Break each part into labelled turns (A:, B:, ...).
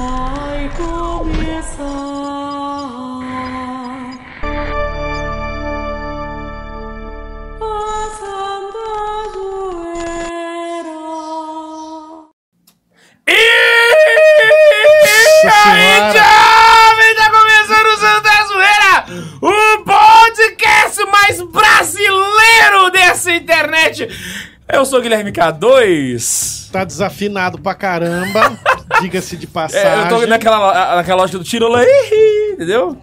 A: vai começar. A Santa Zoeira.
B: E aí,
C: senhora.
B: jovem, tá começando o Santa Zoeira, o podcast mais brasileiro dessa internet. Eu sou o Guilherme K2.
C: Tá desafinado pra caramba, diga-se
B: É,
C: de
B: eu tô
C: passagem.
B: naquela, lo- naquela lógica do Tirola, ih, entendeu?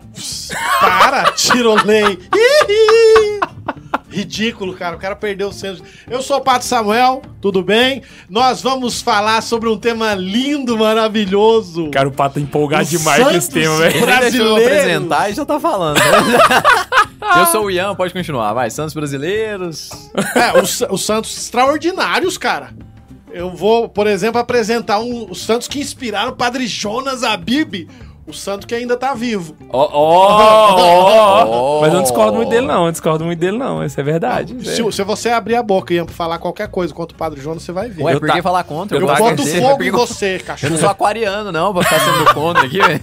C: Para, tirolei. Ih, Ridículo, cara. O cara perdeu o senso. Eu sou o Pato Samuel, tudo bem? Nós vamos falar sobre um tema lindo, maravilhoso.
B: Cara, o Pato tá empolgado
C: O
B: demais com esse
C: Santos
B: tema, velho. é
D: Nem deixou eu
C: Brasileiros.
D: apresentar e já tá falando. né? eu sou o Ian, pode continuar. Vai, Santos Brasileiros.
C: É, os, os Santos extraordinários, cara. Eu vou, por exemplo, apresentar um, os Santos que inspiraram o Padre Jonas Abib, o santo que ainda tá vivo.
B: Ó, ó, ó, ó.
D: Oh.
B: Mas eu não discordo muito dele, não. Eu não discordo muito dele, não. Isso é verdade.
C: Se,
B: velho.
C: se você abrir a boca e falar qualquer coisa contra o Padre Jonas, você vai ver.
D: Ué,
B: Eu
D: por
B: tá-
D: que falar contra?
B: eu
C: Eu
B: Tá,
D: gosto
C: boto
D: de ser,
C: fogo
D: por
C: em
D: que
C: você,
D: Eu
C: cachorro.
D: não sou aquariano, não, pra ficar sendo contra aqui, velho.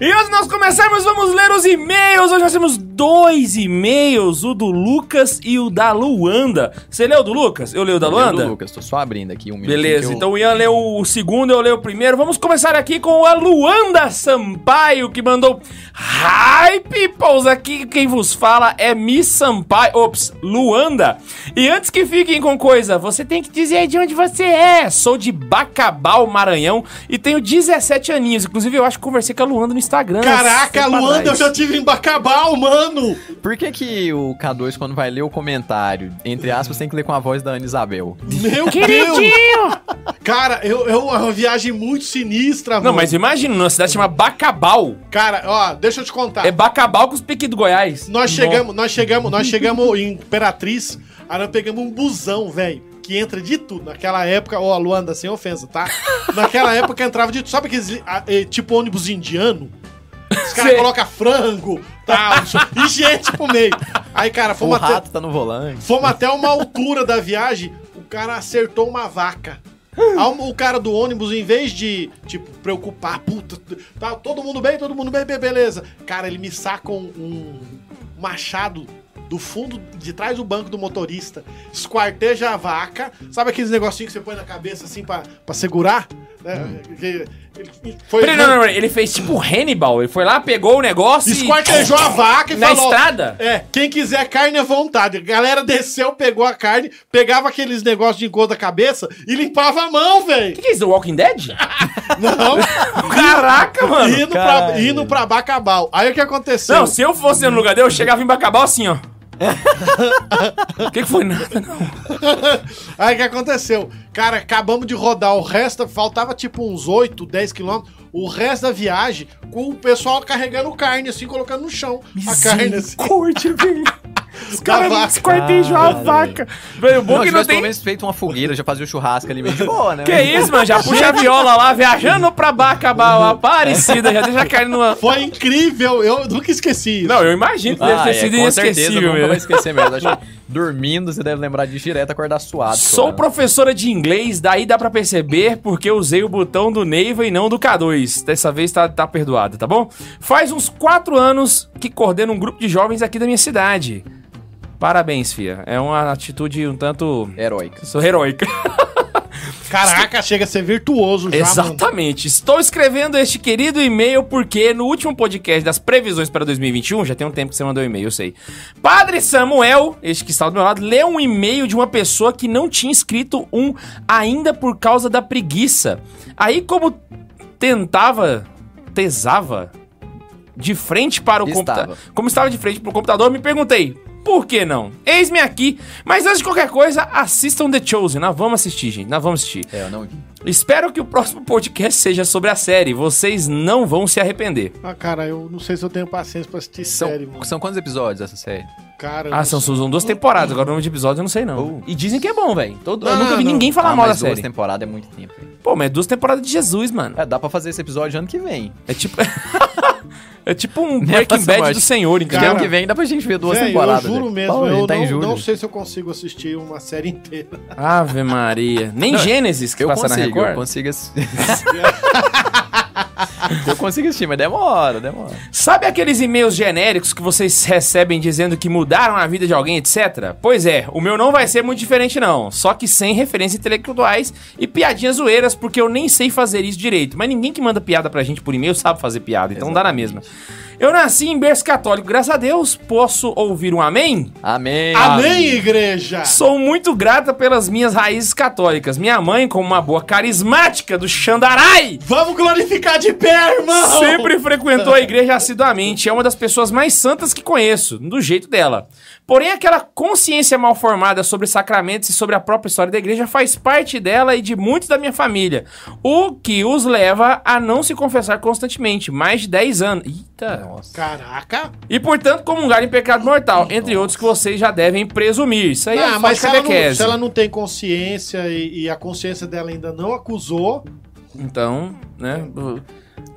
B: E antes de nós começarmos, vamos ler os e-mails. Hoje nós temos dois e-mails, o do Lucas e o da Luanda. Você leu o do Lucas? Eu leio o da
D: Eu,
B: Luanda?
D: Lucas, tô só abrindo aqui um minuto.
B: Beleza,
D: que eu-
B: então o Ian leu o segundo, eu leio o primeiro. Vamos começar aqui com a Luanda Sampaio, que mandou Hi, peoples! Aqui quem vos fala é Miss Sampaio. Ops, Luanda. E antes que fiquem com coisa, você tem que dizer de onde você é. Sou de Bacabal, Maranhão, e tenho 17 aninhos. Inclusive, eu acho que conversei com a Luanda no Instagram. tá
C: Caraca,
B: Tempo
C: Luanda, eu
B: atrás.
C: já tive em Bacabal, mano!
D: Por que que o K2, quando vai ler o comentário, entre aspas, tem que ler com a voz da Ana Isabel?
C: Meu Deus!
B: Queridinho!
C: Cara, eu, eu- é uma viagem muito sinistra,
B: Não,
C: mano.
B: mas imagina, numa cidade chama Bacabal.
C: Cara, ó, deixa eu te contar.
B: É Bacabal com os piques do Goiás.
C: Nós chegamos, nós chegamos, nós chegamos em Imperatriz, aí nós pegamos um busão, velho, que entra de tudo. Naquela época, ó, Luanda, sem ofensa, tá? Naquela época entrava de tudo. Sabe aqueles ah, eh, tipo ônibus indiano? Os caras
B: Sei.
C: colocam frango, tal, e gente pro meio. Aí, cara,
D: O
C: fomos até,
D: rato tá no volante.
C: Fomos até uma altura da viagem, o cara acertou uma vaca. Aí O o cara do ônibus, em vez de, tipo, preocupar, puta, tá todo mundo bem, todo mundo bem, be- beleza. Cara, ele me saca um, um machado do fundo, de trás do banco do motorista, esquarteja a vaca, sabe aqueles negocinhos que você põe na cabeça, assim, pra, pra segurar? Né? Ele- ele foi,
B: Hum. Peraí, não, não, não, ele fez tipo Hannibal. Ele foi lá, pegou o negócio
C: Esquartejou a vaca e
B: Na
C: falou...
B: estrada?
C: É, quem quiser carne à vontade. A galera desceu, pegou a carne, pegava aqueles negócios de engodo da cabeça e limpava a mão,
B: O
C: velho.
B: que, que é isso, The Walking Dead?
C: Não.
B: Caraca, mano. é.
C: indo, pra,
D: caralho.
C: indo pra Bacabal. Aí o que aconteceu?
B: Não, se eu fosse no lugar dele, eu chegava em Bacabal assim, ó. O que, que foi? Nada, não.
C: Aí o que aconteceu? Cara, acabamos de rodar o resto, faltava tipo uns 8, 10 quilômetros. O resto da viagem, com o pessoal carregando carne, assim, colocando no chão. A carne, assim.
B: Misericórdia, velho. Os
C: vaca.
B: caras esquartejam a
D: Caralho.
B: vaca. Velho, o bom
D: Não,
B: que não
D: tivesse pelo
B: tem...
D: menos feito uma fogueira, já fazia o churrasco ali meio de boa, né?
B: Que isso, mano? Já puxa a viola lá, viajando pra
D: Uhum.
B: Bacabal, Aparecida, já deixa a carne numa...
C: Foi incrível, eu nunca esqueci isso.
B: Não, eu imagino que
D: Ah,
B: deve ter
D: é,
B: sido
D: com certeza,
B: inesquecível
D: nunca vai
B: mesmo.
D: esquecer mesmo. Acho que dormindo, você deve lembrar disso direto, acordar suado.
B: Sou
D: chorando.
B: professora de inglês, daí dá pra perceber porque eu usei o botão do Neiva e não do K2. Dessa vez tá, tá perdoado, tá bom? Faz uns quatro anos que coordeno um grupo de jovens aqui da minha cidade. Parabéns, fia. É uma atitude um tanto...
D: Heróica.
B: Sou heróica.
C: Caraca, chega a ser virtuoso já, mano.
B: Exatamente. Estou escrevendo este querido e-mail porque no último podcast das previsões para 2021, já tem um tempo que você mandou e-mail, eu sei. Padre Samuel, este que está do meu lado, leu um e-mail de uma pessoa que não tinha escrito um ainda por causa da preguiça. Aí como tentava, tesava de frente para o
D: Estava.
B: computador, como estava de frente para o computador, me perguntei por que não? Eis-me aqui. Mas antes de qualquer coisa, assistam The Chosen. Nós vamos assistir, gente. Nós vamos assistir.
D: É, eu não vi.
B: Espero que o próximo podcast seja sobre a série. Vocês não vão se arrepender.
C: Ah, cara, eu não sei se eu tenho paciência pra assistir
D: São,
C: série, mano.
D: são quantos episódios essa série?
C: Cara, eu
B: Ah,
C: não
B: são,
C: sei.
B: são duas temporadas. Agora o nome de episódio eu não sei, não.
D: Oh.
B: E dizem que é bom, velho. Todo- Eu
C: Não,
B: nunca vi
C: não.
B: ninguém falar
D: ah,
B: mal da
D: mas duas
B: série.
D: temporadas é muito tempo. hein?
B: Pô, mas é duas temporadas de Jesus, mano.
D: É, dá pra fazer esse episódio ano que vem.
B: É tipo. é tipo um
D: Né,
B: Breaking
D: Pastor
B: Bad
D: Marte?
B: do Senhor,
D: Porque
B: entendeu?
C: Cara,
D: ano que vem dá pra gente ver duas
C: Véi,
D: temporadas.
C: Eu juro
D: velho.
C: mesmo,
D: Pô, a gente
C: eu
D: tá em
C: não,
D: julho.
C: não sei se eu consigo assistir uma série inteira.
B: Ave Maria. Nem Gênesis que
D: Eu
B: passa na
D: consigo, eu
B: Record.
D: consigo. ass- Eu consigo assistir, mas demora, demora.
B: Sabe aqueles e-mails genéricos que vocês recebem dizendo que mudaram a vida de alguém, etc? Pois é, o meu não vai ser muito diferente não, só que sem referências intelectuais e piadinhas zoeiras, porque eu nem sei fazer isso direito. Mas ninguém que manda piada pra gente por e-mail sabe fazer piada, então dá na mesma. Eu nasci em berço católico, graças a Deus, posso ouvir um amém?
D: Amém.
B: ah,
C: Amém, igreja!
B: Sou muito grata pelas minhas raízes católicas. Minha mãe, como uma boa carismática do Xandarai,
C: Vamos glorificar de pé, irmão!
B: Sempre frequentou a igreja assiduamente, é uma das pessoas mais santas que conheço, do jeito dela. Porém, aquela consciência mal formada sobre sacramentos e sobre a própria história da igreja faz parte dela e de muitos da minha família, o que os leva a não se confessar constantemente, mais de 10 anos. Eita, nossa.
C: Caraca!
B: E portanto, comungar em pecado mortal, entre outros que vocês já devem presumir. Isso aí é
C: Ah,
B: falta
C: mas se
B: de
C: ela, não,
B: catequese.
C: se ela não tem consciência e, e a consciência dela ainda não acusou,
B: Então, né?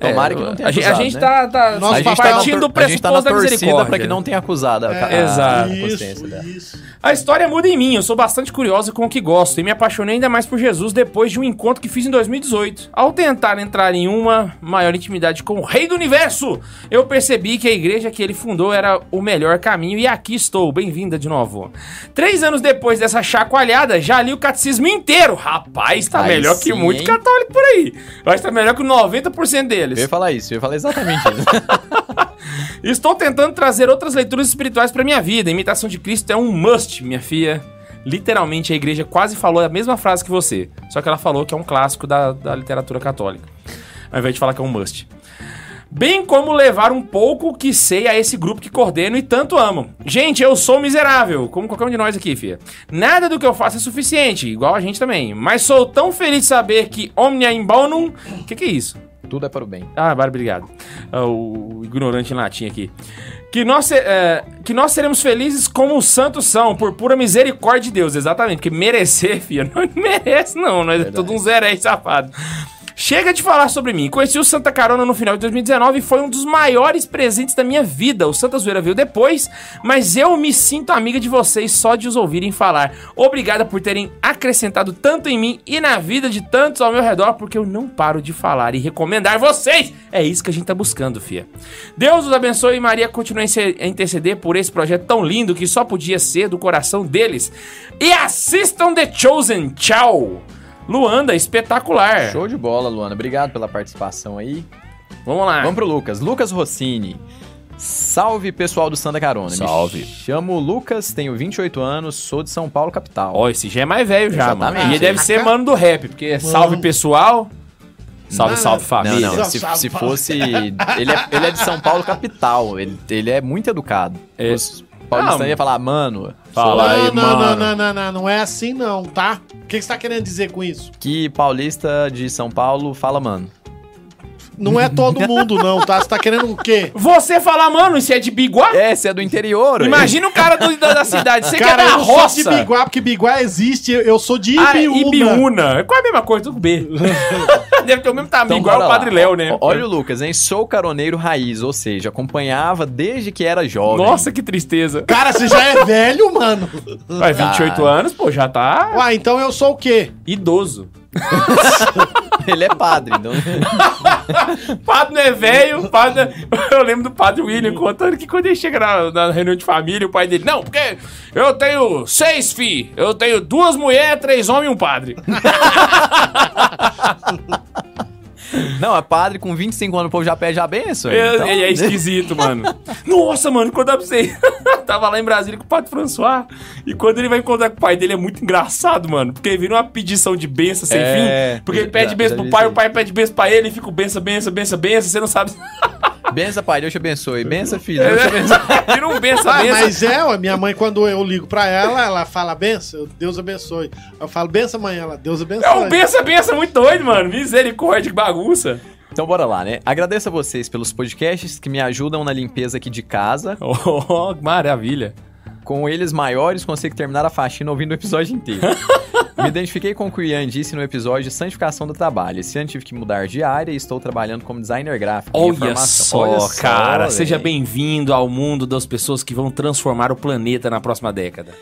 D: Tomara que não tenha
B: a gente- A
D: acusado,
B: gente
D: né?
B: tá, tá
C: Nós
D: a gente tá na
B: partindo
D: tor-
B: do
D: a gente
B: pressuposto
D: tá na
B: da
D: torcida
B: misericórdia.
D: pra que não tenha acusado a, a- a
B: Tá, É, exato.
D: consciência dela.
C: é, isso, isso.
B: A história muda em mim, eu sou bastante curioso com o que gosto e me apaixonei ainda mais por Jesus depois de um encontro que fiz em 2018. Ao tentar entrar em uma maior intimidade com o Rei do Universo, eu percebi que a igreja que ele fundou era o melhor caminho e aqui estou, bem-vinda de novo. Três anos depois dessa chacoalhada, já li o catecismo inteiro. Rapaz, tá
D: Aí
B: melhor que
D: sim,
B: muito
D: hein?
B: católico por aí. Eu acho que tá melhor que 90% deles.
D: Eu ia falar isso, eu ia falar exatamente isso.
B: Estou tentando trazer outras leituras espirituais pra minha vida. Imitação de Cristo é um must, minha filha. Literalmente, a igreja quase falou a mesma frase que você. Só que ela falou que é um clássico da, da literatura católica. Ao invés de falar que é um must. Bem como levar um pouco que sei a esse grupo que coordeno e tanto amo. Gente, eu sou miserável, como qualquer um de nós aqui, fia. Nada do que eu faço é suficiente, igual a gente também. Mas sou tão feliz de saber que Omnia in bonum... O que, que é isso?
D: Tudo é para o bem.
B: Ah, Bárbara, obrigado. Ah, o, o ignorante em latim aqui. Que nós, se- é, que nós seremos felizes como os santos são, por pura misericórdia de Deus. Exatamente, porque merecer, filha, não merece não. Nós é todo um zeré safado. Chega de falar sobre mim. Conheci o Santa Carona no final de 2019 e foi um dos maiores presentes da minha vida. O Santa Zoeira veio depois, mas eu me sinto amiga de vocês só de os ouvirem falar. Obrigada por terem acrescentado tanto em mim e na vida de tantos ao meu redor, porque eu não paro de falar e recomendar vocês. É isso que a gente tá buscando, fia. Deus os abençoe e Maria continue a inter- a interceder por esse projeto tão lindo que só podia ser do coração deles. E assistam The Chosen. Tchau! Luanda, espetacular.
D: Show de bola, Luana. Obrigado pela participação aí.
B: Vamos lá.
D: Vamos pro Lucas. Lucas Rossini. Salve, pessoal do Santa Carona. Me
B: Salve.
D: chamo Lucas, tenho 28 anos, sou de São Paulo, capital.
B: Ó, esse já é mais velho já, mano.
D: Exatamente.
B: E ele deve ser mano do rap, porque é salve pessoal. Salve,
C: Não,
B: salve
D: Não,
B: família.
D: não, se, se fosse... Ele é, ele é de São Paulo, capital. Ele, ele é muito educado.
B: É.
D: Os paulistanos
B: Ah,
D: iam falar, mano,
B: Fala
D: sou-
B: aí,
C: não, não,
B: mano.
C: não, não, não, não, não é assim não, tá? O que você tá querendo dizer com isso?
D: que paulista de São Paulo fala, mano.
C: Não é todo mundo não, tá? Você tá querendo o quê?
B: Você falar, mano, isso é de Biguá?
D: É, você é do interior. ué.
B: Imagina o cara do- da, da cidade. Você
C: Cara,
B: que é da
C: eu não
B: roça.
C: sou de Biguá, porque Biguá existe, eu- eu sou de
B: Ah, é
C: Ibiúna.
B: Ibiúna. É quase a mesma coisa, tudo B. Deve ter o mesmo tamanho,
D: Então,
B: igual
D: bora
B: o
D: lá.
B: Padre Léo, né?
D: Ó, Olha o Lucas, hein? Sou caroneiro raiz, ou seja, acompanhava desde que era jovem.
B: Nossa, que tristeza.
C: Cara, você já é velho, mano.
B: Vai, 28 anos, pô, já tá
C: Uai, então eu sou o quê?
B: idoso.
D: Ele é padre, então.
B: Padre não é velho, padre... Eu lembro do padre William contando que quando ele chega na, na reunião de família, o pai dele, não, porque eu tenho seis filhos, eu tenho duas mulheres, três homens e um padre.
D: Não, é padre com 25 anos, o povo já pede a benção.
B: É,
D: então-
B: é esquisito, mano. Nossa, mano, contar pra você. Tava lá em Brasília com o Padre François. E quando ele vai encontrar com o pai dele, é muito engraçado, mano. Porque ele vira uma pedição de benção sem
D: É,
B: fim. Porque ele
D: já-
B: pede
D: já
B: benção pro
D: vi
B: pai,
D: isso
B: o pai pede benção pra ele, e fica o benção, benção, benção, benção. Você não sabe.
D: Bença, pai, Deus te abençoe. Bença, filho, Deus te abençoe.
B: vira um benção,
D: Tá
C: Ah,
B: benção.
C: mas é, ó, minha mãe, quando eu ligo pra ela, ela fala benção, Deus abençoe. Eu falo benção, mãe, ela, Deus abençoe.
B: É um benção, benção muito doido, mano. Misericórdia, que bagunça.
D: Então bora lá, né? Agradeço a vocês pelos podcasts que me ajudam na limpeza aqui de casa.
B: Oh, maravilha.
D: Com eles maiores, consigo terminar a faxina ouvindo o episódio inteiro. Me identifiquei com o que o Ian disse no episódio de santificação do trabalho. Esse ano tive que mudar de área e estou trabalhando como designer gráfico. Minha
B: Olha só,
D: formação-
B: cara.
D: velho.
B: seja bem-vindo ao mundo das pessoas que vão transformar o planeta na próxima década.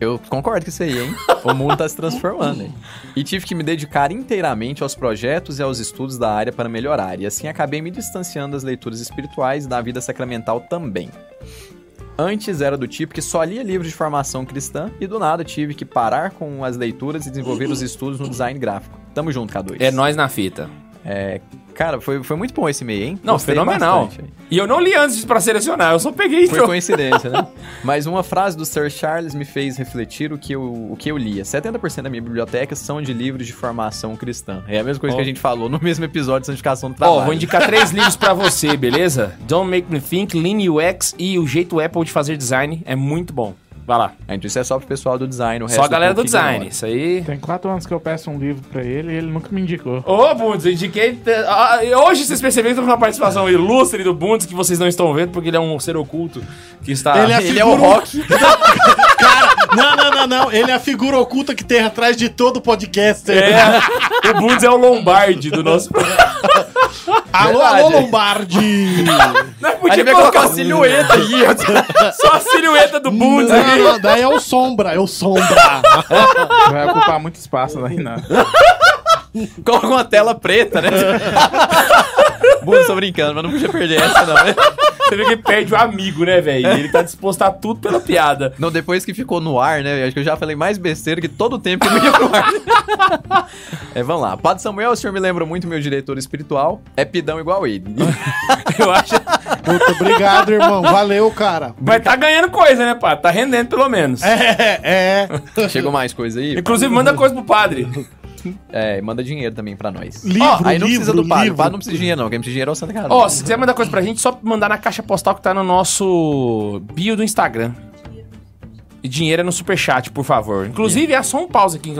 D: Eu concordo com isso aí, hein? O mundo tá se transformando, hein? E tive que me dedicar inteiramente aos projetos e aos estudos da área para melhorar. E assim acabei me distanciando das leituras espirituais e da vida sacramental também. Antes era do tipo que só lia livros de formação cristã e do nada tive que parar com as leituras e desenvolver os estudos no design gráfico. Tamo junto, K2.
B: É nós na fita.
D: Cara, foi, foi muito bom esse e-mail, hein?
B: Não,
D: Gostei
B: fenomenal.
D: bastante.
B: E eu não li antes pra selecionar, eu só peguei então. e
D: Foi
B: trouxe.
D: coincidência, né? Mas uma frase do Sir Charles me fez refletir o que eu, o que eu lia. 70% da minha biblioteca são de livros de formação cristã. É a mesma coisa
B: Ó.
D: que a gente falou no mesmo episódio de santificação do
B: Ó,
D: trabalho.
B: vou indicar três livros pra você, beleza? Don't Make Me Think, Lean UX e O Jeito Apple de Fazer Design. É muito bom. Vai lá.
D: É, Então isso é só pro pessoal do design. O resto
B: Só a galera do
D: povo que
B: design.
D: ignora.
B: Isso aí.
E: Tem quatro anos que eu peço um livro pra ele e ele nunca me indicou.
B: Ô, Bundes, eu indiquei. Ah, Hoje vocês perceberam que temos uma participação ilustre do Bundes que vocês não estão vendo porque ele é um ser oculto que está.
C: Ele é
D: Ele é o
C: figura-
D: rock.
C: Não, não, não, não. Ele é a figura oculta que tem atrás de todo podcaster.
B: É, o Bundes é o Lombardi do nosso.
C: Alô,
D: Verdade.
C: alô, Lombardi!
B: Não
D: Aí ele vai colocar a
B: um
D: silhueta aí.
B: só a silhueta do Bundes
C: não,
B: aqui.
C: não, daí é o Sombra, é o Sombra.
E: Vai ocupar muito espaço né, na Renata.
D: Coloca uma tela preta, né? Bom, tô brincando, mas não podia perder essa, não. né?
B: Você vê que ele perde o amigo, né, velho? Ele tá disposto a tudo pela piada.
D: Não, depois que ficou no ar, né? Acho que eu já falei mais besteira que todo o tempo que não ia pro ar. é, vamos lá. Padre Samuel, o senhor me lembra muito meu diretor espiritual. É pidão igual ele.
B: Eu acho.
C: Muito obrigado, irmão. Valeu, cara.
B: Mas tá ganhando coisa, né, pá? Tá rendendo pelo menos.
C: É, é.
D: Chegou mais coisa aí?
B: Inclusive, manda coisa pro padre.
D: É, manda dinheiro também pra nós. Ah,
C: Livro,
D: aí não precisa do
C: livro,
D: padre. O
C: livro.
D: padre não precisa de dinheiro, não. Quem precisa de dinheiro é o Santa Catarina.
B: Ó, se quiser mandar coisa pra gente, só mandar na caixa postal que tá no nosso bio do Instagram. E dinheiro é no superchat, por favor. Inclusive, é só um pause aqui.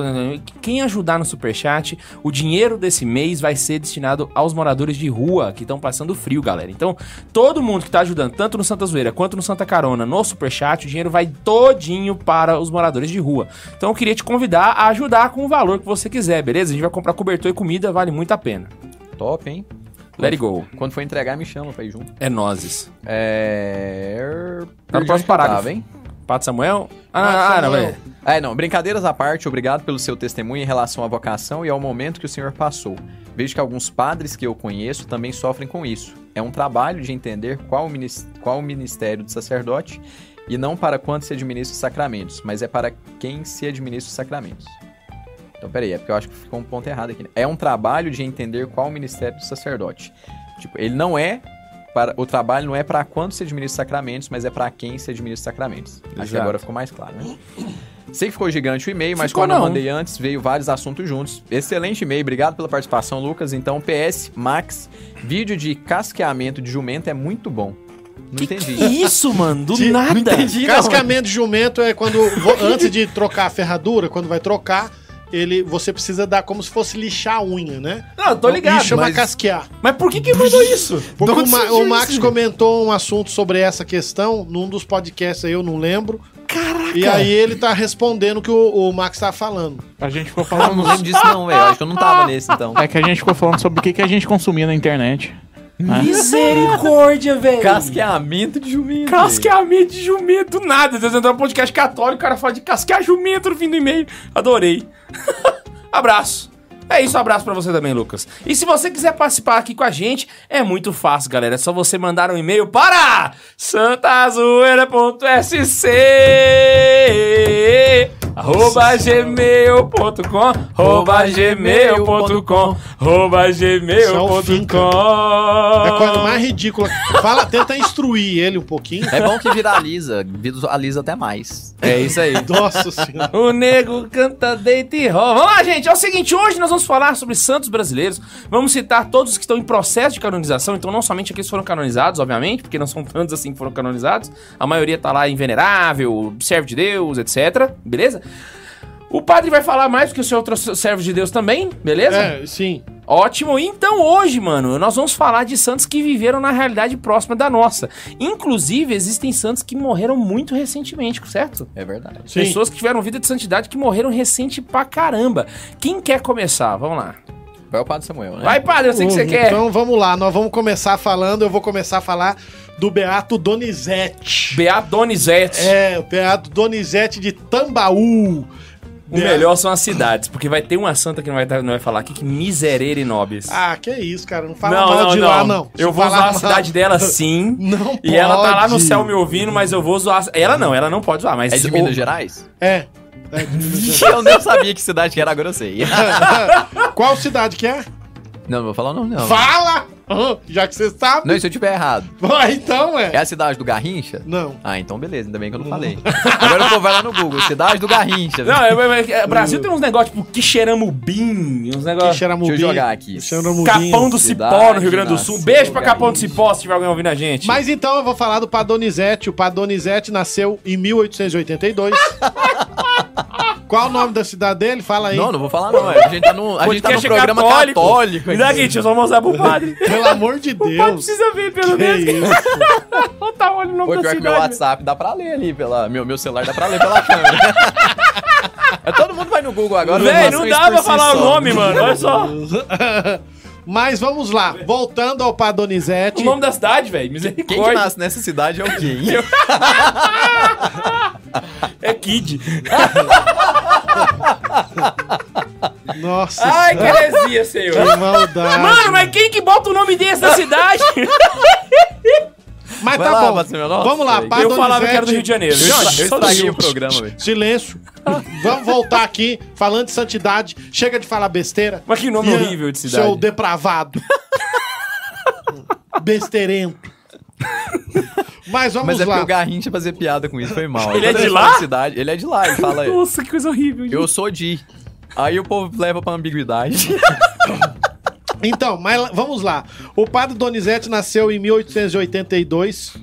B: Quem ajudar no superchat, o dinheiro desse mês vai ser destinado aos moradores de rua que estão passando frio, galera. Então, todo mundo que tá ajudando, tanto no Santa Zoeira quanto no Santa Carona, no superchat, o dinheiro vai todinho para os moradores de rua. Então, eu queria te convidar a ajudar com o valor que você quiser, beleza? A gente vai comprar cobertor e comida, vale muito a pena.
D: Top, hein?
B: Let it go.
D: Quando for entregar, me chama pra ir junto.
B: É nozes. Tá no
D: É. er, perdi onde
B: próximo
D: que eu tava,
B: parágrafo.
D: hein?
B: Pato Samuel? Ah,
C: Pato
B: ah, não,
C: Samuel.
B: velho.
D: É, não, brincadeiras à parte, obrigado pelo seu testemunho em relação à vocação e ao momento que o senhor passou. Vejo que alguns padres que eu conheço também sofrem com isso. É um trabalho de entender qual o, minis- qual o ministério do sacerdote e não para quanto se administra os sacramentos, mas é para quem se administra os sacramentos. Então, peraí, é porque eu acho que ficou um ponto errado aqui. né? É um trabalho de entender qual o ministério do sacerdote. Tipo, ele não é. Para, o trabalho não é para quanto se administra os sacramentos, mas é para quem se administra os sacramentos. Acho que
B: Exato.
D: agora ficou mais claro, né? Sei que ficou gigante o e-mail, mas
B: Ficou
D: quando eu
B: não.
D: mandei antes, veio vários assuntos juntos. Excelente e-mail, obrigado pela participação, Lucas. Então, PS, Max, vídeo de casqueamento de jumento é muito bom. Não entendi.
B: é Isso, mano, do
C: Ti- não
B: nada.
D: entendi, não.
C: Cascamento de jumento é quando, vo- antes de trocar a ferradura, quando vai trocar, ele, você precisa dar como se fosse lixar a unha, né?
B: Não, eu tô ligado.
C: E chama
B: mas...
C: casquear.
B: mas por que que mandou isso?
C: Porque
B: De
C: o,
B: onde
C: Ma-
B: surgiu
C: o Max
B: isso?
C: comentou um assunto sobre essa questão num dos podcasts aí, eu não lembro. Caraca! E aí ele tá respondendo o que o, o Max tá falando.
E: A gente ficou
D: Ah, eu não
E: falando.
D: lembro disso, não, velho. Acho que eu não tava nesse, então.
E: É que a gente ficou falando sobre o que, que a gente consumia na internet. né?
B: Misericórdia, velho.
D: Casqueamento de jumento.
B: Casqueamento de jumento, do nada. Vocês entraram no podcast católico, o cara fala de casquear jumento no fim do e-mail. Adorei. abraço. É isso, abraço pra você também, Lucas. E se você quiser participar aqui com a gente, é muito fácil, galera. É só você mandar um e-mail para santazoeira.sc arroba gmail.com arroba gmail.com arroba gmail.com
C: É a coisa mais ridícula. Fala, tenta instruir ele um pouquinho.
D: É bom que viraliza, visualiza até mais.
B: É isso aí.
C: Nossa senhora.
B: O nego canta, deita e rola. Vamos lá, gente. É o seguinte, hoje nós vamos falar sobre santos brasileiros. Vamos citar todos os que estão em processo de canonização. Então, não somente aqueles que foram canonizados, obviamente, porque não são tantos assim que foram canonizados. A maioria tá lá invenerável, servo de Deus, etc. Beleza? O padre vai falar mais, porque o senhor trouxe servo de Deus também, beleza?
C: É, sim.
B: Ótimo. Então hoje, mano, nós vamos falar de santos que viveram na realidade próxima da nossa. Inclusive, existem santos que morreram muito recentemente, certo?
D: É verdade.
C: Sim.
B: Pessoas que tiveram vida de santidade que morreram recente pra caramba. Quem quer começar? Vamos lá.
D: Vai o Padre Samuel, né?
B: Vai, padre, eu sei É assim que você quer.
C: Então vamos lá, nós vamos começar falando, eu vou começar a falar do Beato Donizete.
B: B.A. Donizete.
C: É, o Beato Donizete de Tambaú.
B: O melhor são as cidades, porque vai ter uma santa que não vai, tá- não vai falar aqui, que miserere e nobres.
C: Ah, que isso, cara, não fala mal de lá, não.
B: Eu vou
C: Se falar
B: zoar a
C: mal-
B: cidade dela sim.
C: Não
B: E ela tá lá no
C: pode.
B: céu me ouvindo, mas eu vou zoar. Ela não, ela não pode zoar, mas.
D: É de
B: o-
D: Minas Gerais?
C: É. é de Minas Gerais.
D: Eu nem sabia que cidade que era, agora eu sei.
C: Qual cidade que é?
D: Não, não vou falar o nome, não.
C: Fala! Ah, Já que você sabe.
D: Não, e se eu tiver errado.
C: Ah, então, é.
D: É a cidade do Garrincha?
C: Não.
D: Ah, então beleza, ainda bem que eu não falei. Agora eu vou vai lá no Google, cidade do Garrincha.
B: Uhum. Não, é eu, eu- eu- Brasil tem uns negócios tipo Quixeramobim, uns negócios.
C: Xeramubim.
D: Deixa eu jogar aqui.
C: Xeramubim.
B: Capão do Cipó no
D: Cidade
B: Rio Grande do Sul. Um
D: nasceu,
B: beijo pra
D: cara.
B: Capão do Cipó se tiver alguém ouvindo a gente.
C: Mas então eu vou falar do Padonizete. O Padonizete nasceu em 1882. Qual o nome da cidade dele? Fala aí.
D: Não, não vou falar não. é. A gente tá no, a gente tá no
B: Podcast é
D: programa católico. católico
B: Me dá aqui,
D: aqui.
B: deixa é, eu só mostrar pro padre.
C: Pelo amor de
B: O padre
C: Deus.
B: precisa ver, pelo
C: Que
B: menos.
C: isso?
B: Botar o olho no assim, né? nome da
D: Pô, pior que meu
B: cidade.
D: WhatsApp dá pra ler ali, pela, meu, meu celular dá pra ler pela câmera. É, Todo mundo vai no Google agora.
B: Véi, não
D: informações
B: dá
D: por
B: pra
D: si
B: falar o
D: só.
B: nome, mano. Olha só.
C: Mas vamos lá. Voltando ao Padonizete.
B: O nome da cidade, velho.
D: Quem que
B: Misericórdia.
D: nasce nessa cidade é o quê, hein?
B: É Kid.
C: Nossa.
B: Ai, que heresia, senhor.
C: Que maldade.
B: Mano, mas quem que bota o nome desse na cidade?
C: Mas
D: Vai
C: tá
D: lá,
C: bom.
D: Patrícia, meu nossa,
C: Vamos lá,
D: eu
B: eu falava que era do Rio de Janeiro.
C: Padonizete.
D: Eu estra- eu
B: Só do
D: estraguei
B: Rio.
D: o programa, velho.
C: Silêncio. Vamos voltar aqui, falando de santidade. Chega de falar besteira.
B: Mas que nome
C: Ian,
B: um horrível de cidade.
C: Seu depravado. Besteirento. Mas vamos
D: Mas é porque
C: lá.
D: o Garrincha fazia piada com isso, foi mal.
B: Ele é
D: Quando
B: de
D: fala
B: lá?
D: Cidade, ele é de lá, ele fala,
B: Nossa, que coisa horrível. gente.
D: eu sou de... Aí o povo leva pra ambiguidade.
C: Então, mas lá- vamos lá. O padre Donizete nasceu em 1882,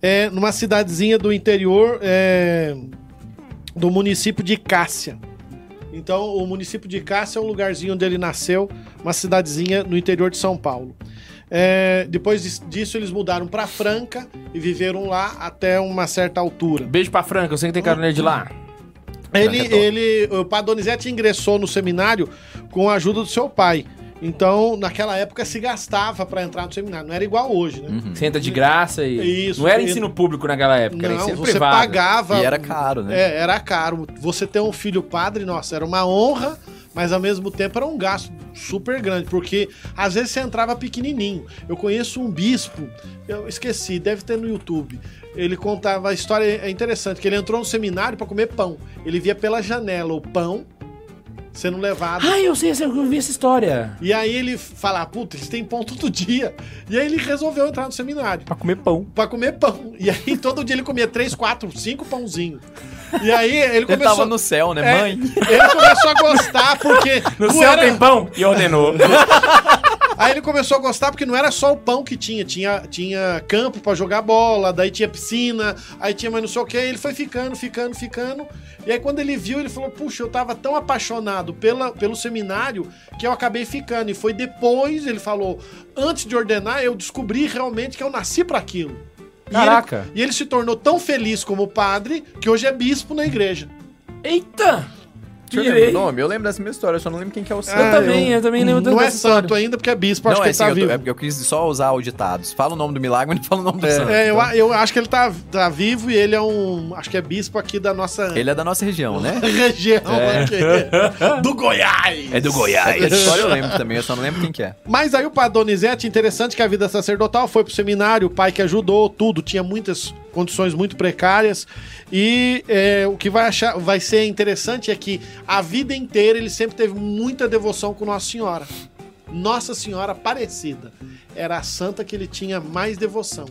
C: é, numa cidadezinha do interior é, do município de Cássia. Então, o município de Cássia é um lugarzinho onde ele nasceu, uma cidadezinha no interior de São Paulo. É, depois dis- disso, eles mudaram para Franca e viveram lá até uma certa altura.
B: Beijo pra Franca, eu sei que tem caroneiro de lá.
C: Ele,
D: Arredor.
C: ele, o Padonizete ingressou no seminário com a ajuda do seu pai. Então, naquela época se gastava para entrar no seminário, não era igual hoje, né?
D: Uhum.
B: Senta de graça e.
C: Isso,
B: não era
C: e-
B: ensino público naquela época, era
C: Não,
B: ensino
C: você
B: privado.
C: pagava.
D: E era caro, né?
C: É, era caro. Você ter um filho padre, nossa, era uma honra, mas ao mesmo tempo era um gasto super grande, porque às vezes você entrava pequenininho. Eu conheço um bispo, eu esqueci, deve ter no YouTube. Ele contava a história é interessante, que ele entrou no seminário para comer pão. Ele via pela janela o pão sendo levado.
B: Ah, eu sei, eu vi essa história.
C: E aí ele fala, puta, eles têm pão todo dia. E aí ele resolveu entrar no seminário
B: Pra comer pão.
C: pra comer pão. E aí todo dia ele comia três, quatro, cinco pãozinhos. E aí ele
D: Ele
C: começou...
D: tava no céu, né,
C: É,
D: mãe?
C: Ele começou a gostar porque...
B: No
C: não
B: céu
C: era-
B: tem pão? E ordenou.
C: Aí ele começou a gostar porque não era só o pão que tinha, tinha, tinha campo pra jogar bola, daí tinha piscina, aí tinha mais não sei o que, ele foi ficando, ficando, ficando. E aí quando ele viu, ele falou: "Puxa, eu tava tão apaixonado pela, pelo seminário que eu acabei ficando". E foi depois, ele falou, antes de ordenar, eu descobri realmente que eu nasci pra aquilo. E
B: Caraca.
C: ele- e ele se tornou tão feliz como padre que hoje é bispo na igreja.
B: Eita!
D: Deixa eu
B: Pirei.
D: lembrar o nome. Eu lembro dessa minha história, eu só não lembro quem que é o santo.
B: Eu também, eu também lembro
C: Não é
B: dessa história.
C: santo ainda porque é bispo, acho
D: Não,
C: que ele
D: é assim,
C: tá
D: eu, tô-
C: vivo.
D: é porque eu quis só usar o ditados. Fala o nome do milagre, mas não fala o nome do santo.
C: É, eu,
D: então.
C: eu acho que ele tá, tá vivo e ele é um. Acho que é bispo aqui da nossa
D: Ele é da nossa região, né?
C: região. aqui. do Goiás.
B: É do Goiás.
D: Essa história eu lembro também, eu só não lembro quem que é.
C: Mas aí o Padonizete, interessante que a vida sacerdotal foi pro seminário, o pai que ajudou, tudo, tinha muitas condições muito precárias. E é, o que vai, achar, vai ser interessante é que a vida inteira ele sempre teve muita devoção com Nossa Senhora. Nossa Senhora Aparecida era a santa que ele tinha mais devoção.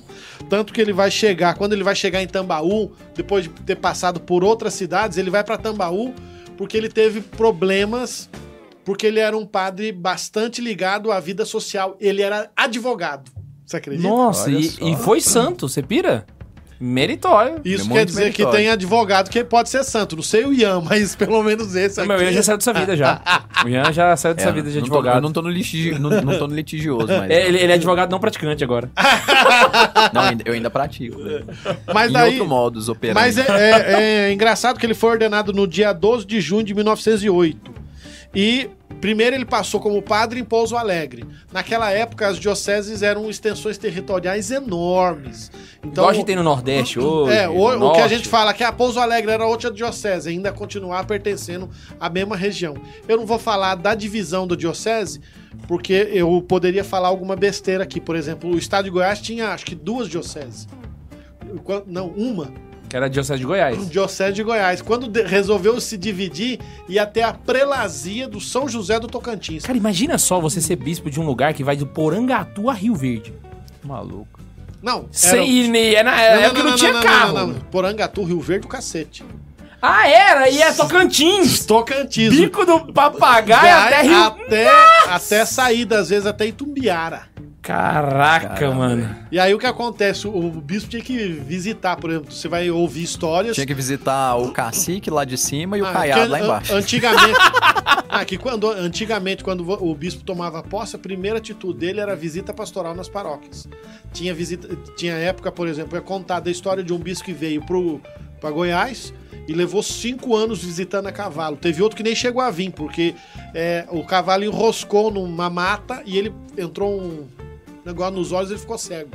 C: Tanto que ele vai chegar, quando ele vai chegar em Tambaú, depois de ter passado por outras cidades, ele vai para Tambaú porque ele teve problemas porque ele era um padre bastante ligado à vida social. Ele era advogado. Você acredita?
B: Nossa,
D: Olha
B: e,
D: só.
B: e foi santo, você pira? Meritório.
C: Isso
D: É
C: quer
D: muito
C: dizer que
D: meritório.
C: tem advogado que pode ser santo. Não sei o Ian, mas pelo menos esse
B: Não,
C: aqui.
B: Meu, o Ian já saiu dessa vida já. O Ian já saiu dessa
D: É,
B: vida de
D: não tô- eu
B: advogado.
D: não tô no, litigi, não, não tô no litigioso, mas...
B: É, ele, ele é advogado não praticante agora.
D: Não, ainda- eu ainda pratico. né?
C: Mas
D: em
C: daí...
D: outro modo, os operantes.
C: Mas é, é- é engraçado que ele foi ordenado no dia 12 de junho de 1908. E Primeiro ele passou como padre em Pouso Alegre. Naquela época as dioceses eram extensões territoriais enormes. Então,
B: Igual a gente tem no Nordeste hoje.
C: é,
B: no
C: o, o que a
B: Norte.
C: gente fala que a Pouso Alegre era outra diocese, ainda continuar pertencendo à mesma região. Eu não vou falar da divisão da diocese, porque eu poderia falar alguma besteira aqui. Por exemplo, o estado de Goiás tinha acho que duas dioceses. Qua- Não, uma.
B: Que era a Diocese de Goiás.
C: Diocese de Goiás. Quando de- resolveu se dividir, ia até a prelazia do São José do Tocantins.
B: Cara, imagina só você ser bispo de um lugar que vai do Porangatu a Rio Verde.
D: Maluco.
C: Não,
B: Sem, e nem- é na época não, tinha carro.
C: Porangatu, Rio Verde, o cacete.
B: Ah, era? E é Tocantins.
C: Tocantins.
B: Bico do papagaio
C: Vai
B: até Rio...
C: até, até saída, às vezes até Itumbiara.
B: Caraca, mano.
C: E aí o que acontece? O, o bispo tinha que visitar, por exemplo, você vai ouvir histórias.
D: Tinha que visitar o cacique lá de cima e o
C: Ah, porque
D: caiado lá
C: an-
D: embaixo.
C: Antigamente, ah, que quando, antigamente, quando vo- o bispo tomava posse, a primeira atitude dele era visita pastoral nas paróquias. Tinha visita, tinha época, por exemplo, é contada a história de um bispo que veio pro, pra Goiás e levou cinco anos visitando a cavalo. Teve outro que nem chegou a vir, porque é, o cavalo enroscou numa mata e ele entrou um negócio nos olhos e ele ficou cego.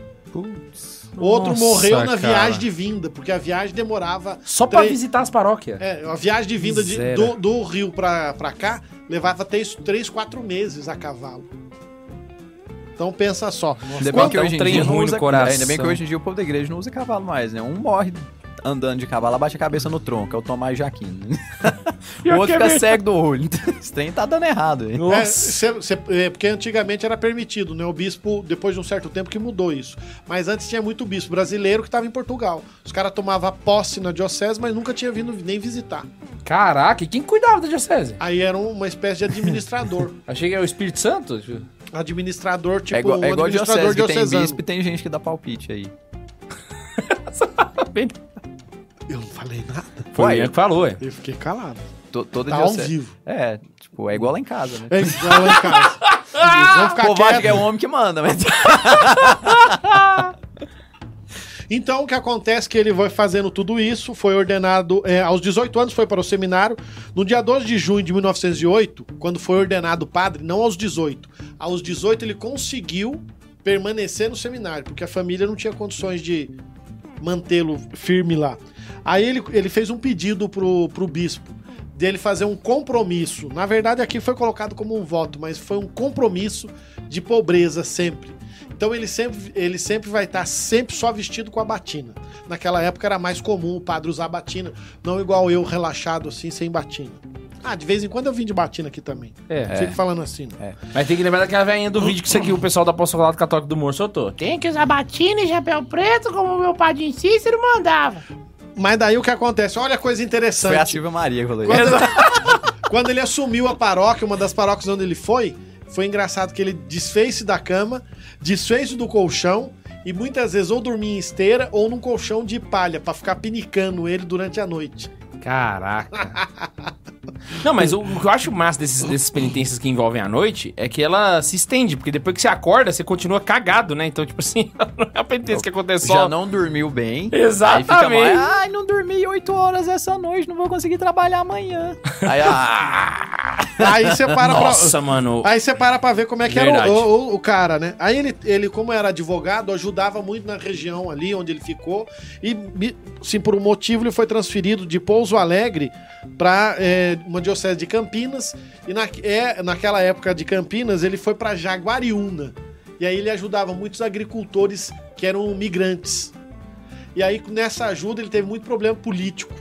C: Outro
B: Nossa,
C: morreu na
B: cara.
C: viagem de vinda, porque a viagem demorava
B: Só pra
C: Três-
B: visitar as paróquias.
C: é, a viagem de vinda de-
B: Miséria.
C: do, do Rio pra, pra cá levava 3, três 4 meses a cavalo. Então pensa só.
D: Ainda bem,
B: Quanto
D: que
B: é um
D: hoje em
B: trem
D: dia não
B: ruim no
D: usa-
B: coração.
D: ainda bem que hoje em dia o povo da igreja não usa cavalo mais, né? Um morre andando de cavalo, abaixa a cabeça no tronco, é o Tomás Jaquim. o
E: Pior
D: outro
E: que é
D: fica
E: mesmo.
D: cego do olho. Então, Esse trem tá dando errado. Hein?
C: É, cê- cê- é, porque antigamente era permitido, né? O bispo, depois de um certo tempo, que mudou isso. Mas antes tinha muito bispo brasileiro que estava em Portugal. Os caras tomavam posse na diocese, mas nunca tinha vindo nem visitar.
B: Caraca, e quem cuidava da diocese?
C: Aí era um, uma espécie de administrador.
B: Achei que era o Espírito Santo. tipo.
C: administrador, tipo,
D: é igual,
C: um
D: é igual
C: administrador
D: diocese, que tem
C: diocesano.
D: bispo e tem gente que dá palpite aí.
C: Eu não falei nada.
B: Foi
D: Ué,
B: ele que falou, é.
C: Eu fiquei calado.
D: To- Toda
C: Tá ao
D: diocese.
C: vivo.
D: É, tipo, é igual lá em casa, né?
C: É igual lá em casa. Vamos
D: O
C: ficar
D: covarde
C: quieto.
D: que é o homem que manda, mas...
C: Então, o que acontece é que ele vai fazendo tudo isso, foi ordenado, é, aos 18 anos foi para o seminário, no dia 12 de junho de 1908, quando foi ordenado padre, não aos 18, aos 18 ele conseguiu permanecer no seminário, porque a família não tinha condições de mantê-lo firme lá. Aí ele, ele fez um pedido pro, pro bispo, dele fazer um compromisso, na verdade aqui foi colocado como um voto, mas foi um compromisso de pobreza sempre. Então ele sempre, ele sempre vai estar sempre só vestido com a batina. Naquela época era mais comum o padre usar batina, não igual eu relaxado assim sem batina. Ah, de vez em quando eu vim de batina aqui também.
B: É. Hum.
C: Fico falando assim. né?
B: Mas tem que lembrar daquela veinha do vídeo que isso aqui, o pessoal da Apostolado Católico do Morro soltou. Tem que usar batina e chapéu preto, como meu padrinho Cícero mandava.
C: Mas daí o que acontece? Olha a coisa
D: Foi a
B: assim.
C: interessante.
D: Silvia Maria que falou isso.
C: Quando, quando ele assumiu a paróquia, uma das paróquias onde ele foi, foi engraçado que ele desfez-se da cama, desfez-se do colchão e muitas vezes ou dormia em esteira ou num colchão de palha pra ficar pinicando ele durante a noite.
B: Caraca. Não, mas o, o que eu acho massa desses, desses penitências que envolvem a noite é que ela se estende, porque depois que você acorda, você continua cagado, né? Então, tipo assim, não é uma penitência que acontece só.
D: Já não dormiu bem. Aí
B: Exatamente.
D: fica mais, ai, não dormi 8 horas essa noite, não vou conseguir trabalhar amanhã. Aí, ah,
C: Aí você para pra-
B: Nossa, mano.
C: Aí você para pra ver como é que
B: Verdade.
C: era o- o, o- o cara, né? Aí ele, ele, como era advogado, ajudava muito na região ali onde ele ficou. E, me- sim, por um motivo, ele foi transferido de Pouso Alegre pra é, uma diocese de Campinas. E na, é, naquela época de Campinas, ele foi pra Jaguariúna. E aí ele ajudava muitos agricultores que eram migrantes. E aí, nessa ajuda, ele teve muito problema político.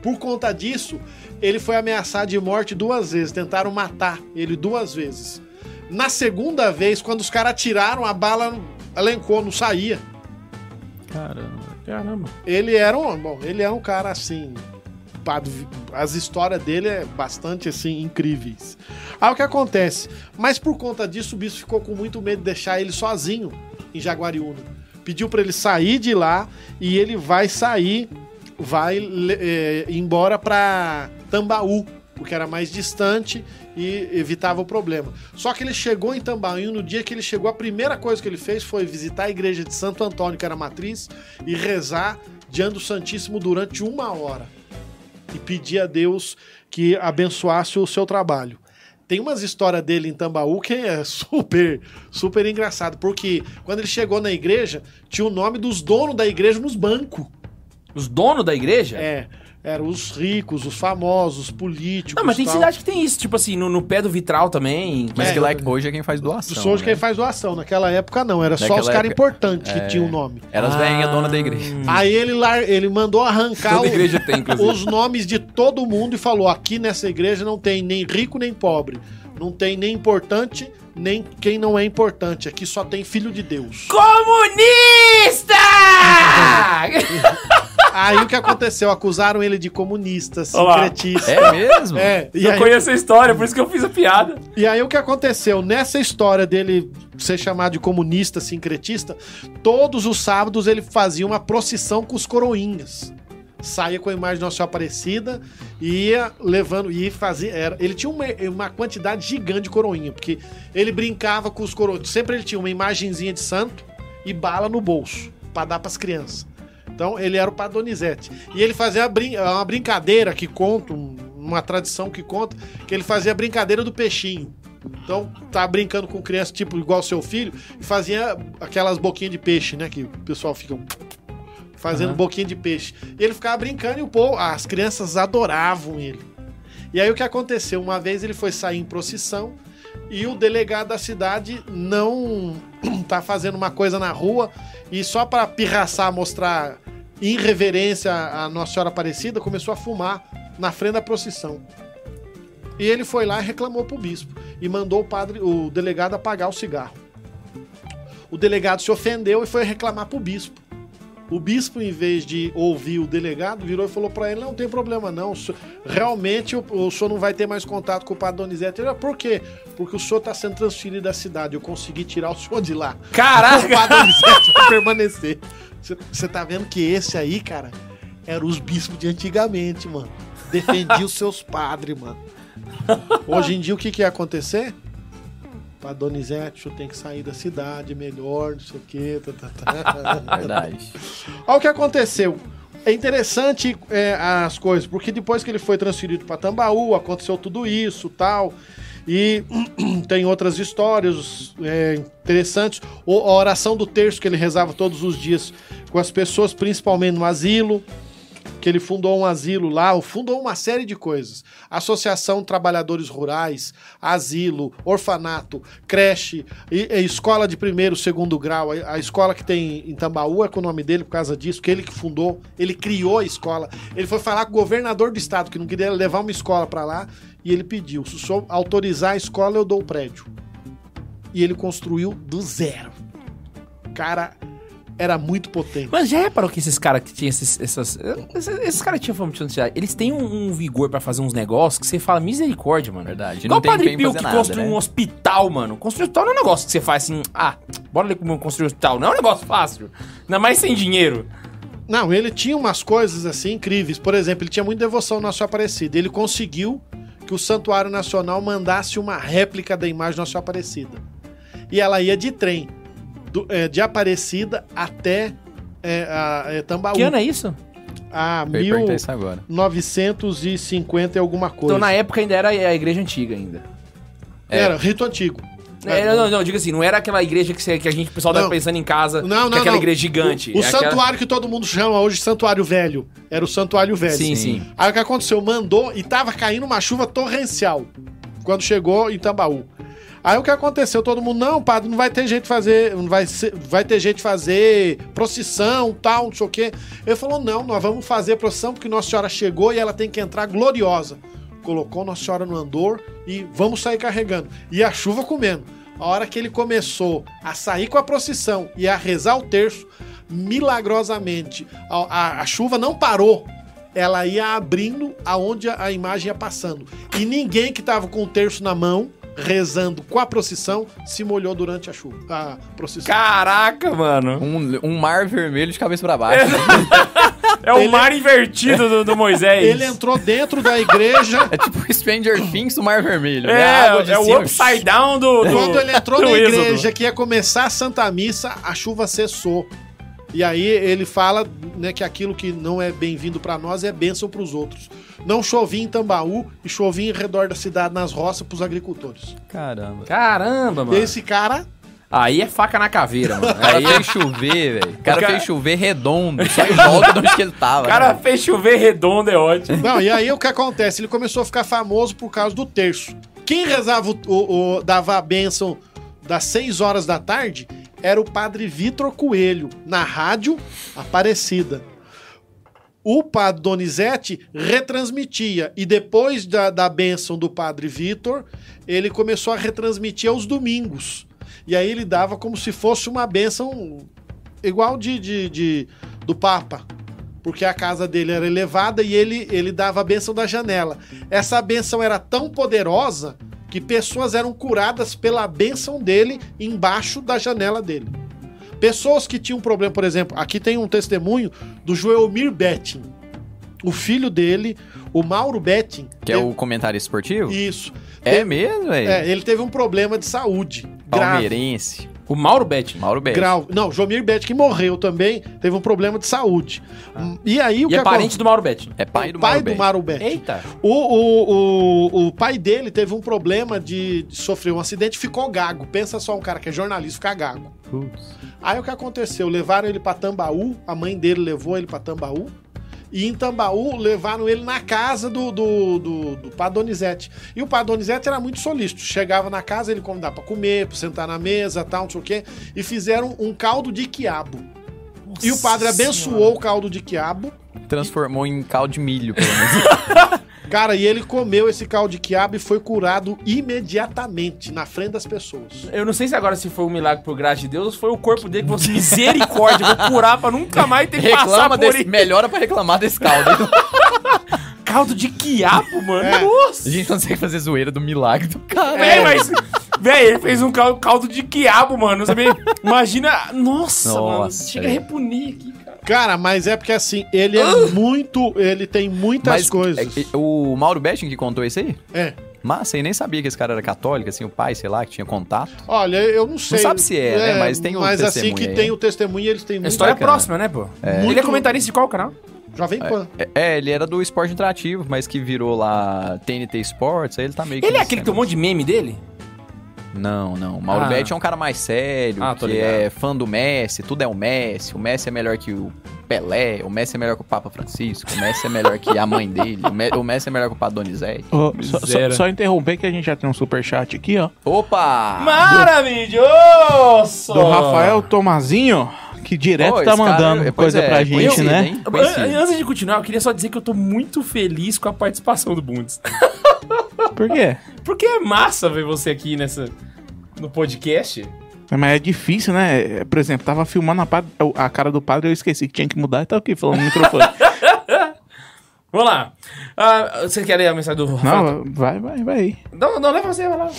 C: Por conta disso, ele foi ameaçado de morte duas vezes. Tentaram matar ele duas vezes. Na segunda vez, quando os caras tiraram, a bala alencou, não saía.
B: Caramba.
C: Ele era um. Bom, ele era um cara assim. padu- As histórias dele é bastante assim incríveis. Aí o que acontece? Mas por conta disso, o bicho ficou com muito medo de deixar ele sozinho em Jaguariúna. Pediu pra ele sair de lá e ele vai sair, vai le- eh, embora pra Tambaú, porque era mais distante e evitava o problema. Só que ele chegou em Tambaú no dia que ele chegou, a primeira coisa que ele fez foi visitar a igreja de Santo Antônio, que era matriz, e rezar diante do Santíssimo durante uma hora e pedir a Deus que abençoasse o seu trabalho. Tem umas histórias dele em Tambaú que é super, super engraçado. Porque quando ele chegou na igreja, tinha o nome dos donos da igreja nos bancos.
B: Os donos da igreja?
C: É, eram os ricos, os famosos, os políticos.
B: Não, mas tem
C: tal.
B: cidade que tem isso, tipo assim, no, no pé do vitral também.
D: Mas
C: É.
D: que lá hoje é quem faz doação.
C: Isso hoje
D: né?
C: quem faz doação. Naquela época não, era só
D: Naquela
C: os caras
D: época- é.
C: importantes que tinham o nome.
D: Era as
B: Ah.
D: velhinhas dona da igreja.
C: Aí ele, lar- ele mandou arrancar o-
D: Toda igreja tem, inclusive.
C: os nomes de todo mundo e falou: aqui nessa igreja não tem nem rico nem pobre, não tem nem importante, nem quem não é importante. Aqui só tem filho de Deus.
B: Comunista!
C: Aí o que aconteceu? Acusaram ele de comunista,
B: Olá.
C: sincretista.
D: É mesmo?
C: É, e
B: eu
C: aí,
B: conheço a história, por isso que eu fiz a piada.
C: e aí o que aconteceu? Nessa história dele ser chamado de comunista, sincretista, todos os sábados ele fazia uma procissão com os coroinhas. Saía com a imagem de Nossa Senhora Aparecida e ia levando. E fazia. Era, ele tinha uma, uma quantidade gigante de coroinha, porque ele brincava com os coroinhas. Sempre ele tinha uma imagenzinha de santo e bala no bolso, pra dar pras crianças. Então ele era o Padonizete. E ele fazia a brin- uma brincadeira que conta, um- uma tradição que conta, que ele fazia a brincadeira do peixinho. Então, tá brincando com criança, tipo, igual seu filho, e fazia aquelas boquinhas de peixe, né? Que o pessoal fica fazendo boquinha de peixe. E ele ficava brincando e o povo, as crianças adoravam ele. E aí o que aconteceu? Uma vez ele foi sair em procissão e o delegado da cidade não tá fazendo uma coisa na rua e só para pirraçar, mostrar irreverência à Nossa Senhora Aparecida, começou a fumar na frente da procissão. E ele foi lá e reclamou pro bispo e mandou o padre, o delegado apagar o cigarro. O delegado se ofendeu e foi reclamar pro bispo. O bispo, em vez de ouvir o delegado, virou e falou pra ele: Não tem problema, não. O senhor- Realmente o, o senhor não vai ter mais contato com o padre Donizete. Ele falou: Por quê? Porque o senhor tá sendo transferido da cidade. Eu consegui tirar o senhor de lá. O
B: Caraca!
C: padre Donizete vai permanecer. Você tá vendo que esse aí, cara, era os bispos de antigamente, mano. Defendia os seus padres, mano. Hoje em dia, o que, que ia acontecer? Padre Donizete, o senhor tem que sair da cidade, é melhor, não sei o quê. Tá, tá, tá.
D: Verdade.
C: Olha o que aconteceu. É interessante é, as coisas, porque depois que ele foi transferido para Tambaú, aconteceu tudo isso tal. E tem outras histórias é, interessantes. O- a oração do terço que ele rezava todos os dias com as pessoas, principalmente no asilo. Que ele fundou um asilo lá, ou fundou uma série de coisas. Associação Trabalhadores Rurais, asilo, orfanato, creche, e- e escola de primeiro, segundo grau. A, a escola que tem em Tambaú é com o nome dele por causa disso, que ele que fundou, ele criou a escola. Ele foi falar com o governador do estado, que não queria levar uma escola para lá, e ele pediu: se o senhor autorizar a escola, eu dou o prédio. E ele construiu do zero. O cara era muito potente.
B: Mas já reparou que esses caras que tinham esses, essas. Esses, esses caras que tinham fama de santidade, eles têm um, um vigor pra fazer uns negócios que você fala misericórdia, mano.
D: Verdade.
B: Igual o
D: tem
B: Padre
D: quem
B: Pio
D: fazer
B: que
D: nada,
B: construiu
D: né?
B: um hospital, mano. Construir hospital não é um negócio que você faz assim, ah, bora ali como construir hospital. Não é um negócio fácil. Ainda mais sem dinheiro.
C: Não, ele tinha umas coisas assim incríveis. Por exemplo, ele tinha muita devoção na sua Aparecida. Ele conseguiu que o Santuário Nacional mandasse uma réplica da imagem da sua Aparecida. E ela ia de trem, do- eh, de Aparecida até eh, a- eh, Tambaú.
B: Que ano é isso?
C: A
B: um
D: Eu ia perguntar isso agora.
C: 1950 e alguma coisa.
B: Então na época ainda era a igreja antiga ainda.
C: Era rito antigo.
B: É, não, não, não, diga assim, não era aquela igreja que, você- que a gente, o pessoal tá
C: Não.
B: pensando em casa,
C: Não,
B: que
C: não,
B: é aquela
C: não.
B: igreja gigante.
C: O
B: é aquela-
C: santuário que todo mundo chama hoje de Santuário Velho. Era o Santuário Velho.
B: Sim,
D: Assim,
B: sim.
C: Aí o que aconteceu? Mandou e tava caindo uma chuva torrencial quando chegou em Tambaú. Aí o que aconteceu? Todo mundo, não, padre, não vai ter jeito de fazer, não vai, ser- vai ter jeito de fazer procissão, tal, não sei o quê. Ele falou, não, nós vamos fazer procissão porque Nossa Senhora chegou e ela tem que entrar gloriosa. Colocou Nossa Senhora no andor e vamos sair carregando. E a chuva comendo. A hora que ele começou a sair com a procissão e a rezar o terço, milagrosamente, a- a- a chuva não parou ela ia abrindo aonde a a imagem ia passando. E ninguém que tava com o terço na mão, rezando com a procissão, se molhou durante a chuva. A procissão.
B: Caraca, mano.
D: Um, um mar vermelho de cabeça pra baixo.
B: É o mar invertido do, do Moisés.
C: Ele é um- entrou dentro da igreja.
D: É tipo o Stranger Things do mar vermelho. né? A água de
B: É, é o
D: cima.
B: upside down do. do-
C: Quando ele entrou
B: do
C: na
B: Êxodo.
C: igreja que ia começar a Santa Missa, a chuva cessou. E aí ele fala né, que aquilo que não é bem-vindo pra nós é bênção pros outros. Não chovia em Tambaú e chovia em redor da cidade, nas roças, pros agricultores.
D: Caramba.
B: Caramba, mano.
C: E esse cara
B: Aí é faca na caveira, mano.
D: Aí fez chover, velho. O cara,
B: O cara-
D: fez chover redondo, só em volta de onde que ele tava.
B: O cara
D: né?
B: fez chover redondo, é ótimo.
C: Não, e aí o que acontece? Ele começou a ficar famoso por causa do terço. Quem rezava, o, o- o- dava a bênção das 6 horas da tarde era o padre Vitor Coelho, na rádio Aparecida. O padre Donizete retransmitia, e depois da, da bênção do padre Vitor, ele começou a retransmitir aos domingos. E aí ele dava como se fosse uma bênção igual de- de- de do Papa porque a casa dele era elevada e ele, ele dava a bênção da janela. Essa bênção era tão poderosa que pessoas eram curadas pela bênção dele embaixo da janela dele. Pessoas que tinham problema, por exemplo, aqui tem um testemunho do Joelmir Betting. O filho dele, o Mauro Betting.
D: Que é o comentário esportivo?
C: Isso.
D: É mesmo, velho?
C: É, ele teve um problema de saúde. Grave.
D: Palmeirense.
B: O Mauro Betti.
D: Mauro Bete.
C: Grau. Não, Jomir Betting que morreu também, teve um problema de saúde. Hum, E aí
B: E
C: o que
B: é
C: acon-
B: parente do Mauro Betti.
D: É pai do
C: o pai do
D: Mauro Bete.
C: Mauro Betting.
B: Eita.
C: O, o, o, o pai dele teve um problema de, de sofrer um acidente e ficou gago. Pensa só, um cara que é jornalista ficar gago.
E: Putz.
C: Aí o que aconteceu? Levaram ele pra Tambaú, a mãe dele levou ele pra Tambaú. E em Tambaú levaram ele na casa do, do, do, do Padre Donizete. E o Padre Donizete era muito solícito. Chegava na casa, ele convidava pra comer, pra sentar na mesa, tal, não sei o quê. E fizeram um caldo de quiabo. e o padre abençoou o caldo de quiabo.
D: Transformou em caldo de milho, pelo menos.
C: Cara, e ele comeu esse caldo de quiabo e foi curado imediatamente na frente das pessoas.
B: Eu não sei se agora se foi um milagre por graça de Deus ou se foi o corpo dele que você misericórdia, eu vou curar pra nunca mais ter que passar por
D: Reclama desse...
B: isso.
D: Melhora pra reclamar desse caldo.
B: Caldo de quiabo, mano. é.
C: É.
D: A
B: Nossa.
D: gente não consegue fazer zoeira do milagre do cara.
B: Véi, mas... Véi, ele fez um cal- caldo de quiabo, mano. Você vê- imagina... Nossa, mano.
D: Nossa,
B: Chega a
D: é.
B: repunir aqui, cara.
C: Cara, mas é porque assim, ele é
B: Ah!
C: muito. Ele tem muitas
D: Mas
C: coisas.
D: é- é- o Mauro Betting que contou isso aí?
C: É.
D: Massa, eu nem sabia que esse cara era católico, assim, o pai, sei lá, que tinha contato.
C: Olha, eu não sei.
D: sabe se é, né? Mas tem o
C: Mas assim
D: testemunho
C: que
D: aí,
C: tem
D: né?
C: o testemunho, eles têm
B: um A
C: muito.
B: história é
D: bacana.
B: próxima, né, pô? Ele é
C: Muito-
B: comentarista de qual canal?
C: Jovem Pan.
D: É, É, ele era do esporte interativo, mas que virou lá TNT Sports, aí ele tá meio que.
B: Ele é
D: nesse
B: aquele que tem um monte de meme dele?
D: Não, não. O Mauro
B: Ah.
D: Betti é um cara mais sério,
B: Ah, tô
D: que
B: ligado.
D: é fã do Messi, tudo é o Messi. O Messi é melhor que o Pelé, o Messi é melhor que o Papa Francisco, o Messi é melhor que a mãe dele, o, Me- o Messi é melhor que o Padre Donizete.
E: Ô, só, só,
B: Miséria.
E: só interromper que a gente já tem um superchat aqui, ó.
B: Ah,
D: Opa!
B: Maravilhoso!
E: Do Rafael Tomazinho, que direto
D: Ô, esse
E: tá
D: cara,
E: mandando
D: pois
E: coisa
D: é,
E: pra gente,
D: conhecido,
E: né?
D: hein?
B: An-
D: Conhecido.
B: Antes de continuar, eu queria só dizer que eu tô muito feliz com a participação do Bundes.
E: Por quê?
B: Porque é massa ver você aqui nessa no podcast.
E: Mas é difícil, né? Por exemplo, tava filmando a, pa- a cara do padre, eu esqueci que tinha que mudar e tava aqui falando no microfone.
B: Vamos lá. Ah, você quer ler a mensagem do Rafael?
E: Não, vai, vai, vai aí.
B: Não, não, leva você, vai lá.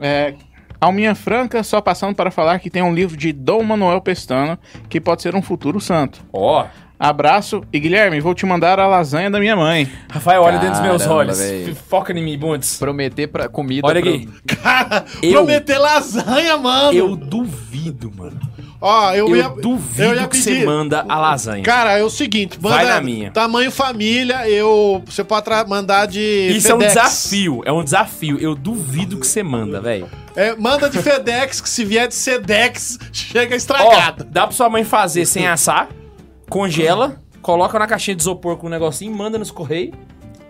E: É, Alminha Franca, só passando para falar que tem um livro de Dom Manuel Pestana que pode ser um futuro santo.
B: Ó,
E: Abraço e Guilherme, vou te mandar a lasanha da minha mãe.
B: Rafael, olha dentro dos meus
D: Caramba,
B: olhos.
D: velho.
B: Foca em mim, Bundes.
D: Prometer pra comida.
B: Olha
D: pra-
B: aqui.
C: Cara,
B: Eu-
C: prometer lasanha, mano.
B: Eu duvido, mano.
C: Ó, eu,
B: Eu,
C: ia.
B: duvido
C: eu ia
B: que você
C: pedir-
B: manda a lasanha.
C: Cara, é o seguinte, manda
B: Vai na minha.
C: tamanho família, eu você pode tra- mandar de
B: Isso é um
C: FedEx.
B: desafio, é um desafio. Eu duvido que você manda, velho.
C: É, manda de FedEx, que se vier de Sedex, chega
B: Ó,
C: estragado.
B: dá pra sua mãe fazer sem assar, congela, coloca na caixinha de isopor com um negocinho, manda nos correios.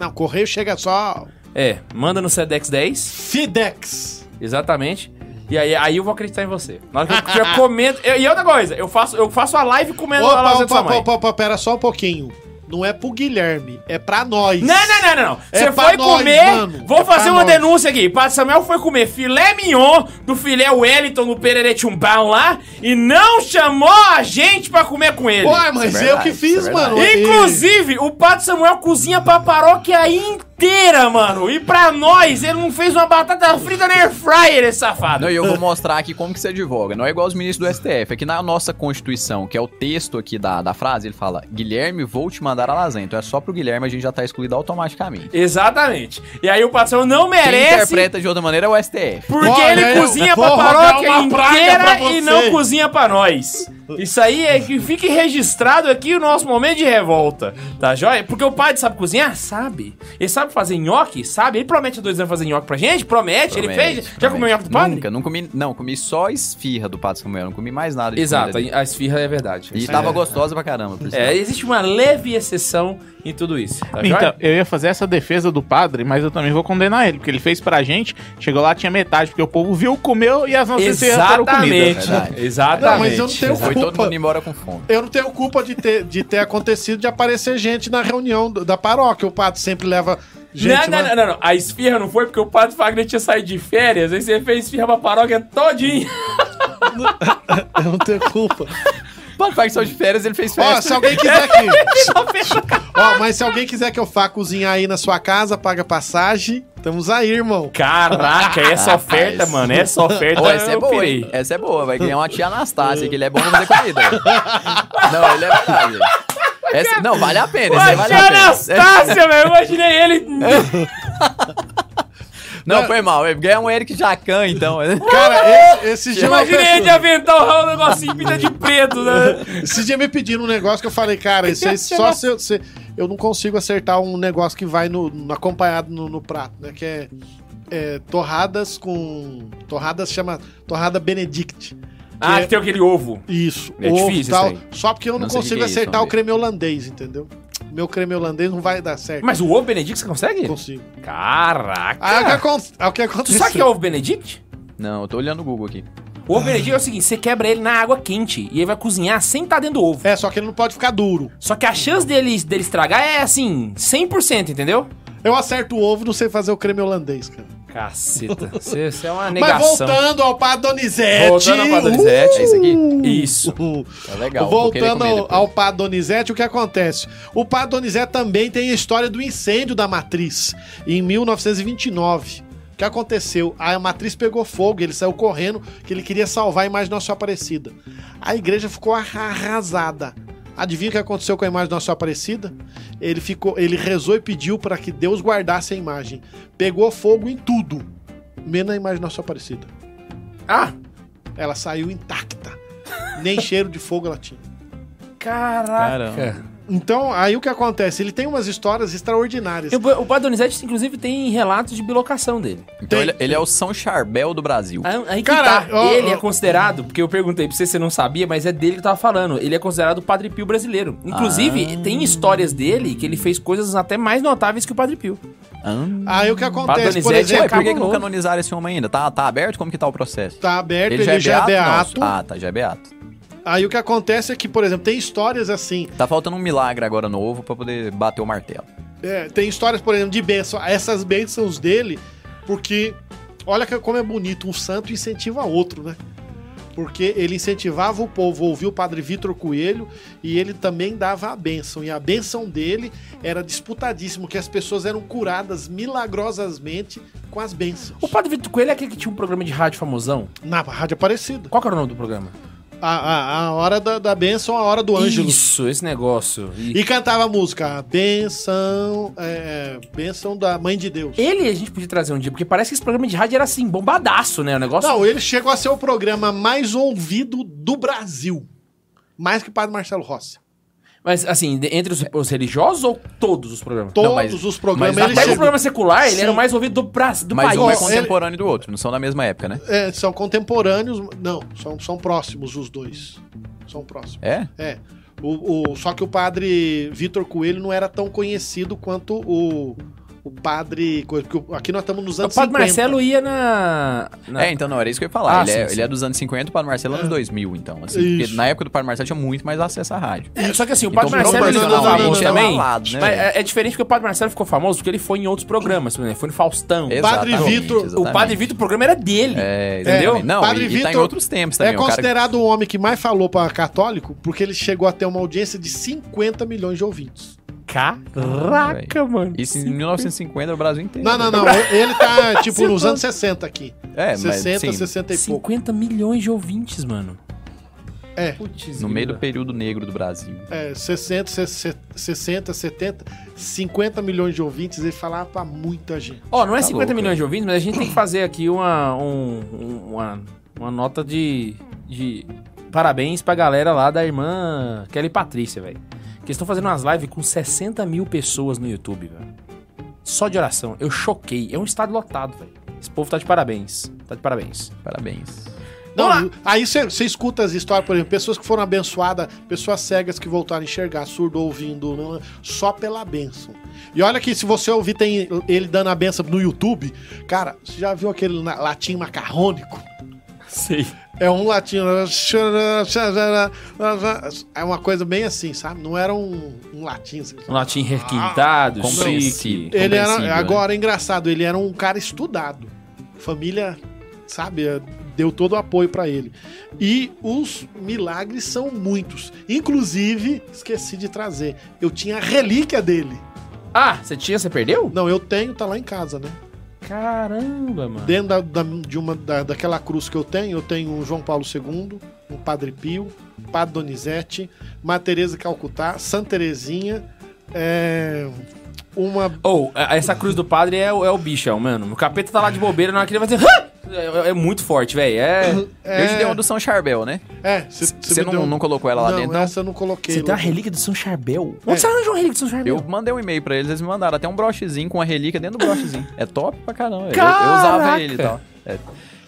C: Não, correio chega só
B: É, manda no Sedex 10,
C: Fidex.
B: exatamente. E aí, aí eu vou acreditar em você. Na hora que eu tiver comendo. eu- e outra coisa, eu faço, eu faço a live comendo a
C: Opa,
B: lasanha da
C: opa,
B: sua
C: opa,
B: mãe.
C: opa, opa, pera só um pouquinho. Não é pro Guilherme, é pra nós.
B: Não, não, não, não, não.
C: É
B: Você
C: pra
B: foi
C: nós,
B: comer.
C: mano.
B: Vou
C: É
B: fazer
C: pra
B: uma
C: nós.
B: denúncia aqui. Padre Samuel foi comer filé mignon do filé Wellington no Pererechumbão lá e não chamou a gente pra comer com ele.
C: Ué, mas
D: Isso é verdade,
C: eu que fiz,
D: isso é
C: mano.
B: Inclusive, o Padre Samuel cozinha pra paróquia inteira. inteira, mano. E pra nós, ele não fez uma batata frita na air fryer, esse safado.
D: Não, e eu vou mostrar aqui como que você advoga. Não é igual os ministros do STF. Aqui na nossa Constituição, que é o texto aqui da, da frase, ele fala: Guilherme, vou te mandar a lasanha. Então é só pro Guilherme, a gente já tá excluído automaticamente.
B: Exatamente. E aí o patrão não
D: Quem
B: merece.
D: interpreta de outra maneira é o STF.
B: Porque
C: Olha,
B: ele
C: eu
B: cozinha pra
C: vou rodar
B: paróquia
C: uma praga pra
B: inteira
C: você.
B: e não cozinha pra nós. Isso aí é que fique registrado aqui o nosso momento de revolta, tá joia? Porque o padre sabe cozinhar? Sabe. Ele sabe fazer nhoque? Sabe. Ele promete há dois anos fazer nhoque pra gente? Promete. ele
D: Promete,
B: fez? Já comeu
D: promete.
B: nhoque do padre?
D: Nunca, não comi. Não, comi só esfirra do Pato Samuel, não comi mais nada de
B: Exato,
D: comida dele.
B: a a esfirra é verdade.
D: E tá tava gostosa pra caramba, por
B: É,
D: sinal.
B: existe uma leve exceção em tudo isso, tá joia?
E: Então, eu ia fazer essa defesa do padre, mas eu também vou condenar ele, porque ele fez pra gente, chegou lá, tinha metade, porque o povo viu, comeu e as nossas terras foram comida.
B: Exatamente.
D: Verdade.
B: Exatamente.
C: é Não, mas eu não tenho
D: Foi todo
C: culpa.
D: mundo embora com fome.
C: Eu não tenho culpa de ter, de ter acontecido de aparecer gente na reunião do- da paróquia. O Pato sempre leva gente.
B: não, não,
C: lá.
B: não, não, não. A esfirra não foi porque o padre Fagner tinha saído de férias, aí você fez esfirra pra paróquia todinha.
C: Eu não tenho culpa.
D: Pode falar que são de férias, ele fez
C: Ó,
D: festa.
C: se alguém quiser que. Ó, mas se alguém quiser que eu vá cozinhar aí na sua casa, paga passagem. Estamos aí, irmão.
B: Caraca, essa
D: Rapaz.
B: oferta, mano, essa oferta.
D: Ô, essa é
B: eu
D: boa,
B: pirei.
D: hein? Essa é boa. Vai criar uma tia Anastácia, que ele é bom pra fazer comida. não, ele é verdade. Essa- não, vale a pena. Esse
B: Mas
D: aí vale
B: tia
D: a pena.
B: Anastácia, velho, eu imaginei ele.
D: Não, foi mal. Ganha um Eric Jacan, então.
C: Cara, esse, esse é dia. uma
B: Imaginei ele de
C: pessoa-
B: aventar o um negocinho pinta de preto, né?
C: Esse dia me pediram um negócio que eu falei, cara, isso aí só se eu, se- eu não consigo acertar um negócio que vai no, no- acompanhado no, no prato, né? Que é, é, torradas com. Torradas chama. Torrada Benedict.
B: Ah,
C: Que
B: que tem aquele ovo.
C: Isso.
B: É
C: ovo
B: difícil
C: e tal,
B: isso aí.
C: Só porque eu não,
D: Não sei o que
C: consigo
D: que é isso,
C: acertar o
D: vamos ver.
C: creme holandês, entendeu? Meu creme holandês não vai dar certo.
B: Mas o ovo Benedict você consegue?
C: Não consigo. Ah, é o que,
B: Caraca.
C: acon- é o que
B: Tu
C: aconteceu.
B: sabe o que é ovo Benedict?
D: Não, eu tô olhando o Google aqui.
B: O ovo Benedict é o seguinte, você quebra ele na água quente e ele vai cozinhar sem estar dentro do ovo.
C: É, só que ele não pode ficar duro.
B: Só que a chance dele, dele estragar é assim, 100%, entendeu?
C: Eu acerto o ovo, não sei fazer o creme holandês, cara.
B: Caceta, você você é uma
C: Mas
B: negação.
C: voltando ao Padre Donizete.
B: Voltando ao Padre Donizete,
D: é isso aqui?
B: Isso.
C: Uh.
D: É legal. vou querer
C: Voltando
D: comer
C: ao,
D: depois.
C: ao Padre Donizete, o que acontece? O Padre Donizete também tem a história do incêndio da matriz, em 1929. O que aconteceu? A matriz pegou fogo, ele saiu correndo, que ele queria salvar a imagem de Nossa Senhora Aparecida. A igreja ficou arra- arrasada. Adivinha o que aconteceu com a imagem de Nossa Senhora Aparecida? Ele, ficou, ele rezou e pediu para que Deus guardasse a imagem. Pegou fogo em tudo, menos a imagem de Nossa Senhora Aparecida.
B: Ah,
C: Ela saiu intacta. Nem cheiro de fogo ela tinha.
B: caraca.
C: Então, aí o que acontece? Ele tem umas histórias extraordinárias.
B: E o- O Padre Donizete, inclusive, tem relatos de bilocação dele.
D: Então
C: Tem-
D: ele, ele é o São Charbel do Brasil.
C: Ah,
B: Aí aí que
C: Cara,
B: tá,
C: ó,
B: ele é
C: ó.
B: considerado, porque eu perguntei pra você, você não sabia, mas é dele que eu tava falando. Ele é considerado o Padre Pio brasileiro. Inclusive, tem histórias dele que ele fez coisas até mais notáveis que o Padre Pio.
D: Ah.
C: Aí o que acontece, por
B: Donizete é
D: Ué,
C: exemplo,
D: por que,
B: acabou
D: que não
B: novo.
D: canonizaram esse homem ainda? Tá, tá aberto? Como que tá o processo?
C: tá aberto, ele, já é beato.
D: Não. Ah, tá, já é beato.
C: Aí o que acontece é que, por exemplo, tem histórias assim.
D: Tá faltando um milagre agora novo pra poder bater o martelo.
C: é, tem histórias, por exemplo, de bênção. Essas bênçãos dele, porque olha que- como é bonito, um santo incentiva outro, né? Porque ele incentivava o povo a ouvir o padre Vitor Coelho e ele também dava a bênção. E a bênção dele era disputadíssimo, que as pessoas eram curadas milagrosamente com as bênçãos.
B: O Padre Vitor Coelho é aquele que tinha um programa de rádio famosão.
C: Na Rádio Aparecida.
B: Qual que era o nome do programa?
C: A, a, a hora da, da benção, a hora do Ângelo.
B: Isso, esse negócio. E
C: E cantava a música, a benção, é, benção da mãe de Deus.
B: Ele a gente podia trazer um dia, porque parece que esse programa de rádio era assim, bombadaço, né? O negócio.
C: Não, ele chegou a ser o programa mais ouvido do Brasil. Mais que o Padre Marcelo Rossi.
B: Mas assim, de- entre os, os religiosos ou todos os programas?
C: Todos
D: mas-
C: os programas
D: mas
C: ele
B: Até o
C: chegou,
B: programa secular, ele
C: Sim.
B: era o mais ouvido do, pra, do
D: Mas
B: país.
D: um é
C: Ó, ele-
D: contemporâneo do outro, não são da mesma época, né?
C: é, são contemporâneos. Não, são, são próximos os dois. São próximos.
D: É?
C: É. O, o- só que o padre Vitor Coelho não era tão conhecido quanto o, o padre. coisa, porque o- Aqui nós estamos nos
B: O
C: anos
B: padre Marcelo ia na. na-
D: É, então não, era isso que eu ia falar.
B: Ah,
D: ele, é,
B: sim,
D: ele é dos anos 50, o Padre Marcelo é dos 2000, então. Assim,
C: Isso.
D: porque na época do Padre Marcelo tinha muito mais acesso à rádio.
B: É, só que assim, o Padre
D: Então,
B: Marcelo ele ficou
C: proporcionalmente,
B: famoso
C: ele é
B: também.
D: abalado, né,
B: mas
D: velho?
B: é, é diferente porque o Padre Marcelo ficou famoso porque ele foi em outros programas, por exemplo, foi no Faustão.
C: Padre
D: Exatamente,
C: Vitor- o
B: O
D: exatamente.
B: Padre Vitor, o programa era dele.
D: É, entendeu?
C: É,
D: não,
C: Padre
D: e, e tá em
C: Vitor
D: outros tempos também.
C: é
D: o cara-
C: considerado o homem que mais falou para católico porque ele chegou a ter uma audiência de 50 milhões de ouvintes.
B: Caraca, mano.
D: Isso em 1950 era o Brasil inteiro.
C: Não, não, não. Ele tá, tipo, nos anos 60 aqui.
D: É, mas
C: 60,
D: sim,
C: 60 e pouco.
B: 50 milhões de ouvintes, mano.
C: É.
B: Putz,
D: no meio do
B: grila.
D: período negro do Brasil.
C: É, 60, 60, 70, 50 milhões de ouvintes, ele falava pra muita gente.
B: Ó, não é
D: Tá
B: 50
D: louco,
B: milhões de ouvintes, mas a gente tem que fazer aqui uma, um- um- uma, uma nota de, de parabéns pra galera lá da irmã Kelly Patrícia, velho. Que eles estão fazendo umas lives com 60 mil pessoas no YouTube, velho. Só de oração. Eu choquei. É um estado lotado, velho. Esse povo tá de parabéns. Tá de parabéns.
D: Parabéns.
C: Não, aí você você escuta as histórias, por exemplo, pessoas que foram abençoadas, pessoas cegas que voltaram a enxergar, surdo ouvindo, né, só pela benção. E olha que se você ouvir tem ele dando a benção no YouTube, cara, você já viu aquele na- latim macarrônico?
B: Sei.
C: É um latim. É uma coisa bem assim, sabe? Não era um, um latim. assim.
B: Um latim requintado,
D: Compreensível.
B: chique.
C: Ele
D: Compreensível, né?
C: era. Agora, é engraçado, ele era um cara estudado. Família, sabe, deu todo o apoio pra ele. E os milagres são muitos. Inclusive, esqueci de trazer. Eu tinha a relíquia dele.
B: Ah, você tinha, você perdeu?
C: Não, eu tenho, tá lá em casa, né?
B: Caramba, mano.
C: Dentro da, da- de uma, da- daquela cruz que eu tenho, eu tenho um João Paulo II, um Padre Pio, Padre Donizete, Madre Teresa de Calcutá, Santa Terezinha, é, uma
B: Ou, a- essa cruz do padre é, o- é o bichão, mano. O capeta tá lá de bobeira, na hora que ele vai dizer. "Hã!" É, é muito forte, velho. É.
D: Eu te dei uma do São Charbel, né?
C: É,
D: Você não- não colocou ela lá
C: não,
D: dentro, não?
C: Essa eu não coloquei.
B: Você tem uma
C: lá.
B: relíquia do São Charbel?
D: É.
B: Onde você arranjou uma relíquia do São Charbel?
D: Eu mandei um e-mail pra eles, eles me mandaram até um brochezinho com a relíquia dentro do brochezinho. É top pra caramba. Eu, eu usava
B: Caraca!
D: ele e tal. É,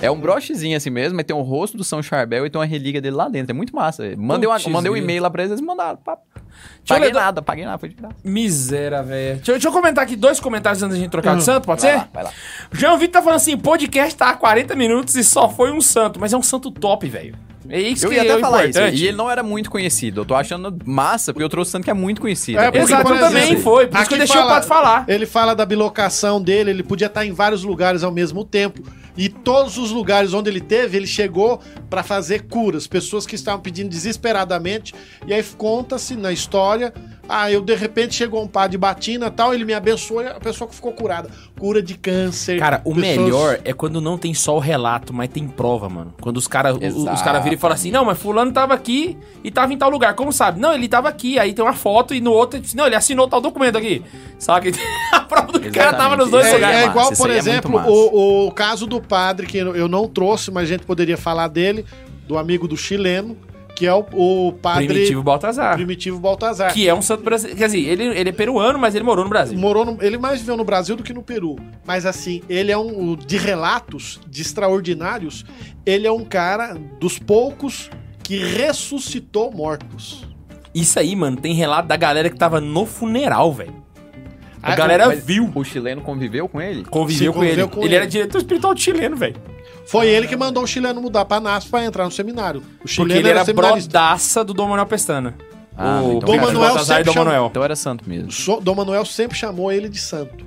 D: é um brochezinho assim mesmo, mas tem o rosto do São Charbel e tem uma relíquia dele lá dentro. É muito massa. Mandei, uma-
B: Putz,
D: mandei um
B: grilo.
D: e-mail lá pra eles, eles me mandaram. pá.
B: eu
D: Paguei
B: ler do-
D: nada, paguei nada, foi de graça.
B: Miséria, velho. Deixa, eu- deixa eu comentar aqui dois comentários antes da gente trocar de santo, pode
D: Hum. Vai
B: ser?
D: lá, vai lá.
B: João Vitor tá falando assim: podcast tá há 40 minutos e só foi um santo, mas é um santo top, velho. É isso
D: Eu
B: que
D: ia
B: é
D: até
B: o
D: falar isso.
B: importante.
D: E ele não era muito conhecido. Eu tô achando massa, porque eu trouxe tanto que é muito conhecido.
C: É,
D: por isso
C: porque,
B: Exato,
C: por
D: que
B: eu também
C: exemplo,
B: foi. Por isso que eu
C: aqui
B: deixei o
C: fala-
B: padre falar.
C: Ele fala da bilocação dele, ele podia estar em vários lugares ao mesmo tempo. E todos os lugares onde ele teve, ele chegou pra fazer curas, pessoas que estavam pedindo desesperadamente. E aí conta-se na história, ah, eu de repente chegou um padre de batina, tal, ele me abençoou e a pessoa que ficou curada, cura de câncer.
B: Cara, o
C: pessoas-
B: melhor é quando não tem só o relato, mas tem prova, mano. Quando os caras os cara viram e falam assim, não, mas fulano tava aqui e tava em tal lugar. Como sabe? Não, ele tava aqui, aí tem uma foto e no outro, ele disse, não, ele assinou tal documento aqui. Saca? A prova do cara
D: Exatamente.
B: tava nos dois
C: É,
D: Isso aí é
B: lugares.
C: é
D: massa,
C: igual,
D: isso
C: por
D: aí é muito
C: exemplo,
D: massa.
C: o, o caso do padre, que eu não trouxe, mas a gente poderia falar dele, do amigo do chileno, que é o, o padre
B: Primitivo
C: Primitivo,
B: Baltazar.
C: Baltazar.
B: Que é um santo brasileiro. Quer dizer, ele, ele é peruano, mas ele morou no Brasil.
C: Morou no- ele mais viveu no Brasil do que no Peru. Mas assim, ele é um. De relatos de extraordinários, ele é um cara dos poucos que ressuscitou mortos.
B: Isso aí, mano, tem relato da galera que tava no funeral, velho. A
C: Ah,
B: galera
D: mas
B: viu.
D: O chileno conviveu com ele?
B: Conviveu
C: se
B: com ele.
C: conviveu com
B: ele.
C: ele.
B: era diretor espiritual chileno, velho.
C: Foi ele que mandou o chileno mudar pra NAS pra entrar no seminário. O chileno
B: Porque ele era,
C: seminarista.
B: brodaça do Dom Manuel Pestana.
D: Ah,
B: o
C: Dom
D: então,
B: Pedro
C: Manuel
B: Baltazar e
C: sempre
B: Dom
C: chama-
B: Manuel.
D: Então era santo mesmo.
C: So- Dom Manuel sempre chamou ele de santo.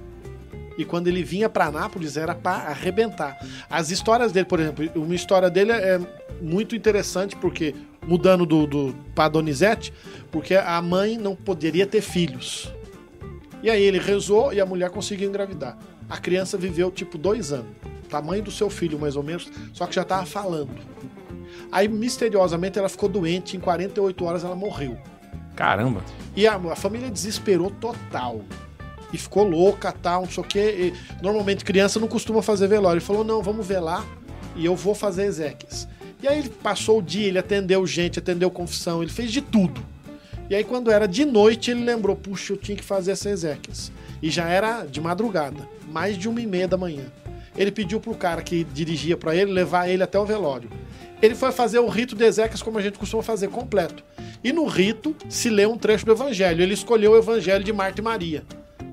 C: E quando ele vinha pra Nápoles era pra arrebentar. As histórias dele, por exemplo, uma história dele é muito interessante porque mudando do, do para Donizete, porque a mãe não poderia ter filhos. E aí ele rezou e a mulher conseguiu engravidar. A criança viveu tipo dois anos, tamanho do seu filho mais ou menos, só que já tava falando. Aí misteriosamente ela ficou doente, em 48 horas ela morreu.
B: Caramba.
C: E a, a família desesperou total. E ficou louca, tal, não sei o quê. E, normalmente criança não costuma fazer velório. Ele falou: não, vamos velar e eu vou fazer exéquias. E aí ele passou o dia, ele atendeu gente, atendeu confissão, ele fez de tudo. E aí quando era de noite, ele lembrou: puxa, eu tinha que fazer essa exéquias. E já era de madrugada, mais de uma e meia da manhã. Ele pediu pro cara que dirigia para ele levar ele até o velório. Ele foi fazer o rito de exéquias como a gente costuma fazer, completo. E no rito se lê um trecho do evangelho. Ele escolheu o evangelho de Marta e Maria.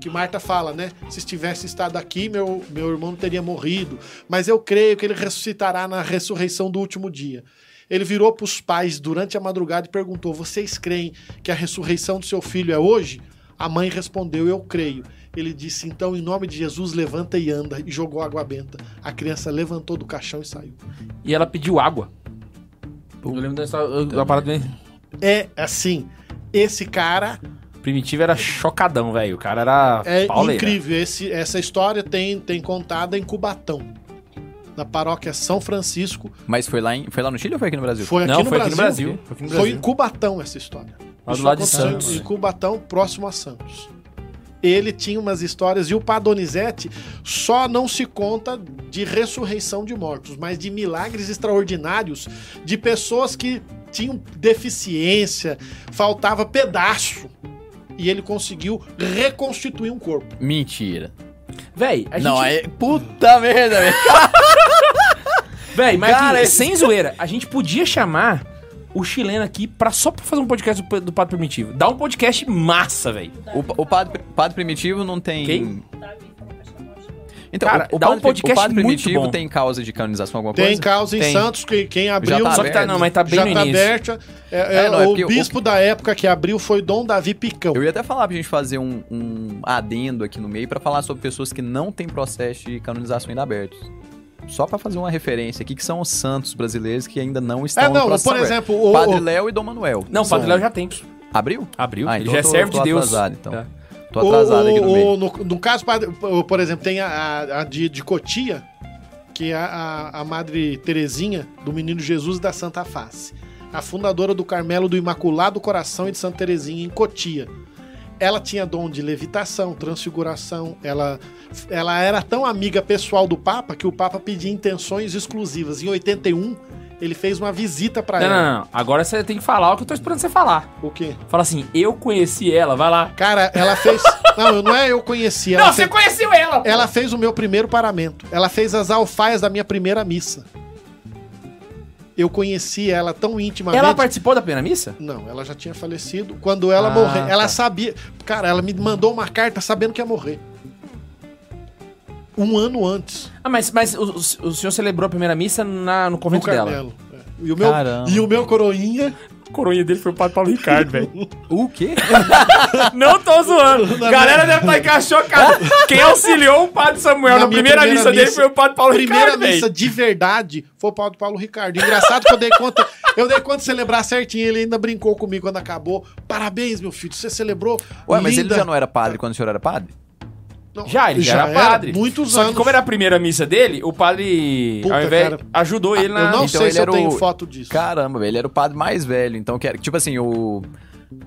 C: Que Marta fala, né? Se estivesse estado aqui, meu, meu irmão não teria morrido. Mas eu creio que ele ressuscitará na ressurreição do último dia. Ele virou para os pais durante a madrugada e perguntou: Vocês creem que a ressurreição do seu filho é hoje? A mãe respondeu: Eu creio. Ele disse: Então, em nome de Jesus, levanta e anda. E jogou água benta. A criança levantou do caixão e saiu.
B: E ela pediu água. Eu lembro dessa da parada bem.
C: É assim, esse cara
B: Primitivo era chocadão, velho. O cara era
C: É
B: pauleira.
C: incrível. Esse- essa história tem, tem contada em Cubatão, na paróquia São Francisco.
D: Mas foi lá, em- foi lá no Chile ou foi aqui no Brasil?
C: Foi aqui,
B: Não,
C: no,
B: foi aqui
C: Brasil.
B: no Brasil. Foi aqui no
C: Foi
B: Brasil.
C: em Cubatão essa história.
B: Lá do
C: Isso
B: lado de
C: aconteceu
B: Santos,
C: Em
B: né?
C: Cubatão, próximo a Santos. Ele tinha umas histórias, e o Padonizete só não se conta de ressurreição de mortos, mas de milagres extraordinários de pessoas que tinham deficiência, faltava pedaço. E ele conseguiu reconstituir um corpo.
D: Mentira.
B: Véi, a
D: Não,
B: gente...
D: é. Puta merda, velho.
B: Véi, mas
D: Cara,
B: aqui,
D: esse-
B: sem zoeira, a gente podia chamar o chileno aqui pra, só pra fazer um podcast do, do Pato Primitivo. Dá um podcast massa, velho.
D: O, o padre, padre Primitivo não tem.
B: Quem?
D: Então,
B: Cara,
D: o, o
B: dá um
D: padre,
B: podcast
D: o padre
B: muito
D: Primitivo
B: bom.
D: tem causa de canonização alguma
C: Tem
D: coisa?
C: causa em
D: Tem.
C: Santos, que quem abriu.
D: tá
B: Só que tá,
D: aberto.
B: não, mas tá bem
C: já
B: no
C: tá
B: início.
C: aberta. É, é,
D: É, não, é
C: o
D: porque o-
C: bispo da época que abriu foi Dom Davi Picão.
D: Eu ia até falar pra gente fazer um, um adendo aqui no meio pra falar sobre pessoas que não têm processo de canonização ainda aberto. Só pra fazer uma referência aqui, que são os santos brasileiros que ainda não estão
C: É,
D: no
C: não,
D: processo
C: por
D: aberto.
C: exemplo, o,
D: Padre
C: o-
D: Léo e Dom Manuel.
B: Não, o Padre
D: São-
B: Léo já tem.
D: Abriu?
B: Abriu.
D: Ah,
B: ele
D: então
B: já
D: eu tô-
B: serve de
D: tô
B: Deus.
D: atrasado, então.
B: É.
D: Tô atrasado
C: o-
D: aqui no
C: o-
D: meio.
C: no, no caso, padre- o- por exemplo, tem a, a- a de, de Cotia, que é a, a- a Madre Terezinha do Menino Jesus da Santa Face, a fundadora do Carmelo do Imaculado Coração e de Santa Terezinha em Cotia. Ela tinha dom de levitação, transfiguração. Ela, ela era tão amiga pessoal do Papa que o Papa pedia intenções exclusivas. Em 81, ele fez uma visita pra
B: Não,
C: ela.
B: não, não. Agora você tem que falar o que eu tô esperando você falar.
C: O quê?
B: Fala assim, eu conheci ela, vai lá.
C: Cara, ela fez. não, não é eu conheci. Ela
B: não,
C: fez... É,
B: você conheceu ela! pô.
C: Ela fez o meu primeiro paramento. Ela fez as alfaias da minha primeira missa. Eu conheci ela tão intimamente.
B: Ela participou da primeira missa?
C: Não, ela já tinha falecido. Quando ela
B: Ah,
C: morreu, ela
B: tá.
C: sabia. Cara, ela me mandou uma carta sabendo que ia morrer. Um ano antes.
B: Ah, mas, mas o, o- o senhor celebrou a primeira missa na- no
C: No
B: convento dela.
C: Carmelo. É. E o meu,
D: Caramba.
C: e o meu coroinha.
B: A coroinha dele foi o Padre Paulo Ricardo, velho.
D: O quê?
B: Não tô zoando. Galera deve estar encaixocada. Quem auxiliou o Padre Samuel
C: Na
B: na,
C: minha
B: primeira,
C: primeira
B: missa dele
C: missa-
B: foi o Padre Paulo
C: primeira
B: Ricardo,
C: missa
B: velho.
C: de verdade foi o Paulo Paulo Ricardo. Engraçado que eu dei conta, eu dei conta de celebrar certinho, ele ainda brincou comigo quando acabou. Parabéns, meu filho, você celebrou.
D: Ué, mas ele
C: linda.
D: já não é- era padre quando o senhor era padre?
C: Não,
B: Já, ele já, era padre.
C: Muitos
B: Só
C: anos.
B: que como era a primeira missa dele, o padre
C: Puta,
B: ao invés,
C: cara. Ah,
B: ajudou ele
C: Eu
B: na...
C: não
D: Então
C: sei
D: ele
C: se eu
D: era
C: tenho
D: o-
C: foto disso.
D: Caramba, velho, ele era o padre mais velho, então que era, tipo assim, o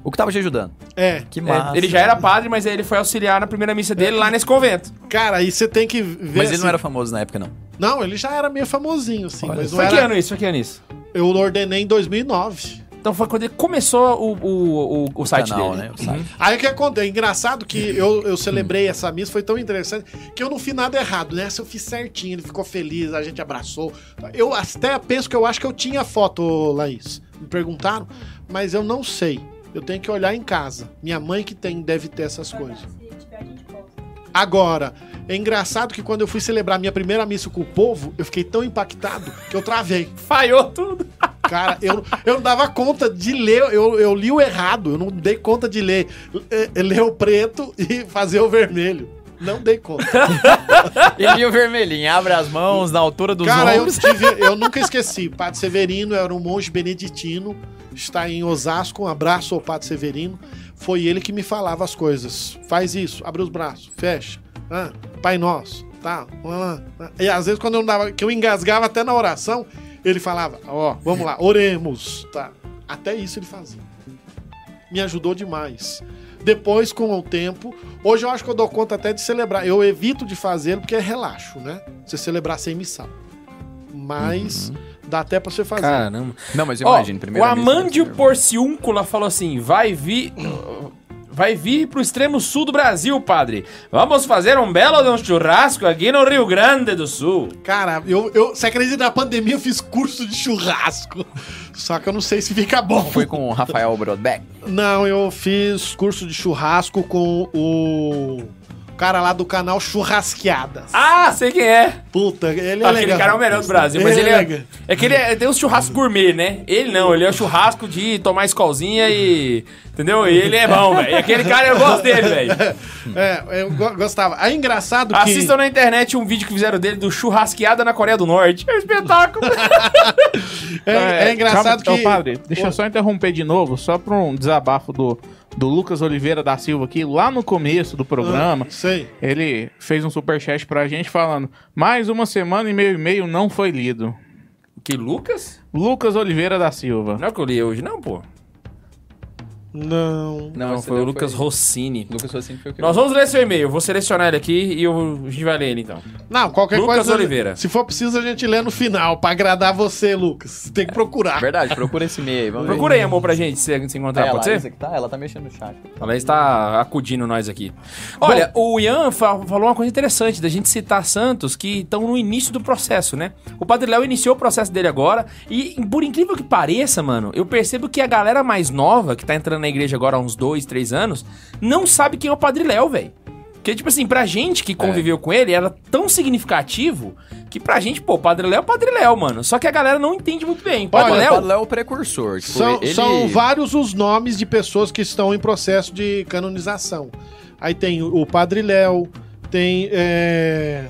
D: o que tava te ajudando.
C: É,
D: Que
B: É,
D: massa.
B: ele já era padre, mas aí ele foi auxiliar na primeira missa dele
C: É.
B: lá nesse convento.
C: cara, e você tem que ver.
D: Mas ele não
C: assim-
D: era famoso na época não.
C: Não, ele já era meio famosinho, assim.
D: Olha,
C: mas não
B: Foi que
C: era.
B: ano isso? Foi que ano isso?
C: Eu ordenei em 2009.
B: Então foi quando ele começou o, o, o, o site
D: canal,
B: dele. Uhum.
D: né? O site.
C: Aí o que acontece? É engraçado que eu, eu celebrei essa missa, foi tão interessante que eu não fiz nada errado, né? Se eu fiz certinho, ele ficou feliz, a gente abraçou. Eu até penso que eu acho que eu tinha foto, ô, Laís. Me perguntaram, mas eu não sei. Eu tenho que olhar em casa. Minha mãe que tem deve ter essas coisas. Agora, é engraçado que quando eu fui celebrar minha primeira missa com o povo, eu fiquei tão impactado que eu travei.
B: Falhou tudo.
C: Cara, eu, eu não dava conta de ler, eu, eu li o errado, eu não dei conta de ler, eh, ler o preto e fazer o vermelho. Não dei conta.
D: Ele o vermelhinho, abre as mãos na altura dos
C: Cara, eu,
D: ombros.
C: tive, eu nunca esqueci. Padre Severino era um monge beneditino, está em Osasco. Um abraço ao Padre Severino. Foi ele que me falava as coisas. Faz isso, abre os braços, fecha. Ah, pai nosso, tá? Ah, ah. E às vezes, quando eu, não dava, que eu engasgava até na oração, ele falava: Ó, vamos lá, oremos, tá? Até isso ele fazia. me ajudou demais. Depois, com o tempo, hoje eu acho que eu dou conta até de celebrar. Eu evito de fazer porque é relaxo, né? Você celebrar sem missão.
B: Uhum.
C: Mas dá até pra você fazer.
B: Caramba.
D: Não, mas
B: Ó,
D: imagina, primeiro.
B: o Amandio Porciúncula falou assim: vai vir. Vai vir pro extremo sul do Brasil, padre. Vamos fazer um belo de um churrasco aqui no Rio Grande do Sul.
C: Cara, eu, eu, você acredita na pandemia eu fiz curso de churrasco. Só que eu não sei se fica bom.
D: Foi com o Rafael Brodbeck.
C: Não, eu fiz curso de churrasco com o cara lá do canal Churrasqueadas.
B: Ah, sei quem é.
C: Puta, ele é
B: Aquele
C: legal.
B: cara é o melhor do Brasil, mas ele
C: legal.
B: é. É que ele é- tem um churrasco gourmet, né? Ele não, ele é o churrasco de tomar escolzinha e. Entendeu? E ele é bom, velho. E Aquele cara eu gosto dele, velho.
C: É, eu go- gostava. Aí engraçado que...
B: Assistam na internet um vídeo que fizeram dele do churrasqueada na Coreia do Norte. É um espetáculo.
C: É, é engraçado
E: calma, é então,
C: que.
E: Ô, padre, deixa eu só interromper de novo, só pra um desabafo do, do Lucas Oliveira da Silva aqui, lá no começo do programa,
C: Sei.
E: ele fez um superchat pra gente falando: mais uma semana e meio e meio não foi lido.
B: Que Lucas?
E: Lucas Oliveira da Silva.
B: Não é o que eu li hoje, não, pô.
C: Não.
B: Não,
D: esse
B: foi o
D: não
B: Lucas Rossini.
D: Lucas Rossini foi o que
B: Nós vamos ler seu e-mail, vou selecionar ele aqui e eu- a gente vai ler ele então.
C: Não, qualquer
B: Lucas
C: coisa.
B: Oliveira.
C: Se for preciso, a gente lê no final, pra agradar você, Lucas. Tem que procurar.
D: É Verdade, procura esse e-mail aí. Vamos ver.
B: Procura aí, amor, pra gente se, se encontrar,
D: É, a
B: pode
D: Larissa
B: ser?
D: que tá, ela tá mexendo no chat.
B: Ela está tá acudindo nós aqui. Olha, o Ian fa- falou uma coisa interessante da gente citar Santos que estão no início do processo, né? O Padre Léo iniciou o processo dele agora e, por incrível que pareça, mano, eu percebo que a galera mais nova que tá entrando na igreja agora há uns dois, três anos, não sabe quem é o Padre Léo, velho. Porque, tipo assim, pra gente que conviveu com ele, era tão significativo que pra gente, pô, o Padre Léo é o Padre Léo, mano. Só que a galera não entende muito bem. Tá O Padre
D: Olha, o
B: Léo,
D: Padre Léo é o precursor. Tipo,
C: São,
D: ele...
C: são vários os nomes de pessoas que estão em processo de canonização. Aí tem o Padre Léo, tem. é,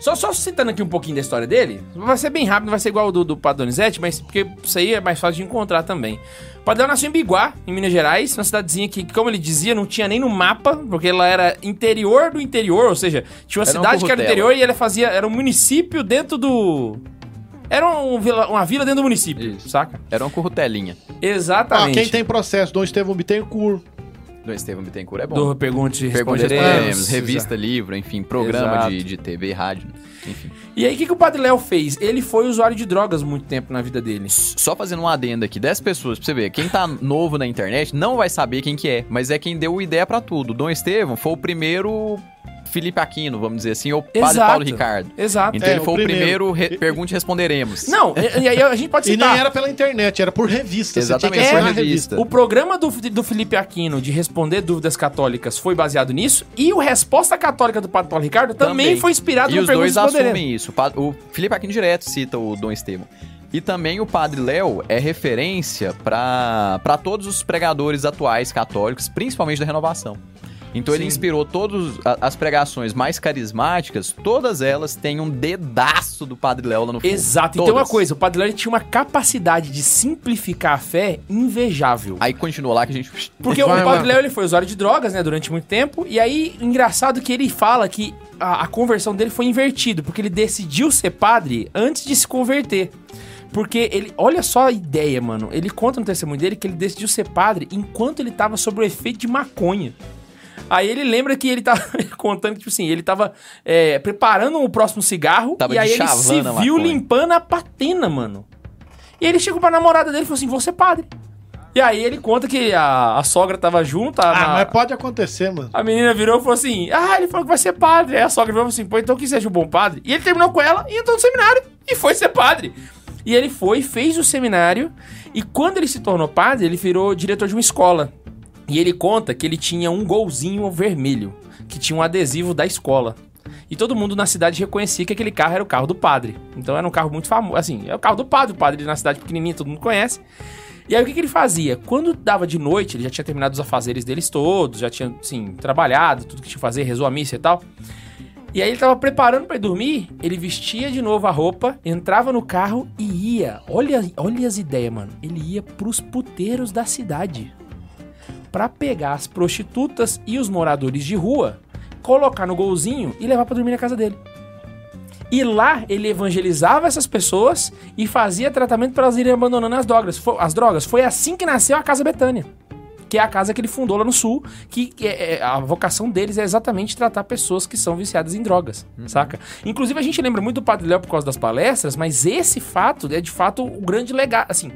B: Só, só citando aqui um pouquinho da história dele, vai ser bem rápido, vai ser igual o do, do Padre Donizete, mas porque isso aí é mais fácil de encontrar também. O Padre Léo nasceu em Biguá, em Minas Gerais, uma cidadezinha que, como ele dizia, não tinha nem no mapa, porque ela era interior do interior, ou seja, tinha uma
D: Era uma
B: cidade que era
D: currutela.
B: interior e ela fazia. Era um município dentro do. Era um vila- uma vila dentro do município,
D: Isso.
B: saca?
D: Era uma currutelinha.
C: Ah,
B: Exatamente.
C: quem tem processo? Dom Estevão Bittencourt.
D: Do Estevam Bittencourt é bom.
B: Do Pergunte e
D: Perguntas e
B: Responderemos.
D: Respostas, revista, livro, enfim, programa
B: Exato.
D: de, de TV e rádio, enfim.
B: E aí, o que, que o Padre Léo fez? Ele foi usuário de drogas muito tempo na vida dele.
D: Só fazendo um adendo aqui, 10 pessoas, pra você ver, quem tá novo na internet não vai saber quem que é, mas é quem deu ideia pra tudo. Dom Estevam foi o primeiro Felipe Aquino, vamos dizer assim, ou Padre
B: Exato.
D: Paulo Ricardo.
B: Exato.
D: Então
C: É,
D: ele
C: o
D: foi o
C: primeiro.
D: primeiro, re- pergunte e responderemos.
B: Não, e, e aí a gente pode
C: E nem
B: citar.
C: era pela internet, era por revista. Você tinha
D: Exatamente, foi
C: que assinar a revista.
D: revista.
B: O programa do, do Felipe Aquino de responder dúvidas católicas foi baseado nisso e o Resposta Católica do Padre Paulo Ricardo também,
D: Também.
B: foi inspirado
D: E
B: no
D: os dois
B: Perguntas e Responderemos.
D: assumem isso. O pa- O Felipe Aquino direto cita o Dom Estevam. E também o Padre Léo é referência pra pra todos os pregadores atuais católicos, principalmente da renovação. Então ele
B: Sim.
D: inspirou todas as pregações mais carismáticas, todas elas têm um dedaço do Padre Léo lá no fundo.
B: Exato. E tem
D: Todas.
B: uma coisa, o Padre Léo ele tinha uma capacidade de simplificar a fé invejável.
D: Aí continua lá que a gente.
B: Porque
C: Vai
B: o
C: lá.
B: Padre Léo ele foi usuário de drogas, né, durante muito tempo. E aí, engraçado que ele fala que a, a conversão dele foi invertida, porque ele decidiu ser padre antes de se converter. Porque ele, olha só a ideia, mano. Ele conta no testemunho dele que ele decidiu ser padre enquanto ele tava sob o efeito de maconha. Aí ele lembra que ele tava contando que, tipo assim, ele tava é, preparando o próximo cigarro
D: Tava
B: e aí
D: de
B: ele se
D: chavana a
B: viu
D: maconha.
B: limpando a patena, mano. E ele chegou pra namorada dele e falou assim: Você padre. E aí ele conta que a, a sogra tava junto, a,
C: Ah,
B: Tá na-
C: mas pode acontecer, mano.
B: a menina virou e falou assim: Ah, ele falou que vai ser padre. Aí a sogra virou e falou assim: Pô, então que seja um bom padre. E ele terminou com ela e entrou no seminário e foi ser padre. E ele foi, fez o seminário e quando ele se tornou padre, ele virou diretor de uma escola. E ele conta que ele tinha um golzinho vermelho, que tinha um adesivo da escola. E todo mundo na cidade reconhecia que aquele carro era o carro do padre. Então era um carro muito famoso. Assim, é o carro do padre. O padre na cidade pequenininha, todo mundo conhece. E aí o que, que ele fazia? Quando dava de noite, ele já tinha terminado os afazeres deles todos, já tinha, assim, trabalhado, tudo que tinha que fazer, rezou a missa e tal. E aí ele tava preparando pra ir dormir, ele vestia de novo a roupa, entrava no carro e ia. Olha, olha as ideias, mano. Ele ia pros puteiros da cidade pra pegar as prostitutas e os moradores de rua, colocar no golzinho e levar pra dormir na casa dele. E lá ele evangelizava essas pessoas e fazia tratamento para elas irem abandonando as drogas. Fo- as drogas. Foi assim que nasceu a Casa Betânia, que é a casa que ele fundou lá no sul, que é- é- a vocação deles é exatamente tratar pessoas que são viciadas em drogas, saca? Inclusive a gente lembra muito do Padre Léo por causa das palestras, mas esse fato é de fato o grande legado, assim,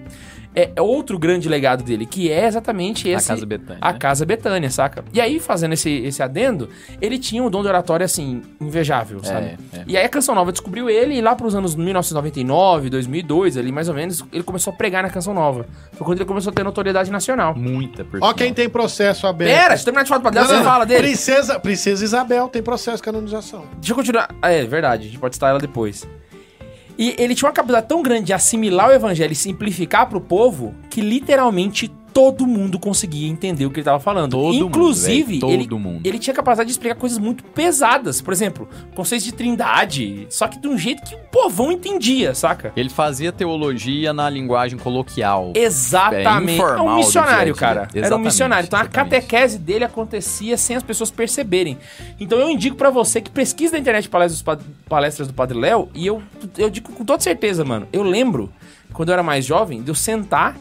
B: é é outro grande legado dele, que é exatamente
D: A
B: esse
D: Casa Betânia.
B: a
D: né?
B: Casa Betânia, saca? E aí, fazendo esse, esse adendo, ele tinha um dom de oratória, assim, invejável, sabe?
D: é.
B: E aí a Canção Nova descobriu ele, e lá pros anos 1999, 2002, ali mais ou menos, ele começou a pregar na Canção Nova. Foi quando ele começou a ter notoriedade nacional.
D: Muita por
C: Ó,
D: sinal.
C: quem tem processo aberto.
B: Pera, deixa eu terminar de falar do Padre
C: Não,
B: Léo, você
C: não,
B: fala dele.
C: Princesa, Princesa Isabel tem processo de canonização.
B: Deixa eu continuar. Ah, É verdade, a gente pode citar ela depois. E ele tinha uma capacidade tão grande de assimilar o evangelho e simplificar pro povo que literalmente todo mundo conseguia entender o que ele tava falando.
D: Todo mundo,
B: Inclusive,
D: velho, todo
B: ele,
D: mundo.
B: ele tinha capacidade de explicar coisas muito pesadas. Por exemplo, conceitos de trindade, só que de um jeito que o povão entendia, saca?
D: Ele fazia teologia na linguagem coloquial. É,
B: Exatamente. É
D: informal
B: um
D: do
B: missionário,
D: dia a dia.
B: cara. Era um
D: Exatamente,
B: missionário. Então a
D: exatamente.
B: catequese dele acontecia sem as pessoas perceberem. Então eu indico pra você que pesquisa na internet palestras, dos pad- palestras do Padre Léo e eu, eu digo com toda certeza, mano. Eu lembro, quando eu era mais jovem, de eu sentar,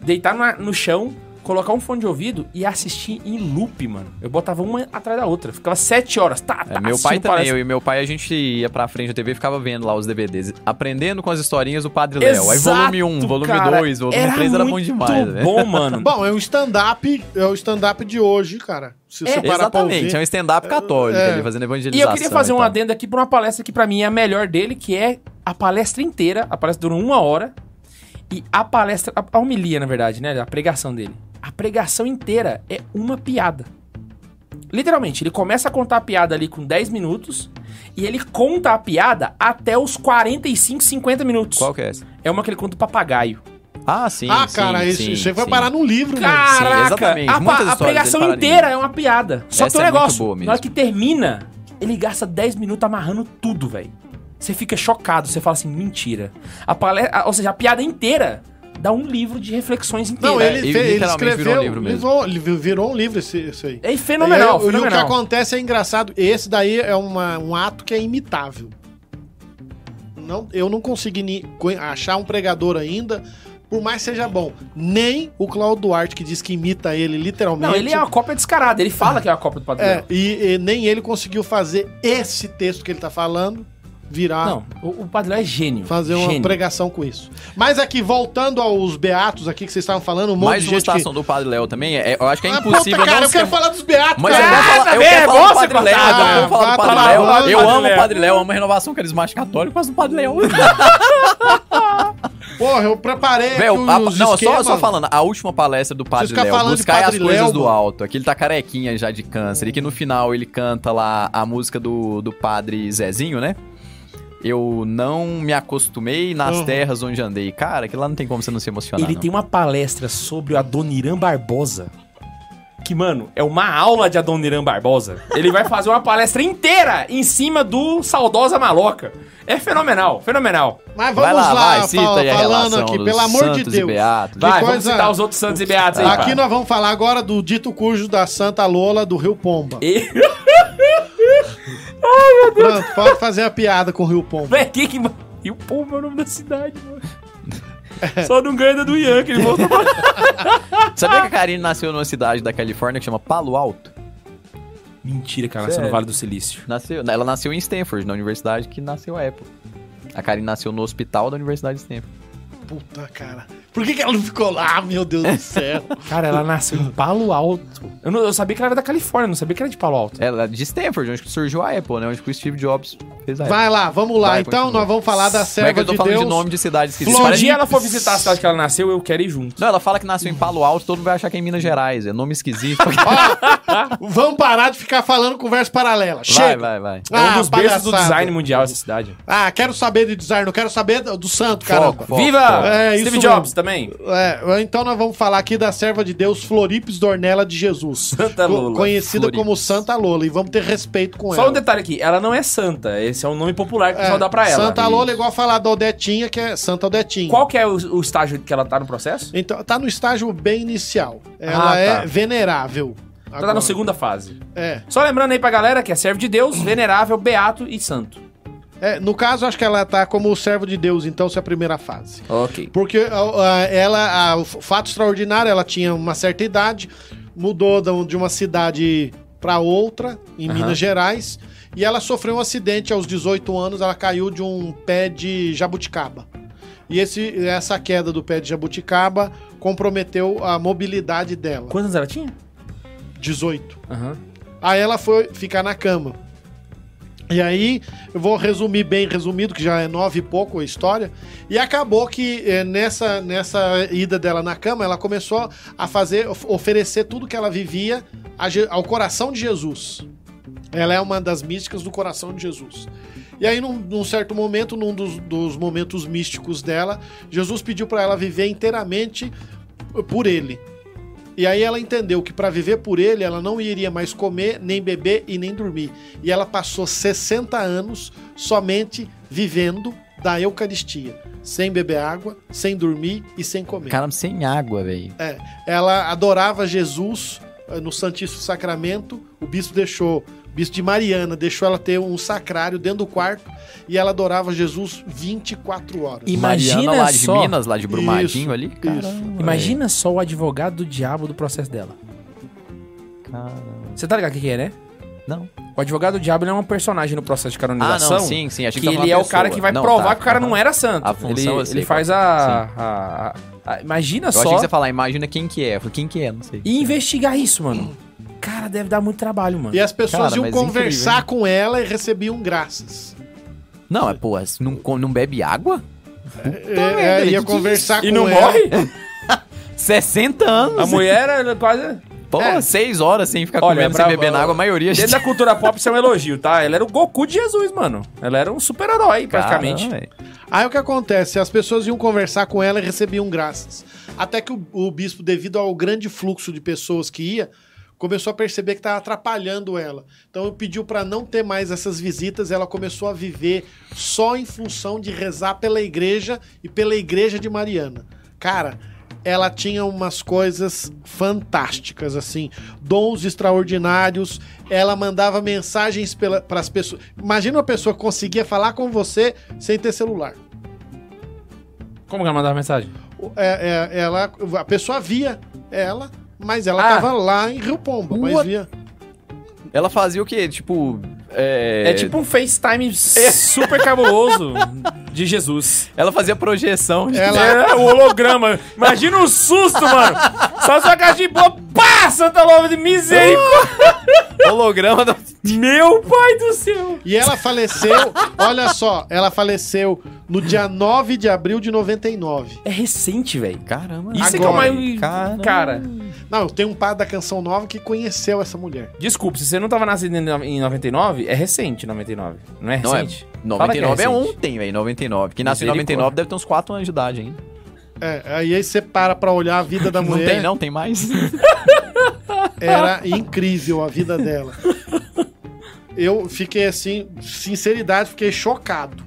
B: deitar na- no chão, colocar um fone de ouvido e assistir em loop, mano. Eu botava uma atrás da outra. Ficava sete horas. Tá,
D: É,
B: tá,
D: meu
B: assistindo
C: um
D: pai também,
B: palestra.
D: eu e meu pai, a gente ia pra frente da TV e ficava vendo lá os DVDs, aprendendo com as historinhas do Padre Léo. Aí volume 1,
B: Exato,
D: volume
B: cara.
D: 2, volume 3 era bom
B: muito
D: demais, né?
B: bom, mano.
C: Bom, é um stand-up, é o stand-up de hoje, cara. Se você parar pra
D: Exatamente,
C: ouvir.
D: é um stand-up católico,
C: É.
D: ele fazendo
B: E
D: evangelização.
B: eu queria fazer um
D: tal.
B: adendo aqui pra uma palestra que pra mim é a melhor dele, que é a palestra inteira. A palestra durou uma hora. E a palestra, a, a homilia, na verdade, né? A pregação dele. A pregação inteira é uma piada. Literalmente, ele começa a contar a piada ali com 10 minutos e ele conta a piada até os 45, 50 minutos.
D: Qual que é essa?
B: É uma que ele conta do papagaio.
D: Ah, sim,
C: ah,
D: sim,
C: cara, isso,
D: sim,
C: isso aí vai
D: sim.
C: parar num livro, mano.
B: Caraca!
D: exatamente.
B: a, pa-
D: Muitas
B: a
D: histórias
B: pregação
D: ele fala
B: inteira
D: nisso.
B: é uma piada. Só que
D: Essa
B: o
D: é muito
B: negócio,
D: boa mesmo.
B: na hora que termina, ele gasta 10 minutos amarrando tudo, velho. Você fica chocado, você fala assim, mentira. A palestra, ou seja, a piada inteira dá um livro de reflexões inteira.
C: Não,
D: É,
C: ele,
D: ele
C: fe- ele
D: literalmente
C: escreveu.
D: virou um livro mesmo.
C: Virou, ele virou um livro esse, isso aí.
B: É fenomenal,
C: E aí, E o que
B: fenomenal.
C: acontece é engraçado. Esse daí é uma- um ato que é imitável. Não, eu não consegui ni- co- achar um pregador ainda, por mais que seja bom. Nem o Cláudio Duarte, que diz que imita ele literalmente.
B: Não, ele é uma cópia descarada, ele fala que é uma cópia do Padre
C: É,
B: Léo.
C: e, e nem ele conseguiu fazer esse texto que ele tá falando virar.
B: Não, o, o Padre Léo é gênio.
C: Fazer uma
B: gênio.
C: pregação com isso. Mas aqui, voltando aos beatos aqui que vocês estavam falando, um monte
D: Mais
C: de
D: uma
C: gente.
D: citação do Padre Léo também, é- eu acho que é
C: Ah,
D: impossível
C: puta, cara,
D: não
C: eu quero
D: ser-
C: falar dos beatos,
D: Mas eu
C: cara.
D: quero falar, eu
B: também é
D: quero falar
B: bom
D: do
B: você
D: Padre Léo,
B: cortar.
D: não, vamos falar
C: Ah,
D: do Padre
C: vai
D: Léo.
C: falar do
D: Eu
B: Padre
D: amo
B: Léo.
D: o Padre Léo, amo a renovação carismática católica, mas o Padre Léo...
C: Porra, eu preparei.
D: Véi,
C: aqui
D: o- a-
C: os
D: não, só,
C: esquemas.
D: só falando, a última palestra do Padre
C: ficam
D: Léo,
C: falando de
D: buscar as
C: Padre
D: coisas
C: Léo,
D: do
C: mano.
D: alto, aqui ele tá carequinha já de câncer, e que no final ele canta lá a música do, do Padre Zezinho, né? Eu não me acostumei nas
C: Uhum.
D: terras onde andei. Cara, que lá não tem como você não se emocionar.
B: Ele
D: não.
B: tem uma palestra sobre o Adoniran Barbosa. Que, mano, é uma aula de Adoniran Barbosa. Ele vai fazer uma palestra inteira em cima do Saudosa Maloca. É fenomenal, fenomenal.
C: Mas vamos
D: Vai
C: lá,
D: lá, vai,
C: fal-
D: cita aí a
C: falando
D: relação
C: aqui,
D: dos
C: pelo amor de
D: santos e
C: Deus.
D: beatos.
C: De
B: Vai, vamos
C: coisa-
B: citar os outros santos e beatos aí,
C: Aqui
B: pá.
C: nós vamos falar agora do dito cujo da Santa Lola do Rio Pomba.
B: E-
C: Pronto, pode fazer a piada com o Rio Pomba.
B: Véi, que que... E o Pomba é o nome da cidade, mano. Só não ganha da do Ian, que ele voltou pra...
D: Sabia que a Karine nasceu numa cidade da Califórnia que chama Palo Alto?
B: Mentira, cara, nasceu no
D: Sério?
B: Vale do Silício.
D: Nasceu, ela nasceu em Stanford, na universidade que nasceu a Apple. A Karine nasceu no hospital da Universidade de Stanford.
C: Puta, cara. Por que, que ela não ficou lá, meu Deus do céu?
B: Cara, ela nasceu em Palo Alto. Eu, não- eu sabia que ela era da Califórnia, não sabia que era de Palo Alto.
D: Ela é de Stanford, onde surgiu a Apple, né? Onde que o Steve Jobs
B: É.
D: fez a Apple.
C: Vai lá, vamos lá.
D: Vai,
C: então
D: continua.
C: nós vamos falar da
D: Como é que
C: serva
D: eu tô
C: de
D: falando
C: Deus.
D: de nome de cidade
B: Se
D: esquisita?
B: um
D: Parece-
B: dia ela for visitar a cidade que ela nasceu, eu quero ir junto.
D: Não, ela fala que nasceu em Palo Alto, todo mundo vai achar que é em Minas Gerais. É nome esquisito.
C: Vamos parar de ficar falando conversa paralela.
D: vai,
C: Chega.
D: vai, vai.
B: É um dos
C: Ah,
B: berços do
C: palhaçada.
B: design mundial essa cidade.
C: Ah, quero saber de design, não quero saber do do santo, caramba.
D: Foco.
B: Viva!
C: É,
B: Steve
C: isso
B: Jobs também.
C: É, então nós vamos falar aqui da serva de Deus Floripes Dornela de Jesus.
B: Santa
C: Co-
B: Lola.
C: Conhecida
D: Floripes.
C: como Santa Lola. E vamos ter respeito com
B: Só
C: ela.
B: um detalhe aqui, ela não é santa, esse é um nome popular que o
C: É,
B: pessoal dá pra ela.
C: Santa Lola é igual falar da Odetinha, que é Santa Odetinha.
B: Qual que é o, o estágio que ela tá no processo?
C: Então, tá no estágio bem inicial. Ela
B: Ah, tá.
C: é venerável.
B: Ela tá na segunda fase.
C: É.
B: Só lembrando aí pra galera que é servo de Deus, venerável, beato e santo.
C: É, No caso, acho que ela tá como servo de Deus, então, se é a primeira fase.
B: Ok.
C: Porque ah, ah, ela, ah, o f- fato extraordinário, ela tinha uma certa idade, mudou da- um, de uma cidade para outra, em
B: Aham.
C: Minas Gerais, e ela sofreu um acidente aos 18 anos, ela caiu de um pé de jabuticaba. E esse, essa queda do pé de jabuticaba comprometeu a mobilidade dela.
B: Quantos anos ela tinha?
C: 18.
B: Aham.
C: Aí ela foi ficar na cama. E aí, eu vou resumir bem resumido, que já é nove e pouco a história. E acabou que eh, nessa, nessa ida dela na cama, ela começou a fazer, of- oferecer tudo que ela vivia a Je- ao coração de Jesus. Ela é uma das místicas do coração de Jesus. E aí, num, num certo momento, num dos, dos momentos místicos dela, Jesus pediu para ela viver inteiramente por ele. E aí ela entendeu que para viver por ele, ela não iria mais comer, nem beber e nem dormir. E ela passou 60 anos somente vivendo da Eucaristia, sem beber água, sem dormir e sem comer.
D: Caramba, sem água, velho.
B: É.
C: Ela adorava Jesus eh, no Santíssimo Sacramento. O bispo deixou, o bispo de Mariana, deixou ela ter um sacrário dentro do quarto e ela adorava Jesus 24 horas.
B: E- Imagina
D: Mariana lá de
B: só.
D: Minas, lá de Brumadinho
C: Isso,
D: ali. Caramba,
B: Imagina só o advogado do diabo do processo dela.
D: véi. Caramba.
B: Você tá ligado o que, que é, né?
D: Não.
B: O advogado do diabo ele é um personagem no processo de
D: Ah,
B: canonização.
D: não, sim, sim. achei
B: Que
D: tava
B: ele é
D: uma
B: o cara
D: pessoa.
B: que vai
D: Não,
B: provar
D: tá,
B: que o cara
D: tá,
B: não é era santo.
D: A função
B: ele
D: eu sei
B: ele faz
D: qual é.
B: a, a- a- a- Imagina
D: Eu
B: só.
D: achei que você ia falar, imagina quem que é. Eu falei, Quem que é, não sei.
B: E investigar isso, mano. Cara, deve dar muito trabalho, mano.
C: E as pessoas
D: Cara,
C: iam
D: mas
C: conversar
D: incrível,
C: com ela e recebiam graças.
D: Não, é pô, não, com- não bebe água?
B: Tá
C: É, é, ia conversar
B: E
C: com
B: não
C: ela.
B: morre?
D: 60
B: A
D: anos!
B: mulher ela quase.
D: Pô,
C: É.
D: 6 horas sem ficar
B: Olha,
D: comendo,
B: pra-
D: sem beber na água, a maioria
B: Dentro da cultura pop, isso é um elogio, tá? Ela era o Goku de Jesus, mano. Ela era um super-herói, praticamente.
D: Caramba, véi.
C: Aí o que acontece? As pessoas iam conversar com ela e recebiam graças. Até que o, o bispo, devido ao grande fluxo de pessoas que ia, começou a perceber que estava atrapalhando ela. Então pediu para não ter mais essas visitas. Ela começou a viver só em função de rezar pela igreja e pela igreja de Mariana. Cara, ela tinha umas coisas fantásticas, assim, dons extraordinários. Ela mandava mensagens para as pessoas. Imagina uma pessoa que conseguia falar com você sem ter celular.
B: Como que ela mandava mensagem?
C: É, é, ela, a pessoa via ela, mas ela
B: Ah.
C: tava lá em Rio Pomba, mas
D: What?
C: via.
D: Ela fazia o quê? Tipo.
B: É,
D: É...
B: tipo um FaceTime super cabuloso de Jesus.
D: Ela fazia projeção.
C: Ela-
B: É, o holograma. Imagina o susto, mano. Só sua casa de boa. Pá, Santa Lova de misericórdia.
D: Holograma da.
B: Meu pai do céu.
C: E ela faleceu, olha só, ela faleceu no dia 9 de abril de 99.
B: É recente, velho.
D: Caramba,
B: Isso
C: Agora,
B: é que é uma...
D: Caramba.
B: Cara,
C: Não, tem um padre da Canção Nova que conheceu essa mulher.
B: desculpa, se você não tava nascendo em no- em 99, é recente 99. Não é
D: Não, é-
B: recente? Fala que
D: 99 é,
B: recente.
D: ontem, velho. 99. Quem nasceu em
B: Misericórdia.
D: 99 deve ter uns 4 anos de idade ainda.
C: É, aí aí você para pra olhar a vida da
D: Não
C: mulher.
D: tem, não, tem mais.
C: Era incrível a vida dela. Eu fiquei assim, sinceridade, fiquei chocado.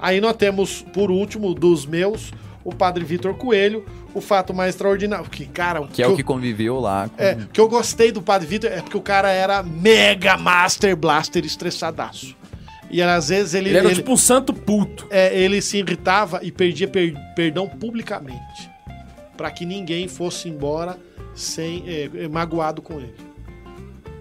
C: Aí nós temos, por último, dos meus, o padre Vitor Coelho, o fato mais extraordinário. Que, cara,
D: que é o que
C: eu,
D: conviveu lá. com-
C: é, o que eu gostei do padre Vitor é porque o cara era mega master blaster estressadaço. E às vezes ele,
B: Ele era
C: ele-
B: tipo um santo puto.
C: é, ele se irritava e perdia per- perdão publicamente. Pra que ninguém fosse embora sem é, magoado com ele.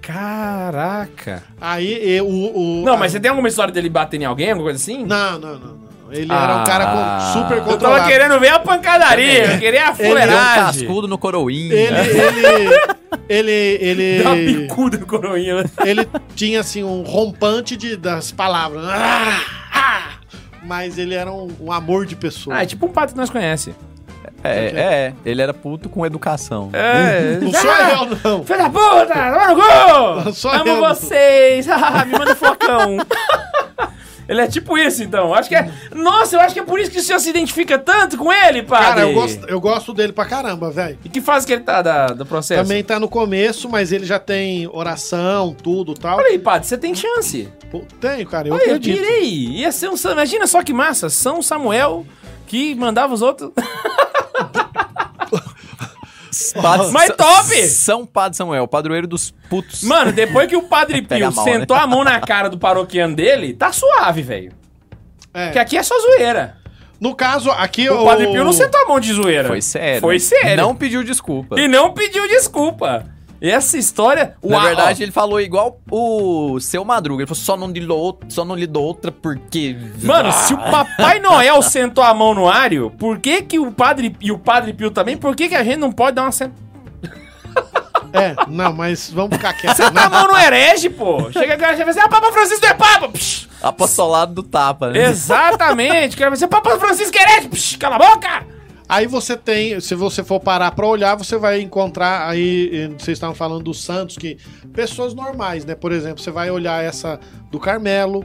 B: Caraca.
C: Aí eu, o, o-
B: Não,
C: a-
B: mas você tem alguma história dele batendo em alguém, alguma coisa assim?
C: Não, não, não, não. Ele
D: Ah.
C: era um cara com- super
B: Eu tava
C: controlado.
B: querendo ver a pancadaria, eu queria a
D: Ele deu um
B: fuleiragem.
D: cascudo no coroinha.
C: Ele, ele, ele,
B: Dá uma
C: ele,
B: bicuda no coroinha. né?
C: ele tinha assim um rompante de, das palavras. Ah, ah. Mas ele era um, um amor de pessoa.
B: Ah, é tipo um pato que nós conhece.
D: É, é, é, ele era puto com educação.
B: É.
C: Não sou eu, não.
B: Filho da puta, toma no cu!
C: Não sou
B: Amo
C: eu, não.
B: vocês! Ah, Me manda um flocão! ele é tipo isso, então. Acho que é. Nossa, eu acho que é por isso que o senhor se identifica tanto com ele, padre!
C: Cara, eu gosto, eu gosto dele pra caramba, velho.
B: E que fase que ele tá da- do processo?
C: Também tá no começo, mas ele já tem oração, tudo e tal.
B: Olha aí, padre, você tem chance.
C: Pô, Tenho, cara, eu
B: Olha, eu
C: acredito.
B: tirei. Ia ser um. Sam- Imagina só que massa. São Samuel que mandava os outros.
D: Padre-
B: Mas
D: Sa-
B: top!
D: São Padre Samuel, padroeiro dos putos.
B: Mano, depois que o Padre
D: Pega
B: Pio
D: mal,
B: sentou a mão na cara do paroquiano dele, tá suave, velho.
C: É.
B: Porque aqui é só zoeira.
C: No caso, aqui
B: O Padre Pio não sentou a mão de zoeira.
D: Foi sério.
B: Foi sério.
D: Não pediu desculpa.
B: E não pediu desculpa. Essa história.
D: Na
B: Uau,
D: verdade, ele falou igual o seu Madruga. Ele falou, só não lhe dou, só não lhe dou outra porque...
B: Mano, se o Papai Noel sentou a mão no Ário, por que que o Padre e o Padre Pio também, por que que a gente não pode dar uma sentada?
C: É, não, mas vamos ficar quietos.
B: a mão no herege, pô. Chega a galera e fala assim, ah, Papa Francisco é Papa. Psh,
D: Apostolado do tapa, né?
B: exatamente. O cara vai dizer, Papa Francisco é herege. Psh, cala a boca.
C: Aí você tem, se você for parar pra olhar, você vai encontrar aí, eh, vocês estavam falando do Santos, que pessoas normais, né? Por exemplo, você vai olhar essa do Carmelo,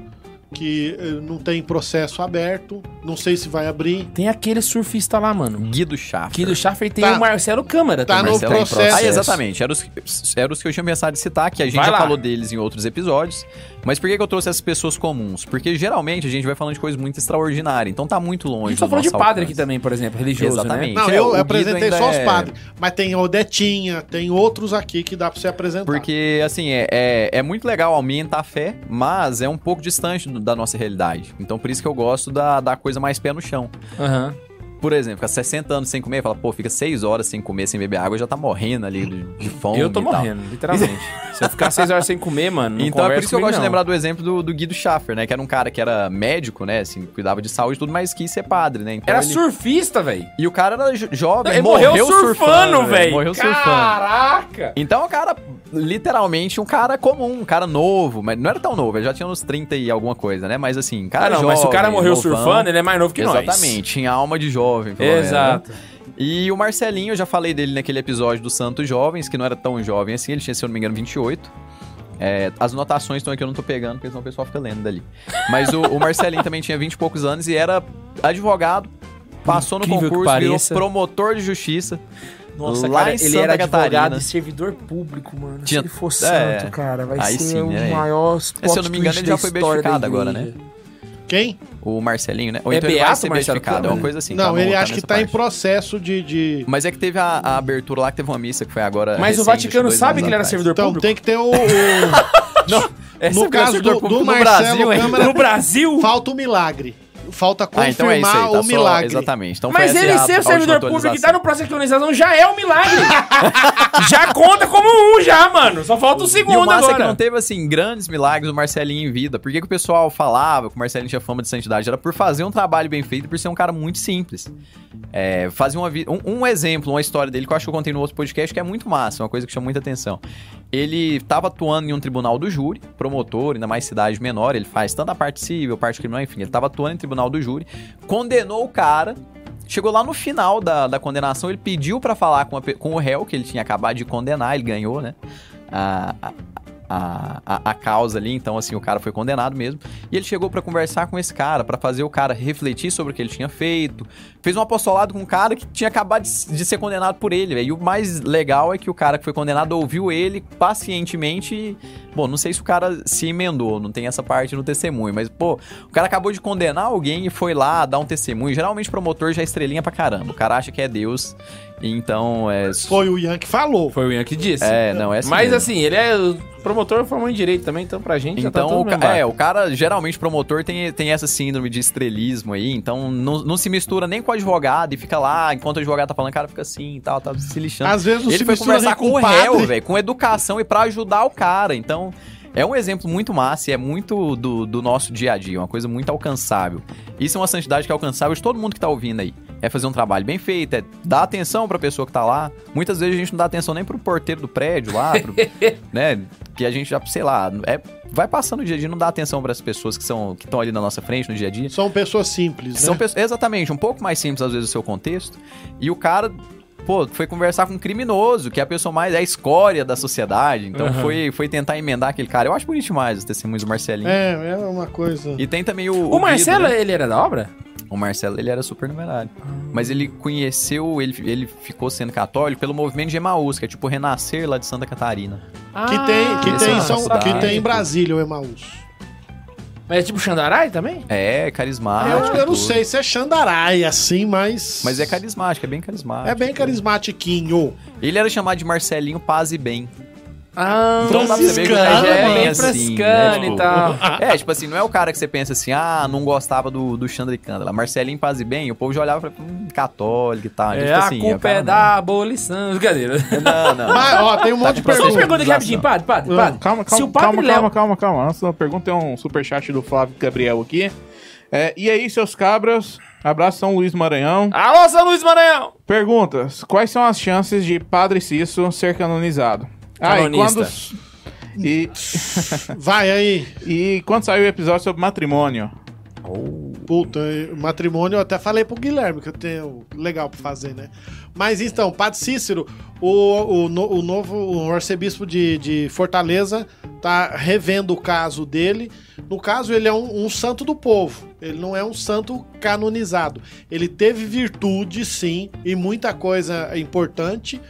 C: que eh, não tem processo aberto, não sei se vai abrir.
B: Tem aquele surfista lá, mano.
D: Guido Schaffer.
B: Que do Schaffer tem
C: Tá.
B: o Marcelo Câmara
C: Tá
B: também.
C: no
D: Marcelo em
C: processo.
D: Ah, exatamente. Eram os, eram os que eu tinha pensado em citar, que a gente
B: Vai
D: já
B: lá.
D: falou deles em outros episódios. Mas por que, que eu trouxe essas pessoas comuns? Porque geralmente a gente vai falando de coisas muito extraordinárias, então tá muito
B: A
D: longe.
B: gente só
D: do
B: falou de
D: nosso
B: padre
D: alcance.
B: aqui também, por exemplo, religioso,
D: Exatamente.
B: né?
C: Não,
D: É, o
C: eu
D: Guido
C: apresentei
D: ainda
C: só os
D: é-
C: padres, mas tem Odetinha, tem outros aqui que dá pra você apresentar.
D: Porque, assim, é, é, é muito legal aumentar a fé, mas é um pouco distante do- da nossa realidade. Então, por isso que eu gosto da, da coisa mais pé no chão.
B: Aham.
D: Por exemplo, fica 60 anos sem comer, fala, pô, fica 6 horas sem comer, sem beber água, já tá morrendo ali de, de fome.
B: Eu tô
D: e tal.
B: morrendo, literalmente. Se eu ficar seis horas sem comer, mano, não
D: Então é por
B: conversa
D: isso que eu
B: comigo,
D: gosto de
B: não.
D: lembrar do exemplo do, do Guido Schaffer, né? Que era um cara que era médico, né? Assim, cuidava de saúde e tudo, mas quis ser padre, né? Então
B: Era
D: ele-
B: surfista, velho.
D: E o cara era jo- jovem,
B: Ele
D: morreu, surfando,
B: velho.
D: Morreu surfando.
B: Caraca!
D: Então, o cara, literalmente, um cara comum, um cara novo, mas não era tão novo, ele já tinha uns 30 e alguma coisa, né? Mas assim, cara.
B: Ah, não, mas se o
D: jovem,
B: cara morreu
D: novão.
B: surfando, ele é mais novo que
D: Exatamente,
B: nós.
D: tinha alma de jovem, pelo menos, né?
B: Exato.
D: E o Marcelinho, eu já falei dele naquele episódio dos Santos Jovens, que não era tão jovem assim, ele tinha, se eu não me engano, 28. É, as notações estão aqui, eu não tô pegando, porque senão o pessoal fica lendo dali. Mas o, o Marcelinho também tinha 20 e poucos anos e era advogado, passou no
B: Incrível que
D: concurso, virou
B: pareça.
D: promotor de justiça.
B: Nossa,
D: Lá
B: cara,
D: em
B: ele
D: Santa
B: era
D: Catarina.
B: advogado e servidor público, mano.
D: Tinha-
B: Se ele for
D: é,
B: santo, cara, vai
D: aí
B: ser
D: sim,
B: o
D: é.
B: maior plot
D: eu não me engano,
B: twist
D: ele já
B: da
D: foi
B: história da
D: beatificado agora, né?
B: igreja.
C: Quem?
D: O Marcelinho, né? Ou
B: É
D: então ele vai
B: beato
D: ser
B: Marcelo
D: beatificado, é
B: Câmara?
D: uma coisa assim.
C: não,
D: tá? Vamos
C: ele
D: voltar
C: acho que
D: nessa
C: tá em
D: parte.
C: processo de. de-
D: Mas é que teve a, a abertura lá, que teve uma missa que foi agora
B: Mas o
D: É, recente,
B: Vaticano
D: dois
B: sabe
D: anos
B: que ele era
D: atrás.
B: servidor
C: Então
B: público?
C: tem que ter o. o-
B: É
C: no
B: servidor-
C: caso
D: servidor
C: do, do
D: público no
C: Marcelo
D: Brasil, hein?
C: Câmara,
B: No Brasil?
C: falta o milagre. Falta confirmar
D: Ah, então é isso aí, tá
C: o
D: só-
C: milagre.
D: Exatamente. Então
B: Mas
D: foi essa
B: ele
D: a- a
B: ser
D: última
B: servidor público e
D: atualização.
B: tá no processo de colonização já é um milagre. já conta como um já, mano. Só falta o
D: E o
B: segundo
D: massa é que
B: agora.
D: não teve, assim, grandes milagres do Marcelinho em vida. Por que, que o pessoal falava que o Marcelinho tinha fama de santidade? Era por fazer um trabalho bem feito e por ser um cara muito simples. É, fazer uma vi- um, um exemplo, uma história dele que eu acho que eu contei no outro podcast, que é muito massa, uma coisa que chama muita atenção. Ele tava atuando em um tribunal do júri, promotor, ainda mais cidade menor, ele faz tanto a parte civil, parte criminal, enfim. Ele tava atuando em tribunal do júri, condenou o cara... Chegou lá no final da, da condenação, ele pediu pra falar com, a pe- com o réu, que ele tinha acabado de condenar, ele ganhou, né? Ah, a, a- a, a, a causa ali, então assim, o cara foi condenado mesmo. E ele chegou pra conversar com esse cara, pra fazer o cara refletir sobre o que ele tinha feito. Fez um apostolado com um cara que tinha acabado de, s- de ser condenado por ele, velho. E o mais legal é que o cara que foi condenado ouviu ele pacientemente. e, Bom, não sei se o cara se emendou, não tem essa parte no testemunho, mas pô, o cara acabou de condenar alguém e foi lá dar um testemunho. Geralmente o promotor já é estrelinha pra caramba. O cara acha que é Deus. e Então, é.
C: Foi o Ian que falou.
B: Foi o Ian que disse.
D: É, não, é assim
B: Mas
D: mesmo.
B: assim, ele é promotor formou em direito também, então pra gente já tá
D: Então,
B: tudo
D: o,
B: bem.
D: ca- é, o cara, geralmente, promotor tem, tem essa síndrome de estrelismo aí, então não, não se mistura nem com o advogado e fica lá, enquanto o advogado tá falando, o cara fica assim e tal, tá se lixando.
C: Às vezes não
D: Ele
C: se
D: foi
C: mistura
D: conversar
C: nem
D: com,
C: com
D: o
C: o padre.
D: réu, velho, com educação e pra ajudar o cara, então... É um exemplo muito massa e é muito do, do nosso dia a dia, uma coisa muito alcançável. Isso é uma santidade que é alcançável de todo mundo que tá ouvindo aí. É fazer um trabalho bem feito, é dar atenção pra pessoa que tá lá. Muitas vezes a gente não dá atenção nem pro porteiro do prédio lá, pro, né? Que a gente já, sei lá, é, vai passando o dia a dia, não dá atenção para as pessoas que são que estão ali na nossa frente no dia a dia.
C: São pessoas simples, né?
D: São pessoas, exatamente, um pouco mais simples às vezes o seu contexto. E o cara, pô, foi conversar com um criminoso, que é a pessoa mais, é a escória da sociedade. Então
B: Aham.
D: foi, foi tentar emendar aquele cara. Eu acho bonito demais os testemunhos do Marcelinho.
C: É, é uma coisa.
D: E tem também o.
B: O
D: Guido,
B: Marcelo,
D: né?
B: ele era da obra?
D: O Marcelo, ele era super numerário.
C: Ah.
D: Mas ele conheceu, ele, ele ficou sendo católico pelo movimento de Emaús, que é tipo o renascer lá de Santa Catarina.
C: Que tem, que,
D: Ah,
C: tem, em
D: essa
C: São,
D: faculdade.
C: que tem em Brasília o Emaús.
B: Mas é tipo Xandarai também?
D: É,
C: eu,
D: carismático.
C: eu não
D: tudo.
C: sei se é Xandarai, assim, mas.
D: Mas é carismático, é bem carismático.
C: É bem carismatiquinho.
D: Ele era chamado de Marcelinho Paz e Bem.
B: Ah,
D: Então dá pra você ver que o cara
C: Franciscano,
D: já é
C: mano.
D: bem assim, né?
B: Franciscano e tal.
D: Tipo, é, tipo assim, não é o cara que você pensa assim, ah, não gostava do, do Xandre Cândala. Marcelinho Paz e Bem, o povo já olhava e falava, hum, católico e tal.
B: É,
D: Tipo
B: a
D: assim, o
B: culpa
D: cara
B: é da abolição. Brincadeira.
D: não- Não, não.
C: Mas, ó, tem um monte de
D: Tá
B: Só uma
C: perguntas.
B: pergunta aqui rapidinho, padre, padre,
C: Ah,
B: padre.
E: Tá, Calma, calma,
B: Se o
E: calma,
B: padre Léo...
E: calma, calma, calma. Antes da pergunta, tem um superchat do Flávio Gabriel aqui. É, e aí, seus cabras? Abraço, São Luís Maranhão.
B: Alô, São Luís Maranhão!
E: Perguntas. Quais são as chances de Padre Cício ser canonizado? Ah, e
B: Canonista.
E: quando... E,
C: Vai aí.
E: e quando saiu o episódio sobre matrimônio?
C: Puta, e matrimônio eu até falei pro Guilherme que eu tenho legal pra fazer, né? Mas então, Padre Cícero, o, o, no- o novo o arcebispo de, de Fortaleza tá revendo o caso dele. No caso, ele é um, um santo do povo. Ele não é um santo canonizado. Ele teve virtude, sim, e muita coisa importante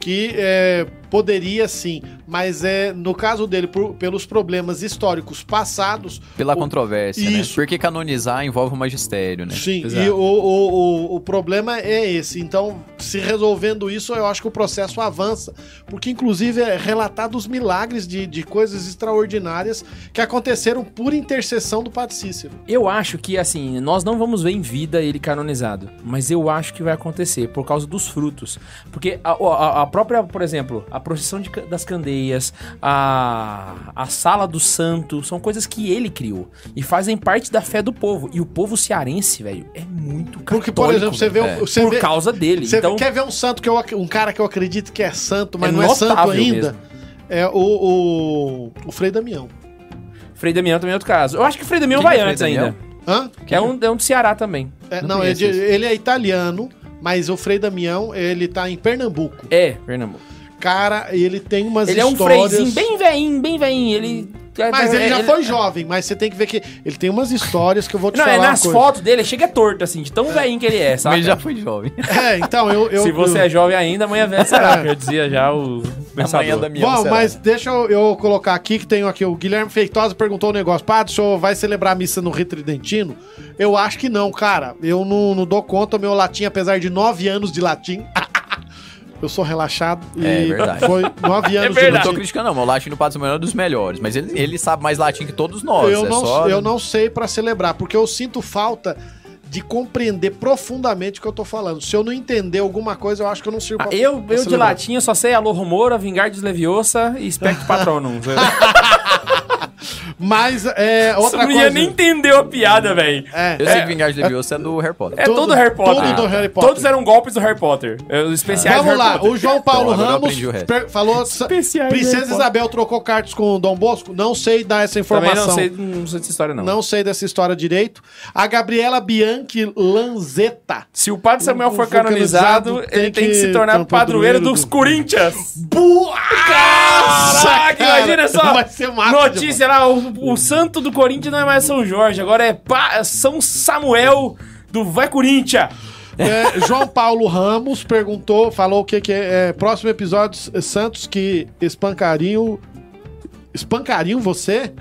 C: que é, poderia sim, mas é no caso dele, por- pelos problemas históricos passados,
D: Pela
C: O-
D: controvérsia,
C: Isso.
D: né? Porque canonizar envolve o magistério, né?
C: Sim,
B: Exato.
C: e o, o, o, o problema é esse. Então, se resolvendo isso, eu acho que o processo avança. Porque, inclusive, é relatado os milagres de, de coisas extraordinárias que aconteceram por intercessão do Padre Cícero.
B: Eu acho que, assim, nós não vamos ver em vida ele canonizado. Mas eu acho que vai acontecer, por causa dos frutos. Porque a, a- a própria, por exemplo, a procissão de ca- das candeias, a, a sala do santo, são coisas que ele criou. E fazem parte da fé do povo. E o povo cearense, velho, é muito católico.
C: Porque, por exemplo, você vê.
B: velho.
C: um-
D: velho.
C: Você
B: por
C: vê-
B: causa dele.
C: você
B: então,
C: quer ver um santo que eu, ac- um cara que eu acredito que é santo, mas
B: É
C: não é santo
B: notável
C: ainda?
B: mesmo.
C: É o, o, o Frei Damião.
B: Frei Damião também é outro caso. Eu acho que Frei Damião
D: Quem
B: vai
D: é Frei
B: antes
D: Damião?
B: ainda.
C: Hã?
B: É um, é um do Ceará também.
C: É,
D: Não
C: não, é de-
D: conheço
C: ele é italiano, mas o Frei Damião, ele tá em Pernambuco.
B: É, Pernambuco.
C: Cara, ele tem umas
B: ele é um
C: histórias...
B: freizinho bem veinho, bem veinho. Ele. é,
C: Mas ele já foi jovem, mas você tem que ver que ele tem umas histórias que eu vou te
B: Não,
C: falar.
B: é
C: uma
B: nas
C: coisa.
B: fotos dele, chega torto, assim, de tão veinho que ele é, sabe?
D: Mas já foi jovem.
C: É, então eu. eu
B: Se você
C: eu...
B: é jovem ainda, amanhã velho será. eu dizia já o pensador.
C: Bom, mas deixa eu, eu colocar aqui que tenho aqui o Guilherme Feitosa perguntou um negócio. Padre, o senhor vai celebrar a missa no Rio Tridentino? Eu acho que não, cara. Eu não, não dou conta, meu latim, apesar de nove anos de latim. eu sou relaxado e
D: É verdade.
C: foi nove anos
D: Eu não
B: É verdade.
D: tô criticando, não. mas O latim do Padre Samuel é um dos melhores. Mas ele, ele sabe mais latim que todos nós.
C: eu,
D: é
C: não,
D: só...
C: eu não sei pra celebrar, porque eu sinto falta de compreender profundamente o que eu tô falando. Se eu não entender alguma coisa, eu acho que eu não sirvo
B: Ah,
C: pra-
B: Eu,
C: pra
B: eu de
C: celebrar.
B: latinha só sei Alô Romora, Vingardes Leviosa e Spectre Patronum.
C: Mas é, Ah, outra
B: Outra
C: coisa.
B: nem entendeu a piada, velho.
C: É,
D: Eu sei que Vingar de Leviosa é do Harry Potter.
B: É
C: Todo-
B: todo Harry Potter.
C: todo do Harry Potter.
B: Todos eram golpes do Harry Potter. É, Os especiais do
C: Vamos
B: Harry
C: lá,
B: Potter.
C: o João Paulo
D: Então, agora eu
C: Ramos
D: aprendi o resto.
C: per- falou: "Sa-
B: Especiais é Harry
C: Princesa
B: Potter.
C: Isabel trocou cartas com o Dom Bosco? Não sei dar essa
B: Também não
C: informação.
B: sei, não sei dessa história, não.
C: Não sei dessa história direito. A Gabriela Bianchi Lanzetta.
B: Se o Padre Samuel
C: O-
B: for
C: for canonizado,
B: canonizado, ele tem que um se tornar
C: então, padroeiro
B: padroeiro dos
C: do-
B: Corinthians.
C: Boa!
B: Caraca, é
C: cara,
B: imagina só.
C: vai ser massa,
B: Notícia lá, o, o santo do Corinthians não é mais São Jorge, agora é Pa- São Samuel do Vai Corinthians.
C: É, João Paulo Ramos perguntou, falou o que, que é, é, Próximo episódio, é, Santos que espancariam. Espancariam você?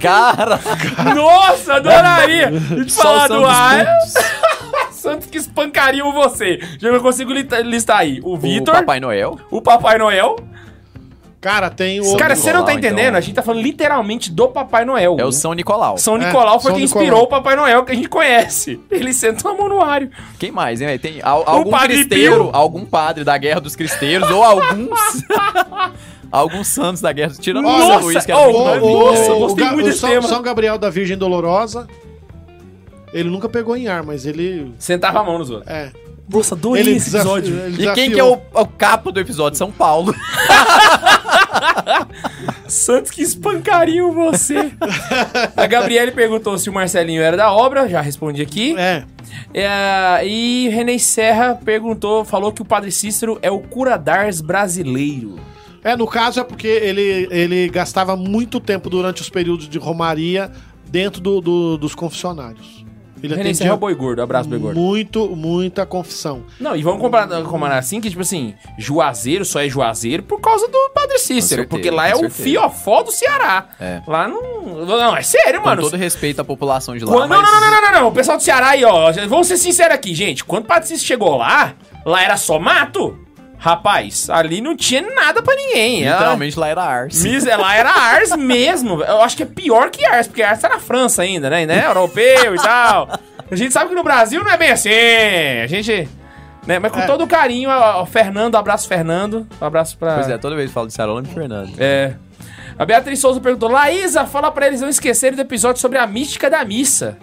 D: Cara,
B: Nossa, adoraria de falar
D: são
B: do ar.
D: dos pontos.
B: Santos que espancariam você. Já não consigo li- listar aí. O Vitor,
D: O Papai Noel.
B: o Papai Noel,
C: Cara, tem o.
D: Ô,
B: Cara, você não tá
D: Nicolau,
B: entendendo?
D: então.
B: A gente tá falando literalmente do Papai Noel.
D: É o São Nicolau.
B: São
C: É,
B: Nicolau foi
C: São
B: quem
C: Nicolau.
B: inspirou o Papai Noel que a gente conhece. Ele sentou a mão no ar.
D: Quem mais, hein? velho? Tem al- algum
B: Padre
D: cristeiro,
B: Pio.
D: algum padre da Guerra dos Cristeiros, ou alguns... alguns santos da Guerra... Tirando o
B: Nossa, oh,
D: São Luís, que era
B: ô,
D: muito
B: ô,
D: novinho,
B: nossa,
D: velho.
B: ô, gostei
C: Ga-
B: muito desse
C: São,
B: tema.
C: São Gabriel da Virgem Dolorosa. Ele nunca pegou em ar, mas ele.
B: Sentava a mão nos outros.
C: É.
B: Nossa, adorei
C: Ele
B: esse
C: desaf-
B: episódio.
C: ele
D: E quem
C: desafiou.
D: que é o, o capo do episódio? São Paulo.
C: né?
B: Santos que espancariam você. a Gabriele perguntou se o Marcelinho era da obra, já respondi aqui.
C: É.
B: É, e René Serra perguntou, falou que o Padre Cícero é o Curadars brasileiro.
C: É, no caso é porque ele, ele gastava muito tempo durante os períodos de romaria dentro do- do- dos confessionários. Ele
B: René Serra é
C: atendia
B: o Boi Gordo, abraço Boi Gordo.
C: muito, muita confissão.
B: Não, e vamos comparar, comparar assim, que tipo assim, Juazeiro só é Juazeiro por causa do Padre Cícero,
D: certeza,
B: porque lá
D: com
B: é o
D: certeza.
B: fiofó do Ceará.
D: É.
B: Lá não... Não, é sério,
D: Com
B: mano.
D: todo respeito à população de lá,
B: Quando- não,
D: mas...
B: não, não, não, não, não, não. O pessoal do Ceará aí, ó. Vamos ser sinceros aqui, gente. Quando o Patrícia chegou lá, lá era só mato. Rapaz, ali não tinha nada pra ninguém.
D: Literalmente lá era
B: Ela-
D: Arce.
B: Mis- Lá era Ars mesmo. Eu acho que é pior que Ars, porque Ars tá na França ainda, né? E, né? Europeu e tal. A gente sabe que no Brasil não é bem assim. A gente. né? Mas com
C: É.
B: todo o carinho, ó, ó, Fernando, abraço, Fernando. Um abraço pra.
D: Pois é, toda vez que falo de Ceará, eu lembro de Fernando.
B: É. A Beatriz Souza perguntou: Laísa, fala pra eles não esquecerem do episódio sobre a mística da missa.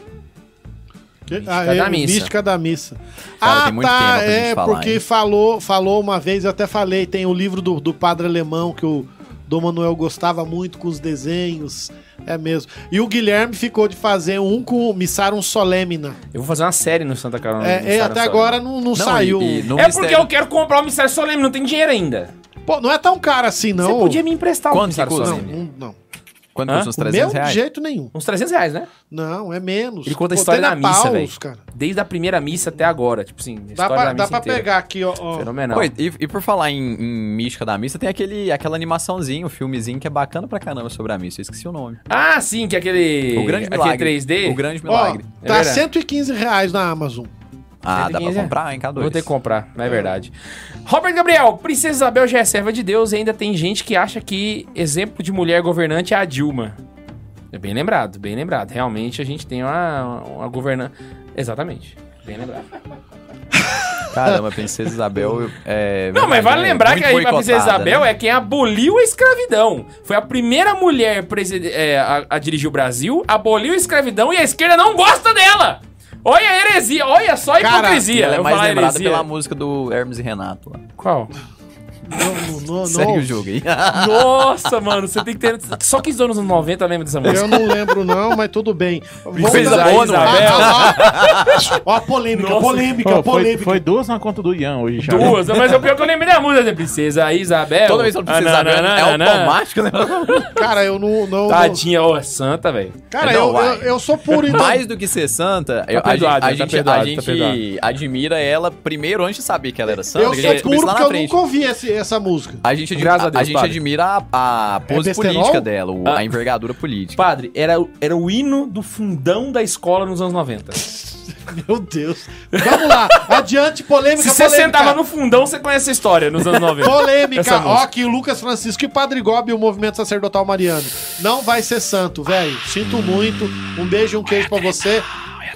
C: Que-
B: Mística
C: ah, é,
B: da missa.
C: Mística da missa.
D: Cara,
C: ah,
D: tem muito tema
C: tá.
D: pra gente
C: é,
D: falar,
C: porque
D: hein?
C: falou, falou uma vez, eu até falei, tem o livro do, do padre alemão que o Dom Manuel gostava muito com os desenhos. É mesmo. E o Guilherme ficou de fazer um com o Missarum Solemna.
B: Eu vou fazer uma série no Santa Carolina. no
C: É, é,
B: Sara
C: até
B: Solemne.
C: agora não, não saiu.
D: e- e no
B: É porque
D: mistério-
B: eu quero comprar o Mistério Solene, não tem dinheiro ainda.
C: Pô, não é tão caro assim, não.
B: Você podia me emprestar o
D: Quanto
B: Mistério
D: que custa?
C: Não,
B: Solene.
C: não. não.
D: Quanto
B: Hã?
D: custa uns
C: O
D: 300
C: meu, de
D: reais?
C: jeito nenhum.
B: Uns 300 reais, né?
C: Não, é menos.
B: Ele conta a
C: Botei
B: história
C: na
B: da missa,
C: Paulus,
B: velho.
C: cara.
B: Desde a primeira missa até agora. Tipo assim, a
C: Dá
B: história
C: pra,
B: da
C: dá
B: missa
C: pra
B: inteira.
C: pegar aqui, ó. ó.
B: Fenomenal.
D: Pô, e, e por falar em, em Mística da Missa, tem aquele, aquela animaçãozinha, um filmezinho que é bacana pra caramba sobre a missa. Eu esqueci o nome.
B: Ah, sim, que é aquele.
D: O Grande
B: aquele
D: Milagre.
B: 3D.
D: O Grande
C: Ó,
D: Milagre.
B: É
C: tá
B: verdade.
C: 115 reais na Amazon.
D: ah, dá
B: 115,
D: pra comprar, hein, K2?
B: Vou ter que comprar, não é verdade. Robert Gabriel, Princesa Isabel já é serva de Deus e ainda tem gente que acha que exemplo de mulher governante é a Dilma. É bem lembrado, bem lembrado. Realmente a gente tem uma, uma governante. Exatamente. Bem lembrado.
D: Caramba, Princesa Isabel. é
B: Não, mas
D: verdade,
B: vale
D: é
B: lembrar
D: muito
B: que a- a Princesa
D: boicotada,
B: Isabel
D: né?
B: é quem aboliu a escravidão. Foi a primeira mulher preside- é, a, a dirigir o Brasil, aboliu a escravidão e a esquerda não gosta dela. Olha a heresia, olha só a
C: Cara,
D: E
B: hipocrisia.
D: Ela é
B: Eu
D: mais
B: falar
D: lembrada
B: heresia.
D: pela música do Hermes e Renato. lá.
B: Qual?
C: Não, não, não,
D: Segue
C: não.
D: o jogo aí.
B: Nossa, mano, você tem que ter. Só quem estudou nos anos 90 lembra dessa música.
C: Eu não lembro, não, mas tudo bem.
D: Princesa
C: Vamos dar-
D: boa, não é?
C: Ah, ah, ah. Ó, a polêmica,
B: Nossa.
C: polêmica,
E: Ô, foi,
C: polêmica.
E: foi duas na conta do Ian hoje, já. né?
B: Duas, mas o pior que eu lembrei da música né? Princesa Isabel. Ah,
D: Toda vez que ela precisa Isabel, é automático, né?
C: Cara, eu não. não
B: Tadinha, ó, santa, velho.
C: Cara,
D: Não,
C: eu,
D: vai.
C: eu, eu sou puro, então.
D: Mais do que ser santa, eu- a
B: perdoado,
D: gente-
B: tá
D: a gente,
B: perdoado,
D: a
B: tá
D: gente
B: perdoado.
D: admira ela primeiro antes de saber que ela era santa.
C: Eu
D: que a gente
C: sou
D: descobriu isso
C: puro
D: lá
C: porque
D: na
C: eu
D: frente.
C: nunca ouvi esse- essa música.
D: A gente, admi-
B: Graças a
D: a,
B: Deus,
D: a gente
B: padre.
D: admira a, a pose
C: besterol?
D: política dela, o-
B: Ah.
D: a envergadura política.
B: Padre, era, o- era o hino do fundão da escola nos anos 90. Se
C: Meu Deus. Vamos lá. Adiante, polêmica,
B: você
C: polêmica.
B: sentava no fundão, você conhece a história nos anos 90. Essa
C: Polêmica, ó,
B: música.
C: que o Lucas Francisco e Padre Gob e o movimento sacerdotal mariano. Não vai ser santo, velho. Sinto muito. Um beijo e um queijo pra você.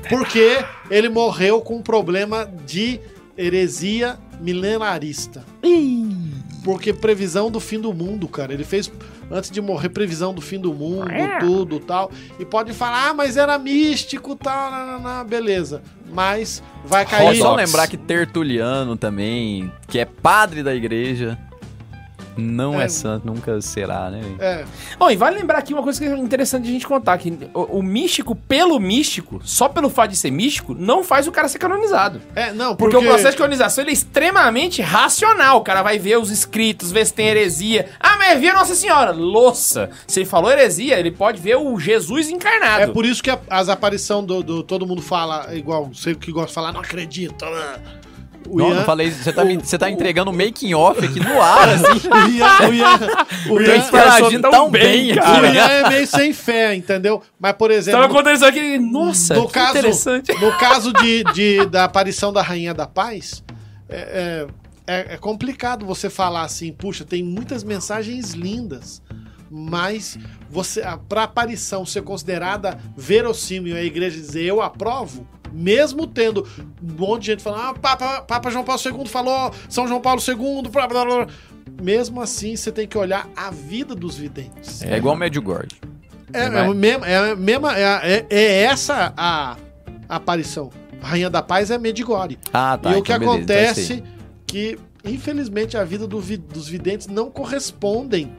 C: Porque ele morreu com um problema de heresia milenarista. Porque previsão do fim do mundo, cara. Ele fez, antes de morrer, previsão do fim do mundo, tudo tal. E pode falar, ah, mas era místico tal, nananá, beleza. Mas vai
D: É
C: cair.
D: só
B: né?
D: lembrar que Tertuliano também, que é padre da igreja, não é,
C: É.
D: santo, nunca será, né?
C: É,
B: Bom, e vale lembrar aqui uma coisa que é interessante de a gente contar: que o, o místico, pelo místico, só pelo fato de ser místico, não faz o cara ser canonizado.
C: é, não,
B: Porque, o processo de colonização ele é extremamente racional. O cara vai ver os escritos, ver se tem heresia. Ah, mas via Nossa Senhora. Louça. Se ele falou heresia, ele pode ver o Jesus encarnado.
C: É por isso que a- as aparições do, do- Todo mundo fala igual, sei o que gosta de falar, não acredito. ah. O
D: Não,
C: Ian,
D: não falei isso. Você tá, me- você tá entregando o making off aqui no ar, assim.
C: o Ian, o Ian, o
D: Eu
C: Ian,
D: interagindo
B: tão
D: tão,
B: bem,
D: bem,
C: o
D: aqui. né?
C: Ian é meio sem fé, entendeu? Mas, por
B: Tava
C: exemplo,
B: contando isso aqui. Nossa,
C: no
B: que
C: caso,
B: interessante.
C: no caso de, de- da aparição da Rainha da Paz, é, é- é- é complicado você falar assim, puxa, tem muitas mensagens lindas. Mas você, para aparição ser considerada verossímil e a igreja dizer eu aprovo, mesmo tendo um monte de gente falando, ah, Papa, Papa João Paulo II falou, São João Paulo II, blá, blá, blá. mesmo assim você tem que olhar a vida dos videntes.
D: É igual o Medjugorje.
C: É, é,
B: Vai.
C: o mesmo- é, a mesma- é, a- é- é essa a, a aparição. Rainha da Paz é Medigore.
D: Ah, tá.
C: e o que
D: então beleza, então é isso aí.
C: acontece que, infelizmente, a vida do vi- dos videntes não correspondem.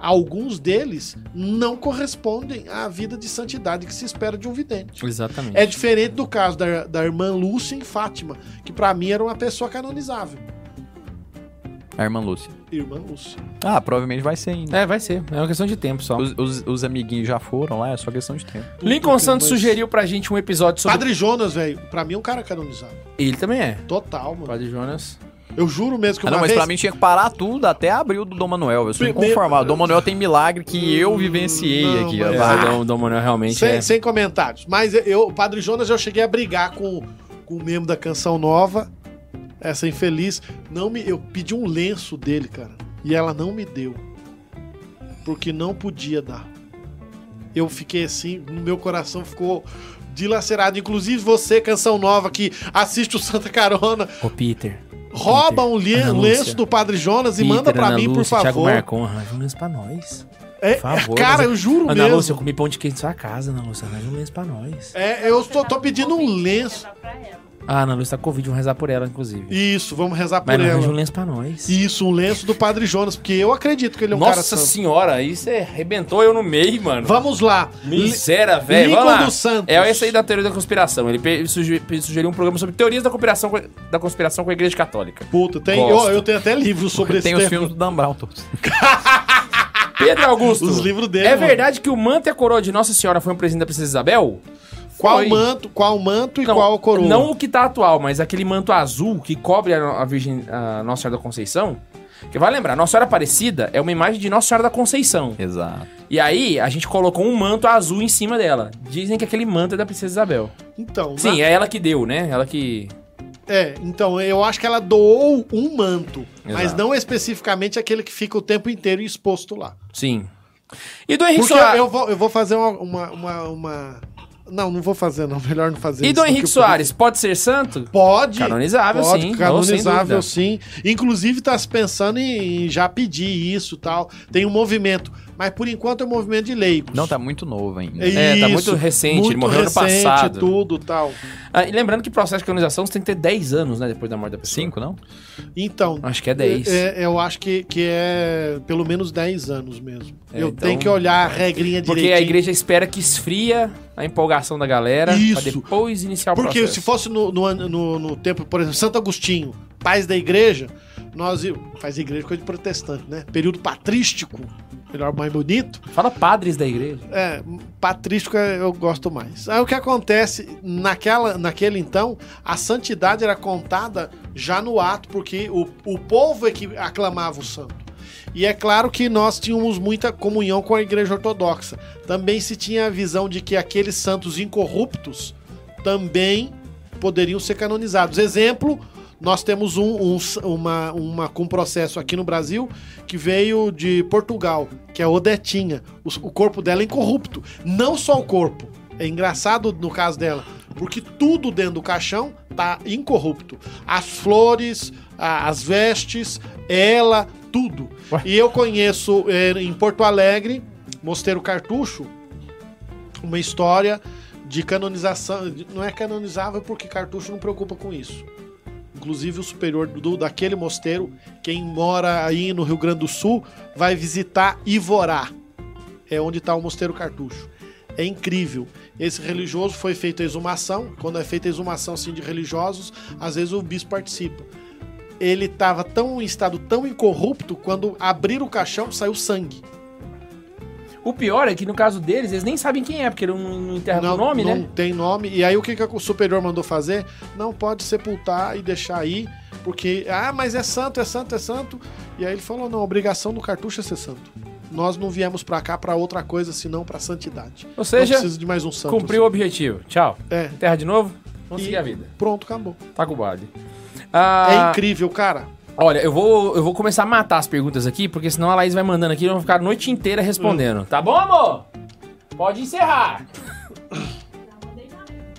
C: Alguns deles não correspondem à vida de santidade que se espera de um vidente.
B: Exatamente.
C: É diferente do caso da, da irmã Lúcia em Fátima, que pra mim era uma pessoa canonizável.
D: A irmã Lúcia.
C: Irmã Lúcia.
D: Ah, provavelmente vai ser ainda.
B: É, vai ser. É uma questão de tempo só.
D: Os, os- os amiguinhos já foram lá, é só questão de tempo.
B: Lincoln Santos
C: Mas-
B: sugeriu pra gente um episódio sobre.
C: Padre Jonas, velho, pra mim é um cara canonizável.
B: Ele também é.
C: Total, mano.
B: Padre Jonas.
C: Eu juro mesmo que
D: Ah,
C: uma
D: não, mas
C: vez-
D: pra mim tinha que parar tudo até abril do Dom Manuel. Eu sou
C: Primeiro-
D: inconformado. O Dom Manuel tem milagre que eu vivenciei
C: Não,
D: aqui.
C: mas-
D: ó.
C: É.
B: Ah, Dom, Dom Manuel realmente
C: Sem,
B: é.
C: sem comentários. Mas eu, o Padre Jonas, eu cheguei a brigar com, com o membro da Canção Nova, essa infeliz. Não me, eu pedi um lenço dele, cara. E ela não me deu. Porque não podia dar. Eu fiquei assim, no meu coração ficou dilacerado. Inclusive você, Canção Nova, que assiste o Santa Carona,
B: Ô, Peter.
C: rouba um le-
B: Ana Lúcia.
C: lenço do Padre Jonas e
B: Peter,
C: manda pra
B: Ana
C: mim, por
B: Lúcia, Thiago
C: favor.
B: Marcon, arranja um mês pra nós.
C: É,
B: Por favor,
C: cara,
B: mas-
C: eu juro
B: Ana Lúcia, eu
C: mesmo.
B: comi pão de queijo na sua casa, Ana Lúcia. Arranja um mês pra nós.
C: É, eu tô, tô pedindo um lenço.
B: Ah, Ana Luz tá com Covid, vamos rezar por ela, inclusive.
C: Isso, vamos rezar por
B: Mas não arranja um
C: ela.
B: lenço pra nós.
C: Isso, um lenço do Padre Jonas, porque eu acredito que ele é um cara
B: Nossa
C: santo.
B: senhora, isso é, arrebentou eu no meio, mano.
C: Vamos lá.
B: Miséria, velho. Vamos
C: Lincoln
B: lá.
C: dos Santos.
B: É esse aí da teoria da conspiração. Ele pe- suge- pe- sugeriu um programa sobre teorias da conspiração, com- da conspiração com a Igreja Católica.
C: Puta, tem,
B: Gosto.
C: ó, eu tenho até livro sobre esse
D: Tem os
C: tema.
D: filmes do Dan Brown todos.
B: Pedro Augusto.
C: Os livros dele.
B: É
C: mano.
B: verdade que o manto e a coroa de Nossa Senhora foi um presente da Princesa Isabel?
C: Qual
B: Foi.
C: manto, qual manto e qual a coroa?
B: Então, Não o que tá atual, mas aquele manto azul que cobre a, a Virgem a Nossa Senhora da Conceição. Porque vai lembrar, Nossa Senhora Aparecida é uma imagem de Nossa Senhora da Conceição.
D: Exato.
B: E aí, a gente colocou um manto azul em cima dela. Dizem que aquele manto é da Princesa Isabel.
C: Então, na-
B: Sim, é ela que deu, né? Ela que.
C: É, então eu acho que ela doou um manto, mas
B: Exato.
C: não especificamente aquele que fica o tempo inteiro exposto lá.
B: Sim. E do Henrique
C: Porque
B: Soares.
C: eu, vou, eu vou fazer uma, uma, uma- uma- Não, não vou fazer, não. Melhor não fazer
B: E do
C: não, que
B: Henrique
C: o-
B: Soares, pode ser santo?
C: Pode.
B: Canonizável,
C: pode,
B: sim.
C: Canonizável,
B: Não,
C: sim. Inclusive, tá se pensando em, em já pedir isso e tal. Tem um movimento, mas por enquanto é um movimento de leigos.
D: Não, tá muito novo ainda.
C: É,
B: É, tá
C: Isso,
B: muito recente, ele
C: muito
B: morreu ano
C: recente,
B: passado.
C: tudo e tal.
B: Ah, e lembrando que o processo de canonização você tem que ter 10 anos, né? Depois da morte da pessoa.
D: Cinco, não?
C: Então,
B: Acho que é 10.
C: É, é, eu acho que, que é pelo menos 10 anos mesmo.
B: É,
C: eu
B: então-
C: tenho que olhar a regrinha
B: Porque
C: direitinho.
B: a igreja espera que esfria a empolgação da galera pra
C: Isso.
B: depois iniciar é o
C: Porque
B: processo.
C: se fosse no, no, no- no tempo, por exemplo, Santo Agostinho, pais da igreja, nós... i- Faz igreja coisa de protestante, né? Período patrístico, melhor, mais bonito.
B: Fala padres da igreja.
C: É, patrístico é- eu gosto mais. Aí o que acontece, naquela, naquele então, a santidade era contada já no ato, porque o, o povo é que aclamava o santo. E é claro que nós tínhamos muita comunhão com a igreja ortodoxa. Também se tinha a visão de que aqueles santos incorruptos também poderiam ser canonizados. Exemplo, nós temos um, um- uma, uma- um processo aqui no Brasil que veio de Portugal, que é Odetinha. O, o corpo dela é incorrupto. Não só o corpo. É engraçado no caso dela, porque tudo dentro do caixão tá incorrupto. As flores, a- as vestes, ela, tudo.
E: Ué.
C: E eu conheço eh, em Porto Alegre, Mosteiro Cartucho, uma história de canonização. de- Não é canonizável porque Cartucho não preocupa com isso. Inclusive o superior do, daquele mosteiro, quem mora aí no Rio Grande do Sul, vai visitar Ivorá. É onde está o Mosteiro Cartucho. É incrível. Esse religioso foi feita a exumação. Quando é feita a exumação assim, de religiosos, às vezes o bispo participa. Ele estava tão em estado tão incorrupto, quando abriram o caixão, saiu sangue.
B: O pior é que no caso deles, eles nem sabem quem é, porque não, não enterra o nome,
C: não
B: né?
C: tem nome. E aí o que, que o superior mandou fazer? Não pode sepultar e deixar aí, porque, ah, mas é santo, é santo, é santo. E aí ele falou, não, a obrigação do cartucho é ser santo. Nós não viemos pra cá pra outra coisa, senão pra santidade.
B: Ou seja,
C: não precisa de mais um santo.
B: Cumpriu o objetivo. Tchau.
C: É.
B: Enterra de novo, vamos
C: E-
B: seguir a vida.
C: Pronto, acabou.
B: Tá com o balde.
C: É
B: Ah,
C: incrível, cara.
B: Olha, eu vou, eu vou começar a matar as perguntas aqui, porque senão a Laís vai mandando aqui e eu vou ficar a noite inteira respondendo. Tá bom, amor? Pode encerrar.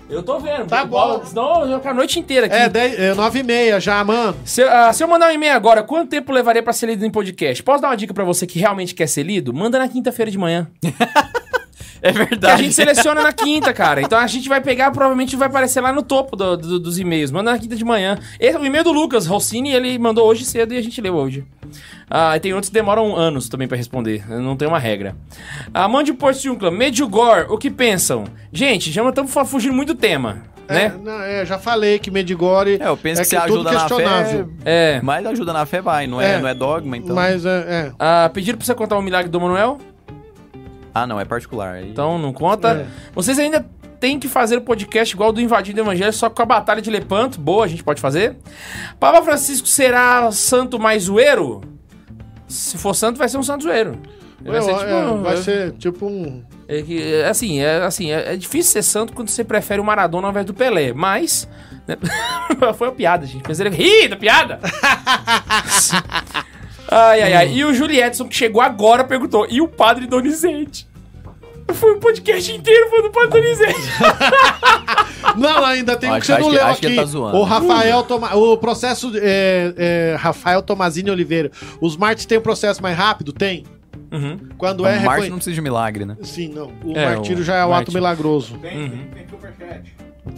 B: Eu tô vendo.
C: Tá
B: porque igual-
C: bom.
B: Senão eu vou ficar a noite inteira aqui.
C: É, dez- é nove e meia já, mano.
B: Se, ah, se eu mandar um e-mail agora, quanto tempo levaria pra ser lido em podcast? Posso dar uma dica pra você que realmente quer ser lido? Manda na quinta-feira de manhã.
D: É
B: Porque a
D: verdade.
B: gente seleciona na quinta, cara. Então a gente vai pegar, provavelmente vai aparecer lá no topo do- do- dos e-mails. Manda na quinta de manhã. Esse é o e-mail do Lucas Rossini, ele mandou hoje cedo e a gente leu hoje. Ah, e tem outros que demoram anos também pra responder. Não tem uma regra. Ah, mande o Porto de Uncla. Medjugor, o que pensam? Gente, já estamos fugindo muito do tema,
C: É,
B: né?
C: não, é, já falei que Medigore
D: É, eu penso
C: é
D: que se ajuda na fé,
B: É.
D: mais ajuda na fé vai, não é,
C: É.
D: não é dogma, então.
C: Mas é, é.
B: Ah, pediram pra você contar o milagre do Manuel?
D: Ah, não, é particular. aí-
B: Então não
C: É.
B: conta. Vocês ainda têm que fazer o podcast igual do Invadido Evangelho, só com a Batalha de Lepanto. Boa, a gente pode fazer. Papa Francisco será santo mais zoeiro? Se for santo, vai ser um santo zoeiro. Ele
C: Eu- é,
B: um-
C: vai ser tipo um.
B: é que, é, assim, é, assim é, é difícil ser santo quando você prefere o Maradona ao invés do Pelé, mas. né, foi uma piada, gente. Mas ele. é Ih, da piada! ai, ai, ai. E o Julietson, que chegou agora, perguntou: e o padre Donizete? Foi o podcast inteiro falando do padre Donizete.
C: Não, ainda tem um que
D: Acho-
C: você não
D: acho que-
C: leu
D: acho que
C: aqui.
D: ele tá zoando.
C: O Rafael Toma, o processo é, é, Rafael Tomazini Oliveira. Os Marte tem um processo mais rápido, tem.
B: Uhum.
C: Quando é
D: o Marte
C: reconhe...
D: não precisa de milagre, né?
C: Sim, não. O
B: É,
C: martírio
B: o
C: já é o ato
B: martírio.
C: milagroso.
E: Tem, tem, tem superchat.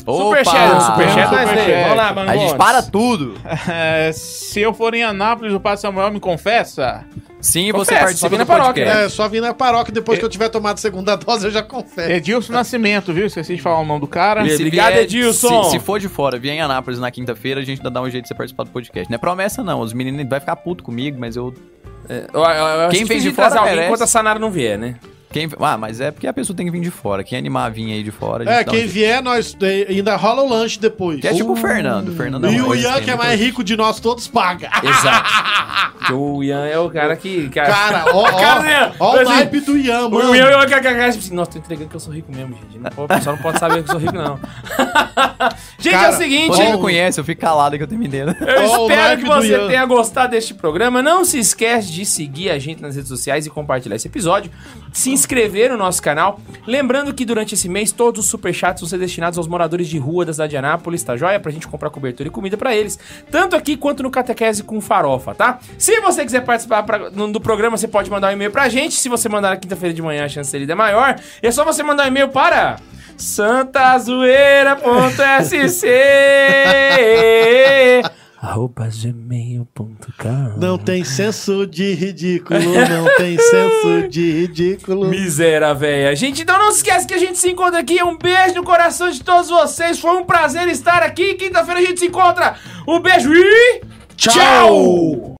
B: Superchat,
D: Opa!
B: Ah, superchat, nós
E: Superchat.
C: é,
B: lê. Vamos lá, mano.
D: A gente
B: Gomes.
D: para tudo.
E: É, se eu for em Anápolis, o Padre Samuel me confessa?
D: Sim,
B: Confessa,
D: você
B: só
D: participa
B: vem
D: do
B: na paróquia,
D: podcast.
B: né?
C: É, só vim na paróquia depois que eu tiver tomado a segunda dose, eu já
B: É.
C: confesso.
E: Edilson Nascimento, viu? Esqueci de falar o nome do
C: É,
E: cara.
B: Ele- Obrigado,
D: vier-
B: Edilson.
D: Se, se for de fora, vier em Anápolis na quinta-feira, a gente dá um jeito de você participar do podcast. Não é promessa, não. Os meninos vão ficar puto comigo, mas eu.
B: Eu- eu- eu acho
D: Quem vem de
B: difícil trazer
D: fora
B: alguém
D: merece.
B: enquanto a Sanara não vier, né?
D: Quem... Ah, mas é porque a pessoa tem que vir de fora. Quem animar a vir aí de fora, a gente
C: É,
D: dá um
C: quem
D: jeito.
C: vier, nós e- ainda rola o lanche depois. Uh.
D: Que é tipo o Fernando. o Fernando é um
C: e o
D: dois,
C: Ian,
D: tem
C: que é
D: muito-
C: mais rico de nós todos, paga.
B: Exato. Porque o Ian é o cara que. que-
C: Cara, ó,
B: Cara, né?
C: ó, ó o
B: Assim,
C: naipe do Ian, mano.
B: O Ian é o cara que a cara tipo assim, nossa, tô entregando que eu sou rico mesmo, gente. Não pode, o pessoal não pode saber que eu sou rico, não. gente, é o
C: Cara,
B: seguinte.
D: Você me
C: Ó,
D: conhece, eu fico calado que eu terminei. né?
B: Eu
C: Ó, o
B: espero
C: naipe
B: que
C: do
B: você
C: Ian.
B: tenha gostado deste programa. Não se esquece de seguir a gente nas redes sociais e compartilhar esse episódio. Se inscrever no nosso canal. Lembrando que durante esse mês todos os superchats vão ser destinados aos moradores de rua da cidade de Anápolis, tá joia? Pra gente comprar cobertura e comida pra eles. Tanto aqui quanto no Catequese com Farofa, tá? Se você quiser participar pra- no- do programa, você pode mandar um e-mail pra gente. Se você mandar na quinta-feira de manhã, a chancelida é maior. E é só você mandar um e-mail para santazoeira.sc arroba gmail.com
C: Não tem senso de ridículo, não tem senso de ridículo.
B: Miséria, véia. Gente, então não se esquece que a gente se encontra aqui. Um beijo no coração de todos vocês. Foi um prazer estar aqui. Quinta-feira a gente se encontra. Um beijo e... tchau!